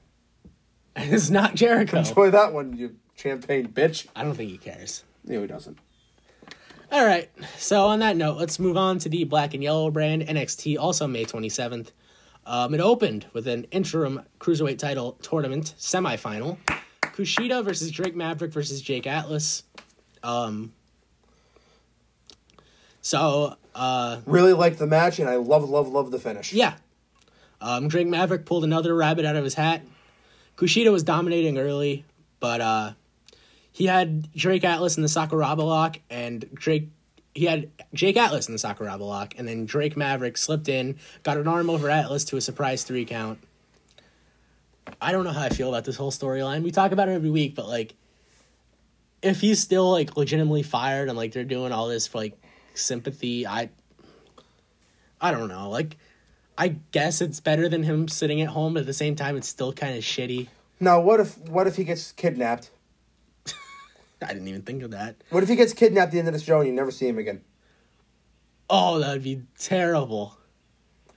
Speaker 1: And it's not Jericho.
Speaker 2: enjoy that one, you champagne bitch.
Speaker 1: I don't think he cares.
Speaker 2: No, he doesn't.
Speaker 1: All right. So on that note, let's move on to the black and yellow brand NXT, also May 27th. Um, it opened with an interim cruiserweight title tournament semifinal: Kushida versus Drake Maverick versus Jake Atlas. Um. So
Speaker 2: Really liked the match, and I love, love, love the finish.
Speaker 1: Yeah. Um, Drake Maverick pulled another rabbit out of his hat. Kushida was dominating early, but uh, he had Drake Atlas in the Sakuraba lock, and Drake he had Jake Atlas in the Sakuraba lock, and then Drake Maverick slipped in, got an arm over Atlas to a surprise three count. I don't know how I feel about this whole storyline. We talk about it every week, but like, if he's still like legitimately fired and like they're doing all this for like sympathy, I, I don't know. Like, I guess it's better than him sitting at home, but at the same time, it's still kind of shitty.
Speaker 2: Now, what if, what if he gets kidnapped?
Speaker 1: I didn't even think of that.
Speaker 2: What if he gets kidnapped at the end of the show and you never see him again?
Speaker 1: Oh, that'd be terrible.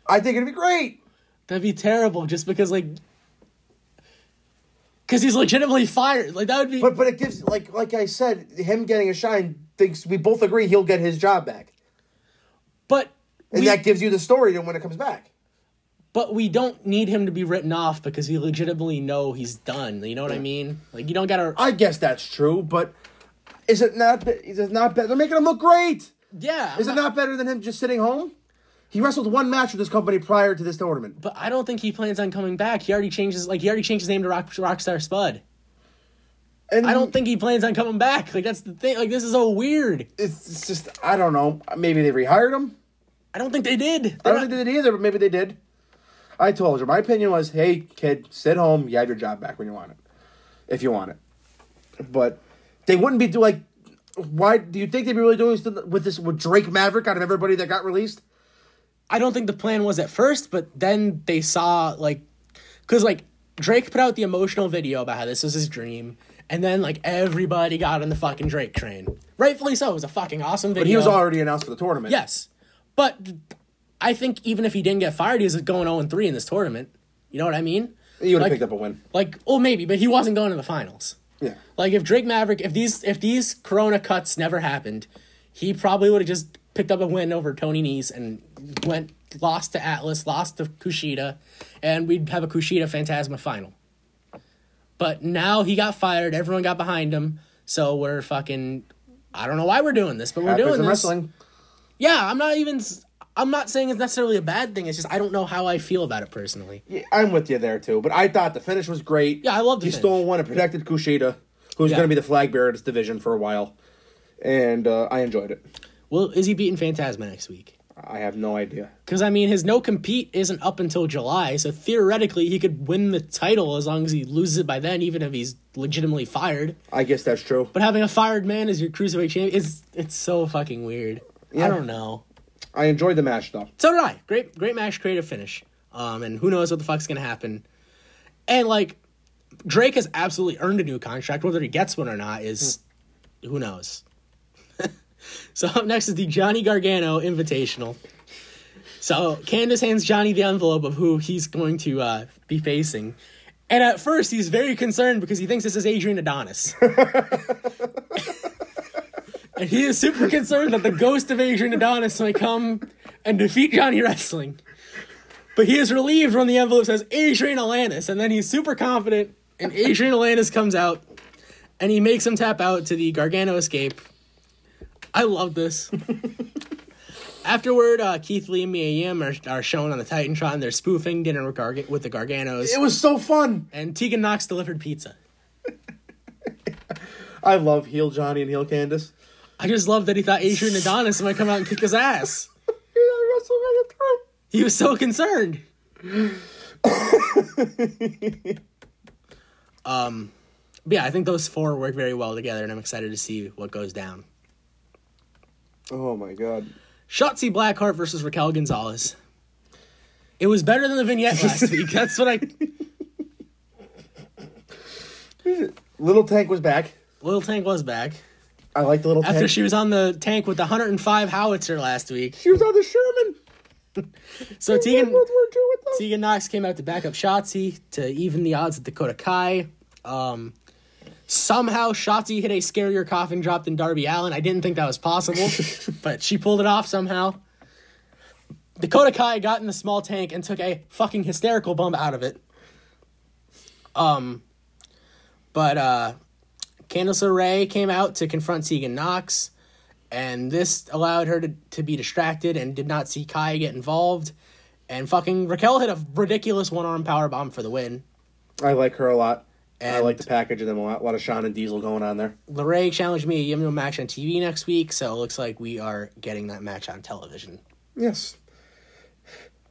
Speaker 2: I think it'd be great.
Speaker 1: That'd be terrible just because, like, because he's legitimately fired. Like, that would be.
Speaker 2: But but it gives like like I said, him getting a shine thinks we both agree he'll get his job back,
Speaker 1: But
Speaker 2: and
Speaker 1: we,
Speaker 2: that gives you the story to when it comes back.
Speaker 1: but we don't need him to be written off because we legitimately know he's done. You know what I mean? Like, you don't gotta.
Speaker 2: I guess that's true, but is it not? be- Is it not better? They're making him look great.
Speaker 1: yeah. I'm
Speaker 2: Is it not better than him just sitting home? He wrestled one match with this company prior to this tournament.
Speaker 1: But I don't think he plans on coming back. He already changes. Like, he already changed his name to Rock, Rockstar Spud.
Speaker 2: And
Speaker 1: I don't think he plans on coming back. Like, that's the thing. Like, this is so weird.
Speaker 2: It's, it's just I don't know. Maybe they rehired him.
Speaker 1: I don't think they did.
Speaker 2: I
Speaker 1: They're
Speaker 2: don't
Speaker 1: not-
Speaker 2: think they did either, but maybe they did. I told her my opinion was, hey kid, sit home. You have your job back when you want it, if you want it. But they wouldn't be do like. Why do you think they'd be really doing this with this with Drake Maverick out of everybody that got released?
Speaker 1: I don't think the plan was at first, but then they saw like, because like Drake put out the emotional video about how this was his dream, and then like everybody got on the fucking Drake train. Rightfully so. It was a fucking awesome video.
Speaker 2: But he was already announced for the tournament.
Speaker 1: yes, but I think even if he didn't get fired, he was going zero three in this tournament. You know what I mean?
Speaker 2: he would have
Speaker 1: Like-
Speaker 2: picked up a win.
Speaker 1: Like, well, maybe, but he wasn't going to the finals.
Speaker 2: Yeah,
Speaker 1: Like if Drake Maverick, if these if these Corona cuts never happened, he probably would have just picked up a win over Tony Nese and went lost to Atlas, lost to Kushida, and we'd have a Kushida Phantasma final. But now he got fired. Everyone got behind him, so we're fucking. I don't know why we're doing this, but we're
Speaker 2: happens
Speaker 1: doing
Speaker 2: in
Speaker 1: this.
Speaker 2: wrestling.
Speaker 1: Yeah, I'm not even. I'm not saying it's necessarily a bad thing. It's just I don't know how I feel about it personally.
Speaker 2: Yeah, I'm with you there too. But I thought the finish was great.
Speaker 1: Yeah, I love the
Speaker 2: He
Speaker 1: finish.
Speaker 2: stole one and protected Kushida, who's
Speaker 1: Yeah.
Speaker 2: going to be the flag bearer of this division for a while, and uh, I enjoyed it.
Speaker 1: Well, is he beating Phantasma next week?
Speaker 2: I have no idea.
Speaker 1: Because I mean, his no compete isn't up until July, so theoretically he could win the title as long as he loses it by then, even if he's legitimately fired.
Speaker 2: I guess that's true.
Speaker 1: But having a fired man as your cruiserweight champion is it's so fucking weird. I don't know.
Speaker 2: I enjoyed the match though.
Speaker 1: So did I. Great, great match, creative finish. Um, and who knows what the fuck's gonna happen? And like, Drake has absolutely earned a new contract. Whether he gets one or not is, who knows. so up next is the Johnny Gargano Invitational. So Candace hands Johnny the envelope of who he's going to uh, be facing. And at first, he's very concerned because he thinks this is Adrian Adonis. And he is super concerned that the ghost of Adrian Adonis may come and defeat Johnny Wrestling. But he is relieved when the envelope says Adrian Alanis, and then he's super confident, and Adrian Alanis comes out, and he makes him tap out to the Gargano escape. I love this. Afterward, uh, Keith Lee and Mia Yim are, are shown on the Titantron. They're spoofing dinner with, Garga- with the Garganos,
Speaker 2: It was so fun.
Speaker 1: and Tegan Knox delivered pizza.
Speaker 2: I love heel Johnny and heel Candace.
Speaker 1: I just love that he thought Adrian Adonis might come out and kick his ass. He was so concerned. um, Um, but yeah, I think those four work very well together, and I'm excited to see what goes down.
Speaker 2: Oh my god.
Speaker 1: Shotzi Blackheart versus Raquel Gonzalez. It was better than the vignette last week. That's what I.
Speaker 2: Little Tank was back.
Speaker 1: Little Tank was back.
Speaker 2: I like the little
Speaker 1: After
Speaker 2: tank.
Speaker 1: she was on the tank with the 105 howitzer last week.
Speaker 2: She was on the Sherman.
Speaker 1: So Tegan,
Speaker 2: World War II with them.
Speaker 1: Tegan Knox came out to back up Shotzi to even the odds at Dakota Kai. Um, somehow Shotzi hit a scarier coffin drop than Darby Allen. I didn't think that was possible, but she pulled it off somehow. Dakota Kai got in the small tank and took a fucking hysterical bump out of it. Um, but uh, Candice LeRae came out to confront Tegan Knox, and this allowed her to, to be distracted and did not see Kai get involved. And fucking Raquel hit a ridiculous one arm power bomb for the win.
Speaker 2: I like her a lot. I
Speaker 1: And-
Speaker 2: like the package of them a lot. A lot of Sean and Diesel going on there.
Speaker 1: LeRae challenged me to a Yimno match on TV next week, so it looks like we are getting that match on television.
Speaker 2: Yes.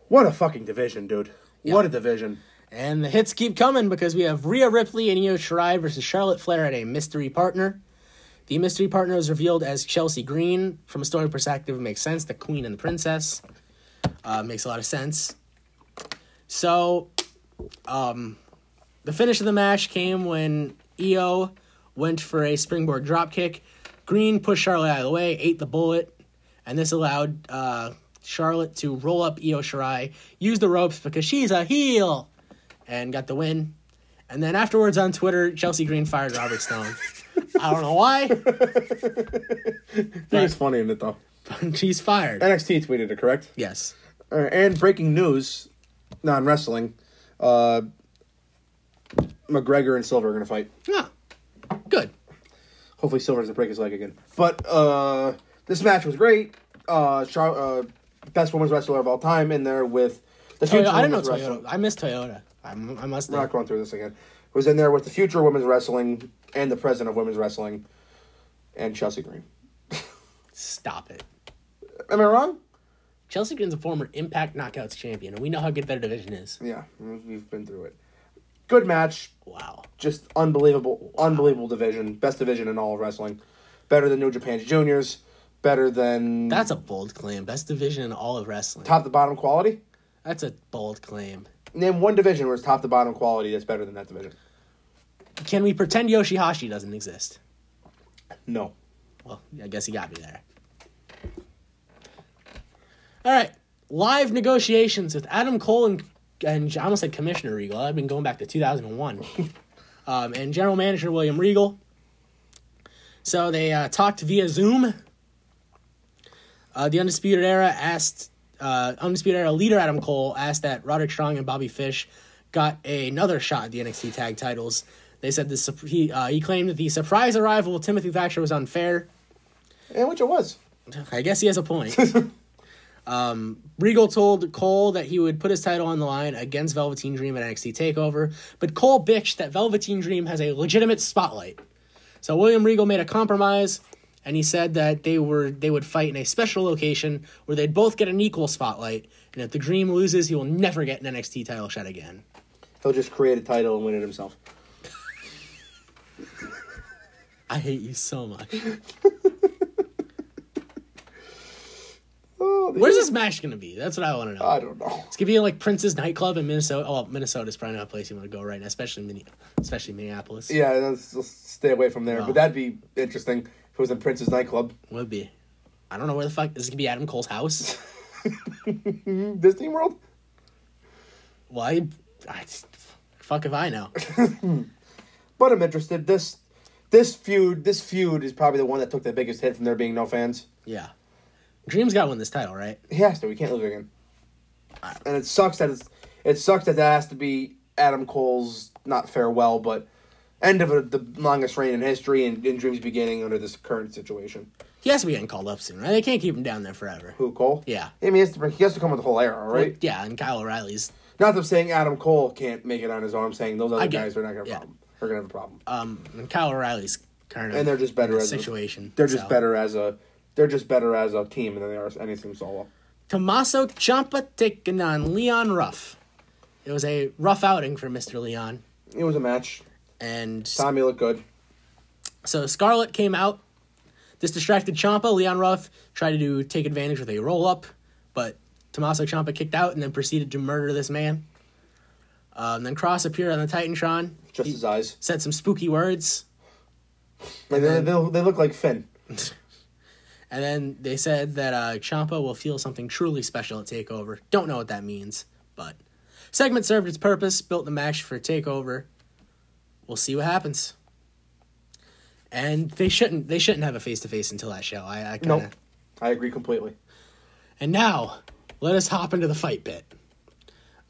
Speaker 2: What a fucking division, dude. What a division.
Speaker 1: And the hits keep coming because we have Rhea Ripley and Io Shirai versus Charlotte Flair and a mystery partner. The mystery partner is revealed as Chelsea Green. From a story perspective, it makes sense. The Queen and the Princess uh, makes a lot of sense. So, um, the finish of the match came when Io went for a springboard dropkick. Green pushed Charlotte out of the way, ate the bullet, and this allowed uh, Charlotte to roll up Io Shirai, use the ropes because she's a heel and got the win. And then afterwards on Twitter, Chelsea Green fired Robert Stone. I don't know why.
Speaker 2: I think it's funny in it though.
Speaker 1: but She's fired.
Speaker 2: NXT tweeted it, correct?
Speaker 1: Yes.
Speaker 2: Uh, and breaking news, non wrestling. Uh, McGregor and Silver are gonna fight.
Speaker 1: Yeah. Good.
Speaker 2: Hopefully, Silver doesn't break his leg again. But uh, this match was great. Uh, Char- uh, best women's wrestler of all time in there with the
Speaker 1: Toyota, Oh, I didn't know
Speaker 2: women's wrestler-
Speaker 1: Toyota. I miss Toyota. I'm, I must
Speaker 2: We're
Speaker 1: have.
Speaker 2: not going through this again. Was in there with the future of women's wrestling and the president of women's wrestling, and Chelsea Green.
Speaker 1: Stop it.
Speaker 2: Am I wrong?
Speaker 1: Chelsea Green's a former Impact Knockouts champion, and we know how good that division is.
Speaker 2: Yeah, we've been through it. Good match,
Speaker 1: Wow.
Speaker 2: just unbelievable, unbelievable division, best division in all of wrestling. Better than New Japan's juniors. Better than
Speaker 1: That's a bold claim. Best division in all of wrestling.
Speaker 2: top to bottom quality.
Speaker 1: That's a bold claim.
Speaker 2: Name one division where it's top to bottom quality that's better than that division.
Speaker 1: Can we pretend Yoshihashi doesn't exist?
Speaker 2: No.
Speaker 1: Well, I guess he got me there. All right. Live negotiations with Adam Cole and, and I almost said Commissioner Regal. I've been going back to 2001. um, and General Manager William Regal. So they uh, talked via Zoom. Uh, the Undisputed Era asked, uh, Undisputed Era leader Adam Cole asked that Roderick Strong and Bobby Fish got another shot at the NXT tag titles. They said this, he, uh, he claimed that the surprise arrival of Timothy Thatcher was unfair.
Speaker 2: And which it was.
Speaker 1: I guess he has a point. um, Regal told Cole that he would put his title on the line against Velveteen Dream at NXT Takeover, but Cole bitched that Velveteen Dream has a legitimate spotlight. So William Regal made a compromise, and he said that they were they would fight in a special location where they'd both get an equal spotlight, and if the Dream loses, he will never get an NXT title shot again.
Speaker 2: He'll just create a title and win it himself.
Speaker 1: I hate you so much.
Speaker 2: Oh, the-
Speaker 1: Where's this match gonna be? That's what I want to know.
Speaker 2: I don't know.
Speaker 1: It's gonna be like Prince's nightclub in Minnesota. Oh, Minnesota's probably not a place you want to go right now, especially Minne- especially Minneapolis.
Speaker 2: Yeah, let's, let's stay away from there.
Speaker 1: Wow.
Speaker 2: But that'd be interesting if it was in Prince's nightclub.
Speaker 1: would be. I don't know where the fuck is this gonna be. Adam Cole's house.
Speaker 2: Disney World?
Speaker 1: well, I, I fuck if I know.
Speaker 2: But I'm interested. This this feud this feud is probably the one that took the biggest hit from there being no fans.
Speaker 1: Yeah, Dream's got to win this title, right?
Speaker 2: He has to. We can't lose again. And it sucks that it's it sucks that that has to be Adam Cole's not farewell, but end of a, the longest reign in history and, and Dream's beginning under this current situation.
Speaker 1: He has to be getting called up soon, right? They can't keep him down there forever.
Speaker 2: Who Cole?
Speaker 1: Yeah.
Speaker 2: I mean, he has to bring- he has to come with the whole era, all right?
Speaker 1: Yeah, and Kyle O'Reilly's.
Speaker 2: Not that I'm saying Adam Cole can't make it on his own. I'm saying those other
Speaker 1: get-
Speaker 2: guys are not gonna have a
Speaker 1: yeah.
Speaker 2: problem. They're gonna have a problem.
Speaker 1: Um, and Kyle O'Reilly's kind of.
Speaker 2: and they're just better
Speaker 1: in a
Speaker 2: as
Speaker 1: situation.
Speaker 2: A, they're just
Speaker 1: so.
Speaker 2: better as a they're just better as a team than they are as anything solo.
Speaker 1: Tommaso Ciampa taking on Leon Ruff. It was a rough outing for Mister Leon,
Speaker 2: It was a match.
Speaker 1: and
Speaker 2: Tommy looked good.
Speaker 1: So Scarlet came out. This distracted Champa. Leon Ruff tried to take advantage with a roll up, but Tommaso Champa kicked out and then proceeded to murder this man. Uh, and then Cross appeared on the Titantron,
Speaker 2: Just his eyes.
Speaker 1: said some spooky words.
Speaker 2: And they, they, they look like Finn.
Speaker 1: And then they said that uh, Champa will feel something truly special at Takeover. Don't know what that means, but segment served its purpose. Built the match for Takeover. We'll see what happens. And they shouldn't. They shouldn't have a face to face until that show. I, I kind of.
Speaker 2: Nope. I agree completely.
Speaker 1: And now, let us hop into the fight bit.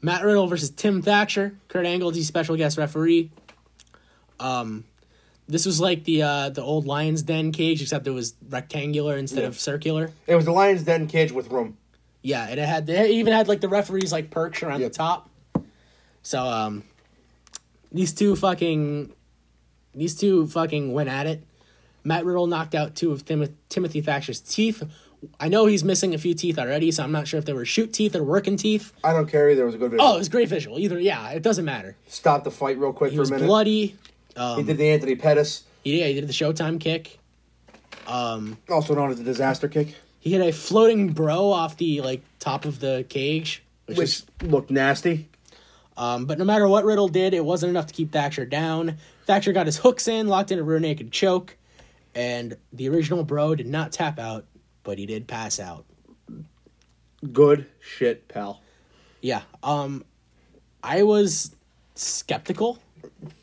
Speaker 1: Matt Riddle versus Tim Thatcher. Kurt Angle is the special guest referee. Um, this was like the uh, the old Lions Den cage, except it was rectangular instead of circular.
Speaker 2: It was the Lions Den cage with room.
Speaker 1: Yeah, and it had they even had like the referees like perch around
Speaker 2: Yep.
Speaker 1: the top. So um, these two fucking, these two fucking went at it. Matt Riddle knocked out two of Tim- Timothy Thatcher's teeth. I know he's missing a few teeth already, so I'm not sure if they were shoot teeth or working teeth.
Speaker 2: I don't care either. It was a good video.
Speaker 1: Oh, it was great visual. Either yeah, it doesn't matter.
Speaker 2: Stop the fight real quick
Speaker 1: He
Speaker 2: for
Speaker 1: was um,
Speaker 2: a minute.
Speaker 1: bloody.
Speaker 2: he did the Anthony Pettis,
Speaker 1: Yeah, he did the Showtime kick.
Speaker 2: also known as the disaster kick,
Speaker 1: He hit a floating bro off the like top of the cage, which, is
Speaker 2: which looked nasty.
Speaker 1: Um, but no matter what Riddle did, it wasn't enough to keep Thatcher down. Thatcher got his hooks in, locked in a rear naked choke, and the original bro did not tap out, but he did pass out.
Speaker 2: Good shit, pal.
Speaker 1: Yeah. Um, I was skeptical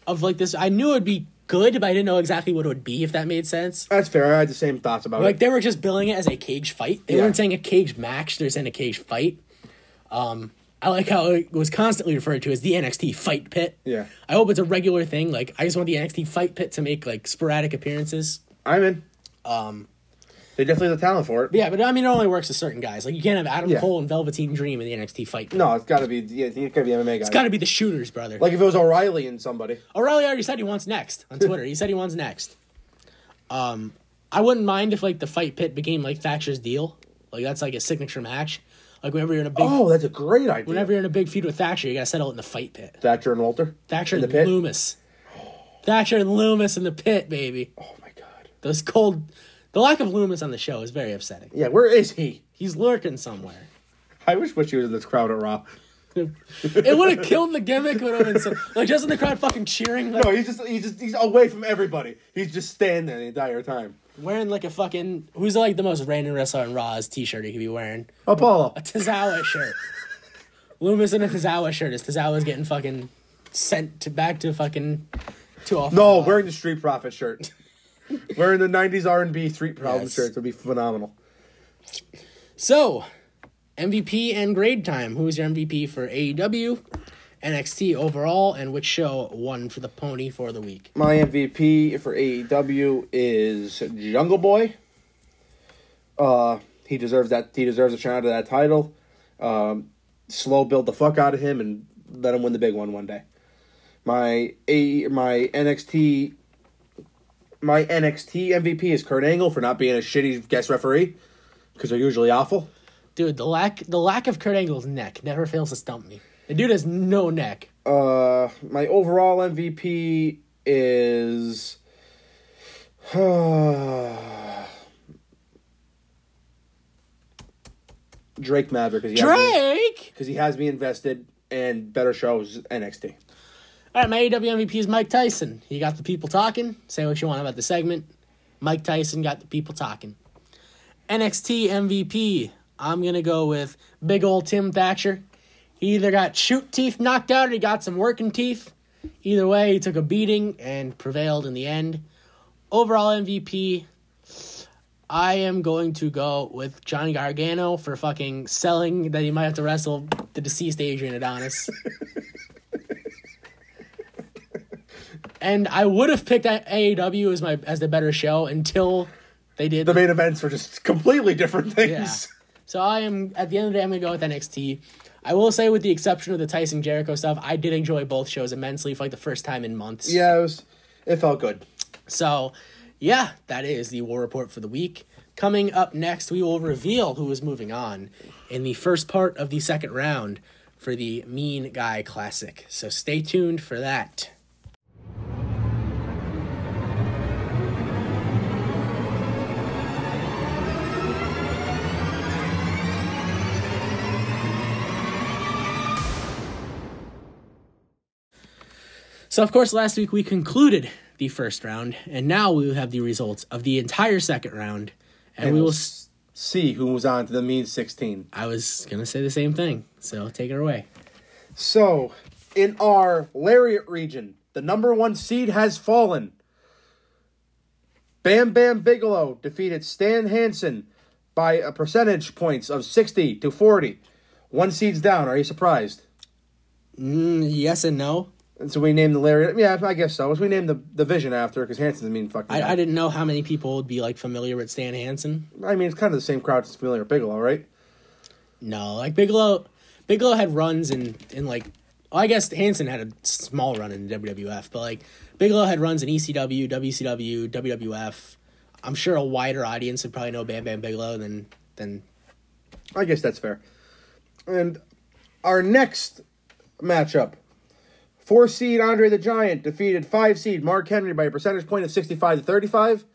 Speaker 1: of like this. I knew it'd be good, but I didn't know exactly what it would be if that made sense.
Speaker 2: That's fair. I had the same thoughts about
Speaker 1: Like
Speaker 2: it.
Speaker 1: they were just billing it as a cage fight. They
Speaker 2: Yeah.
Speaker 1: weren't saying a cage match. They're saying a cage fight. Um, I like how it was constantly referred to as the NXT Fight Pit.
Speaker 2: Yeah.
Speaker 1: I hope it's a regular thing. Like I just want the NXT Fight Pit to make like sporadic appearances.
Speaker 2: I'm in. Um, they definitely have the talent for it.
Speaker 1: But yeah, but I mean, it only works with certain guys. Like you can't have Adam
Speaker 2: Yeah.
Speaker 1: Cole and Velveteen Dream in the NXT Fight Pit.
Speaker 2: No, it's got to be. Yeah, it's got to be MMA guy.
Speaker 1: It's Oh. got to be the shooters, brother.
Speaker 2: like if it was O'Reilly and somebody.
Speaker 1: O'Reilly already said he wants next on Twitter. he said he wants next. Um, I wouldn't mind if like the Fight Pit became like Thatcher's deal. Like that's like a signature match. Like whenever you're in a big
Speaker 2: Oh, that's a great idea.
Speaker 1: Whenever you're in a big feud with Thatcher, you gotta settle it in the fight pit.
Speaker 2: Thatcher and Walter.
Speaker 1: Thatcher
Speaker 2: In the
Speaker 1: and
Speaker 2: pit?
Speaker 1: Loomis. Thatcher and Loomis in the pit, baby.
Speaker 2: Oh my god.
Speaker 1: Those cold. The lack of Loomis on the show is very upsetting.
Speaker 2: Yeah, where is he?
Speaker 1: He's lurking somewhere.
Speaker 2: I wish wish he was in this crowd at Raw.
Speaker 1: It would have killed the gimmick. Would have been so, like just in the crowd, fucking cheering, like,
Speaker 2: No, he's just he's just he's away from everybody. He's just standing there the entire time.
Speaker 1: wearing like a fucking who's like the most random wrestler on Raw's t-shirt he could be wearing.
Speaker 2: Apollo.
Speaker 1: Tazawa shirt. Loomis in a Tazawa shirt as Tazawa's getting fucking sent to back to fucking to off.
Speaker 2: No, wearing the Street Profit shirt. wearing the '90s R&B Street Profit
Speaker 1: Yes.
Speaker 2: shirts would be phenomenal.
Speaker 1: So, MVP and grade time. Who was your MVP for E AEW, NXT overall, and which show won for the pony for the week?
Speaker 2: My MVP for AEW is Jungle Boy. Uh, he deserves that. He deserves a shout out to that title. Um, slow build the fuck out of him and let him win the big one one day. My a E, my NXT my NXT MVP is Kurt Angle for not being a shitty guest referee because they're usually awful.
Speaker 1: Dude, the lack the lack of Kurt Angle's neck never fails to stump me. The dude has no neck.
Speaker 2: Uh, my overall MVP is. Drake Maverick because he, has me-
Speaker 1: Drake.
Speaker 2: 'cause he has me invested and better shows NXT.
Speaker 1: All right, my E AEW MVP is Mike Tyson. You got the people talking. Say what you want about the segment. Mike Tyson got the people talking. NXT MVP. I'm gonna go with big old Tim Thatcher. He either got shoot teeth knocked out or he got some working teeth. Either way, he took a beating and prevailed in the end. Overall MVP. I am going to go with Johnny Gargano for fucking selling that he might have to wrestle the deceased Adrian Adonis. and I would have picked AEW as my as the better show until they did
Speaker 2: The main events were just completely different
Speaker 1: yeah.
Speaker 2: things.
Speaker 1: So I am at the end of the day, I'm gonna go with NXT. I will say, with the exception of the Tyson Jericho stuff, I did enjoy both shows immensely for like the first time in months.
Speaker 2: Yeah, it was. It felt good.
Speaker 1: So, yeah, that is the war report for the week. Coming up next, we will reveal who is moving on in the first part of the second round for the Mean Guy Classic. So stay tuned for that. So, of course, last week we concluded the first round, and now we will have the results of the entire second round, and, we will. s
Speaker 2: s- see who was on to the mean 16.
Speaker 1: I was gonna say the same thing, so take it away.
Speaker 2: So, in our lariat region, the number one seed has fallen. Bam Bam Bigelow defeated Stan Hansen by a percentage points of 60 to 40. One seed's down. Are you surprised?
Speaker 1: Mm, yes and no.
Speaker 2: And so we named the lariat. Yeah, I guess so. We named the division after because Hansen's a mean fucking.
Speaker 1: I,
Speaker 2: guy.
Speaker 1: I didn't know how many people would be like familiar with Stan Hansen.
Speaker 2: I mean, it's kind of the same crowd as Familiar Bigelow, right?
Speaker 1: No, like Bigelow, Bigelow had runs in in like, well, I guess Hansen had a small run in WWF, but like Bigelow had runs in E ECW, WCW, WWF. I'm sure a wider audience would probably know Bam Bam Bigelow than than
Speaker 2: I guess that's fair. And our next matchup. Four seed Andre the Giant defeated five seed Mark Henry by a percentage point of 65 to 35.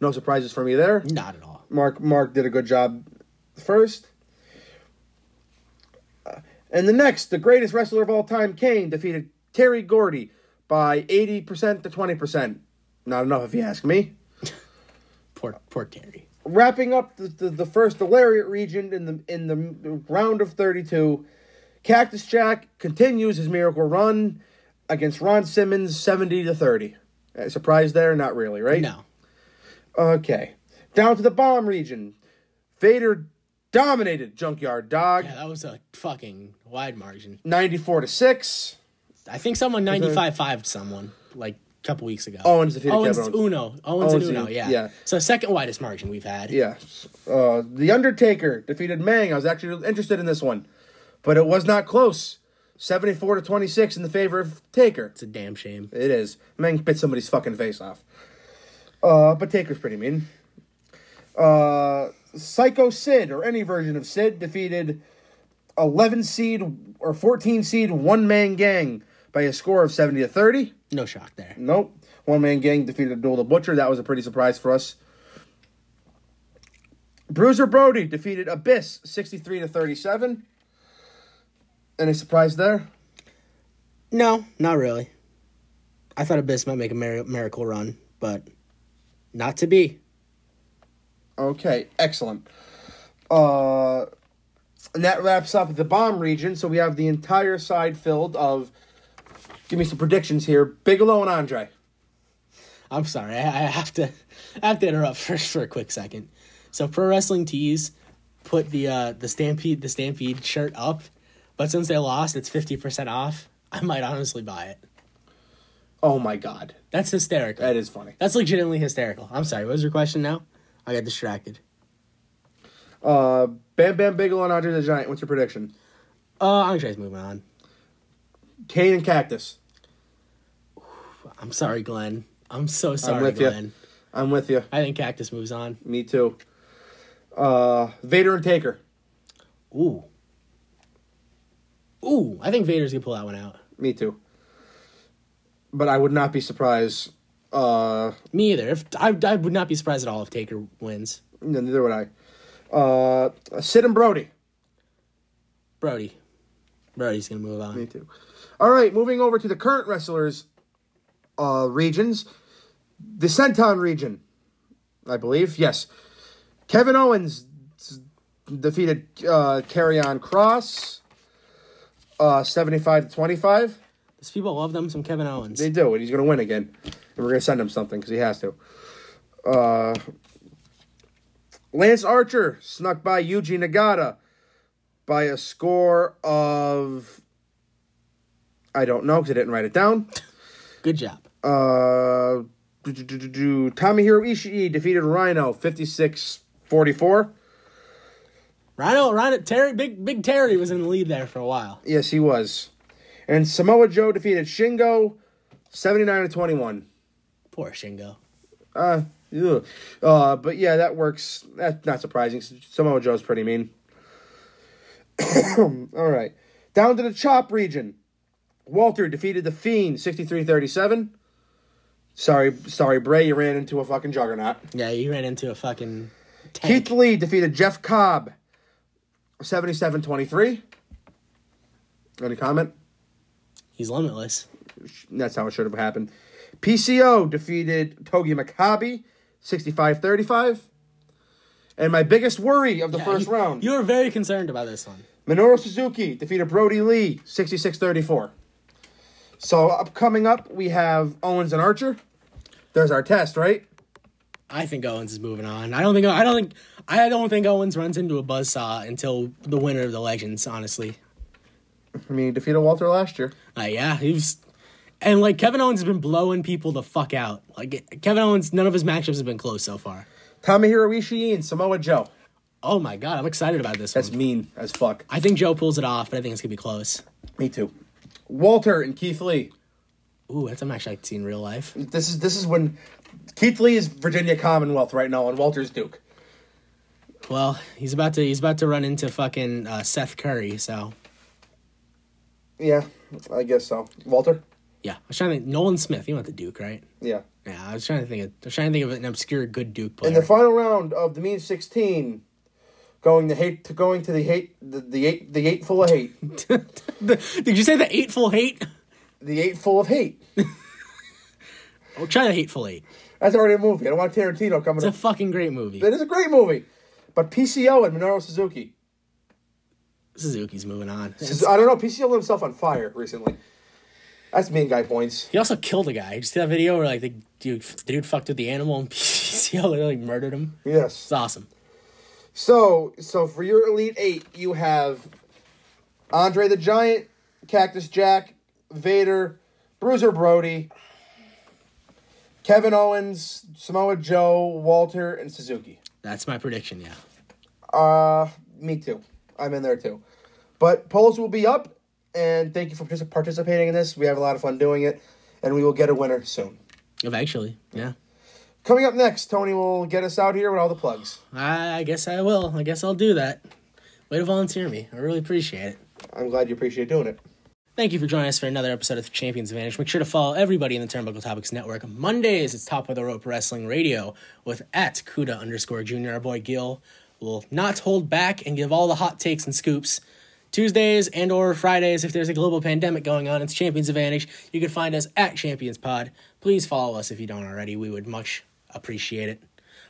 Speaker 2: No surprises for me there.
Speaker 1: not at all.
Speaker 2: Mark Mark did a good job first. Uh, And the next, the greatest wrestler of all time, Kane, defeated Terry Gordy by 80% to 20%. Not enough if you ask me.
Speaker 1: Poor poor Terry.
Speaker 2: wrapping up the, the, the first the lariat region in the in the round of 32 cactus jack continues his miracle run against ron simmons 70 to 30 Uh, surprise there not really right
Speaker 1: No,
Speaker 2: okay down to the bomb region vader dominated junkyard dog
Speaker 1: yeah, that was a fucking wide margin.
Speaker 2: 94 to 6
Speaker 1: I think someone 95 5 someone like a couple weeks ago.
Speaker 2: Owens defeated
Speaker 1: Owens
Speaker 2: Kevin
Speaker 1: Uno. Owens,
Speaker 2: Owens
Speaker 1: and Uno,
Speaker 2: and-
Speaker 1: yeah.
Speaker 2: yeah.
Speaker 1: So second widest margin we've had.
Speaker 2: yes uh, the undertaker defeated mang i was actually interested in this one but it was not close 74 to 26 in the favor of taker
Speaker 1: It's a damn shame.
Speaker 2: It is. Man bit somebody's fucking face off. Uh, but Taker's pretty mean. Uh, Psycho Sid, or any version of Sid, defeated 11 seed or 14 seed One Man Gang by a score of 70 to 30.
Speaker 1: No shock there.
Speaker 2: Nope. One Man Gang defeated Abdul the Butcher. That was a pretty surprise for us. Bruiser Brody defeated Abyss 63 to 37. Any surprise there?
Speaker 1: No, not really. I thought Abyss might make a mir- miracle run, but not to be.
Speaker 2: Okay, excellent. Uh, and that wraps up the bomb region. So we have the entire side filled of. Give me some predictions here. Bigelow and Andre.
Speaker 1: I'm sorry. I, I have to I have to interrupt for, for a quick second. So Pro Wrestling Tees put the uh, the Stampede the Stampede shirt up, but since they lost, it's 50% off. I might honestly buy it.
Speaker 2: Oh my God,
Speaker 1: That's hysterical.
Speaker 2: that is funny.
Speaker 1: That's legitimately hysterical. I'm sorry. What was your question now? I got distracted.
Speaker 2: Bam Bam Bigelow and Andre the Giant. What's your prediction?
Speaker 1: Uh, Andre's moving on.
Speaker 2: Kane and Cactus.
Speaker 1: I'm sorry, Glenn. I'm so sorry,
Speaker 2: with ya.
Speaker 1: Glenn.
Speaker 2: I'm with you.
Speaker 1: I think Cactus moves on.
Speaker 2: Me too. Uh, Vader and Taker.
Speaker 1: Ooh. Ooh, I think Vader's gonna pull that one out.
Speaker 2: Me too. But I would not be surprised. Uh,
Speaker 1: Me either. If I, I would not be surprised at all if Taker wins.
Speaker 2: neither would I. Uh, Sid and Brody.
Speaker 1: Brody. Brody's gonna move
Speaker 2: Me
Speaker 1: on.
Speaker 2: too. All right, moving over to the current wrestlers' uh, regions. The Centon region, I believe. Yes. Kevin Owens defeated uh, Carry On Cross uh, 75 to 25.
Speaker 1: These people love them some Kevin Owens.
Speaker 2: They do, and he's going to win again. And we're going to send him something because he has to. Uh, Lance Archer snuck by Yuji Nagata by a score of. I don't know because I didn't write it down.
Speaker 1: Good job.
Speaker 2: Uh, do, do, do, do, do. Tomohiro Ishii defeated Rhino 56 44.
Speaker 1: Rhino, Rhino, Terry, big, big Terry was in the lead there for a while.
Speaker 2: Yes, he was. And Samoa Joe defeated Shingo 79 21.
Speaker 1: Poor Shingo.
Speaker 2: Uh, ugh. uh, but yeah, that works. That's not surprising. Samoa Joe's pretty mean. All right. Down to the chop region. Walter defeated the Fiend 63-37. Sorry, sorry, Bray, you ran into a fucking juggernaut.
Speaker 1: Yeah, he ran into a fucking tank.
Speaker 2: Keith Lee defeated Jeff Cobb 77-23. Any comment?
Speaker 1: He's limitless.
Speaker 2: That's how it should have happened. PCO defeated Togi Maccabi 65 35. And my biggest worry of the first
Speaker 1: you,
Speaker 2: round
Speaker 1: You were very concerned about this one.
Speaker 2: Minoru Suzuki defeated Brody Lee 66 34. So, up, coming up, we have Owens and Archer. There's our test, right?
Speaker 1: I think Owens is moving on. I don't think I don't think I don't think Owens runs into a buzzsaw until the winner of the Legends, honestly.
Speaker 2: I mean, he defeated Walter last year.
Speaker 1: Uh, yeah, he was and like Kevin Owens has been blowing people the fuck out. Like Kevin Owens, none of his matchups have been close so far.
Speaker 2: Tomohiro Ishii and Samoa Joe.
Speaker 1: Oh my god, I'm excited about this
Speaker 2: That's
Speaker 1: one.
Speaker 2: mean as fuck.
Speaker 1: I think Joe pulls it off, but I think it's gonna be close.
Speaker 2: Me too. Walter and Keith Lee.
Speaker 1: Ooh, that's a match I'd see in real life.
Speaker 2: This is this is when Keith Lee is Virginia Commonwealth right now, and Walter's Duke.
Speaker 1: Well, he's about to he's about to run into fucking uh, Seth Curry. So
Speaker 2: Yeah, I guess so. Walter.
Speaker 1: yeah, I was trying to think, Nolan Smith. He went to Duke, right?
Speaker 2: Yeah.
Speaker 1: Yeah, I was trying to think. Of, I was trying to think of an obscure good Duke player.
Speaker 2: In the final round of the Mean Sixteen, going to hate to going to the hate the, the eight the eight full of hate
Speaker 1: The- did you say the eightful hate?
Speaker 2: the eight full of hate.
Speaker 1: Oh, try the hateful eight.
Speaker 2: That's already a movie. I don't want Tarantino coming.
Speaker 1: It's a
Speaker 2: up.
Speaker 1: fucking great movie.
Speaker 2: That is a great movie, but PCO and Minoru Suzuki.
Speaker 1: Suzuki's moving on.
Speaker 2: I don't know. PCO lit himself on fire recently. That's mean guy points.
Speaker 1: He also killed a guy. Did you see that video where like the dude, the dude fucked with the animal and PCO literally murdered him?
Speaker 2: Yes.
Speaker 1: It's awesome.
Speaker 2: So, so for your elite eight, you have Andre the Giant, Cactus Jack, Vader, Bruiser Brody, Kevin Owens, Samoa Joe, Walter, and Suzuki.
Speaker 1: That's my prediction. Yeah.
Speaker 2: Uh, me too. I'm in there too. But polls will be up, and thank you for partic- participating in this. We have a lot of fun doing it, and we will get a winner soon.
Speaker 1: Eventually. Yeah.
Speaker 2: Coming up next, Tony will get us out here with all the plugs.
Speaker 1: I, I guess I will. I guess I'll do that. Way to volunteer me. I really appreciate it.
Speaker 2: I'm glad you appreciate doing it.
Speaker 1: Thank you for joining us for another episode of Champions Advantage. Make sure to follow everybody in the Turnbuckle Topics Network. Mondays, it's Top of the Rope Wrestling Radio with at Kuda underscore Junior. Our boy Gil will not hold back and give all the hot takes and scoops. Tuesdays and or Fridays, if there's a global pandemic going on, it's Champions Advantage. You can find us at Champions Pod. Please follow us if you don't already. We would much appreciate it.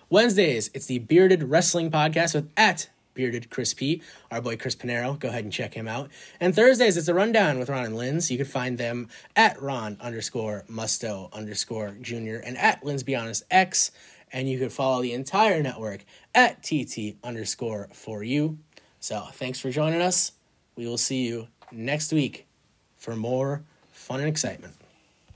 Speaker 1: Wednesdays, it's the Bearded Wrestling Podcast with at Bearded Chris P, our boy Chris Panero. Go ahead and check him out. And Thursdays, it's a rundown with Ron and Linz. You can find them at Ron underscore Musto underscore Junior and at Linz Be Honest X. And you can follow the entire network at TT underscore for you. So thanks for joining us. We will see you next week for more fun and excitement.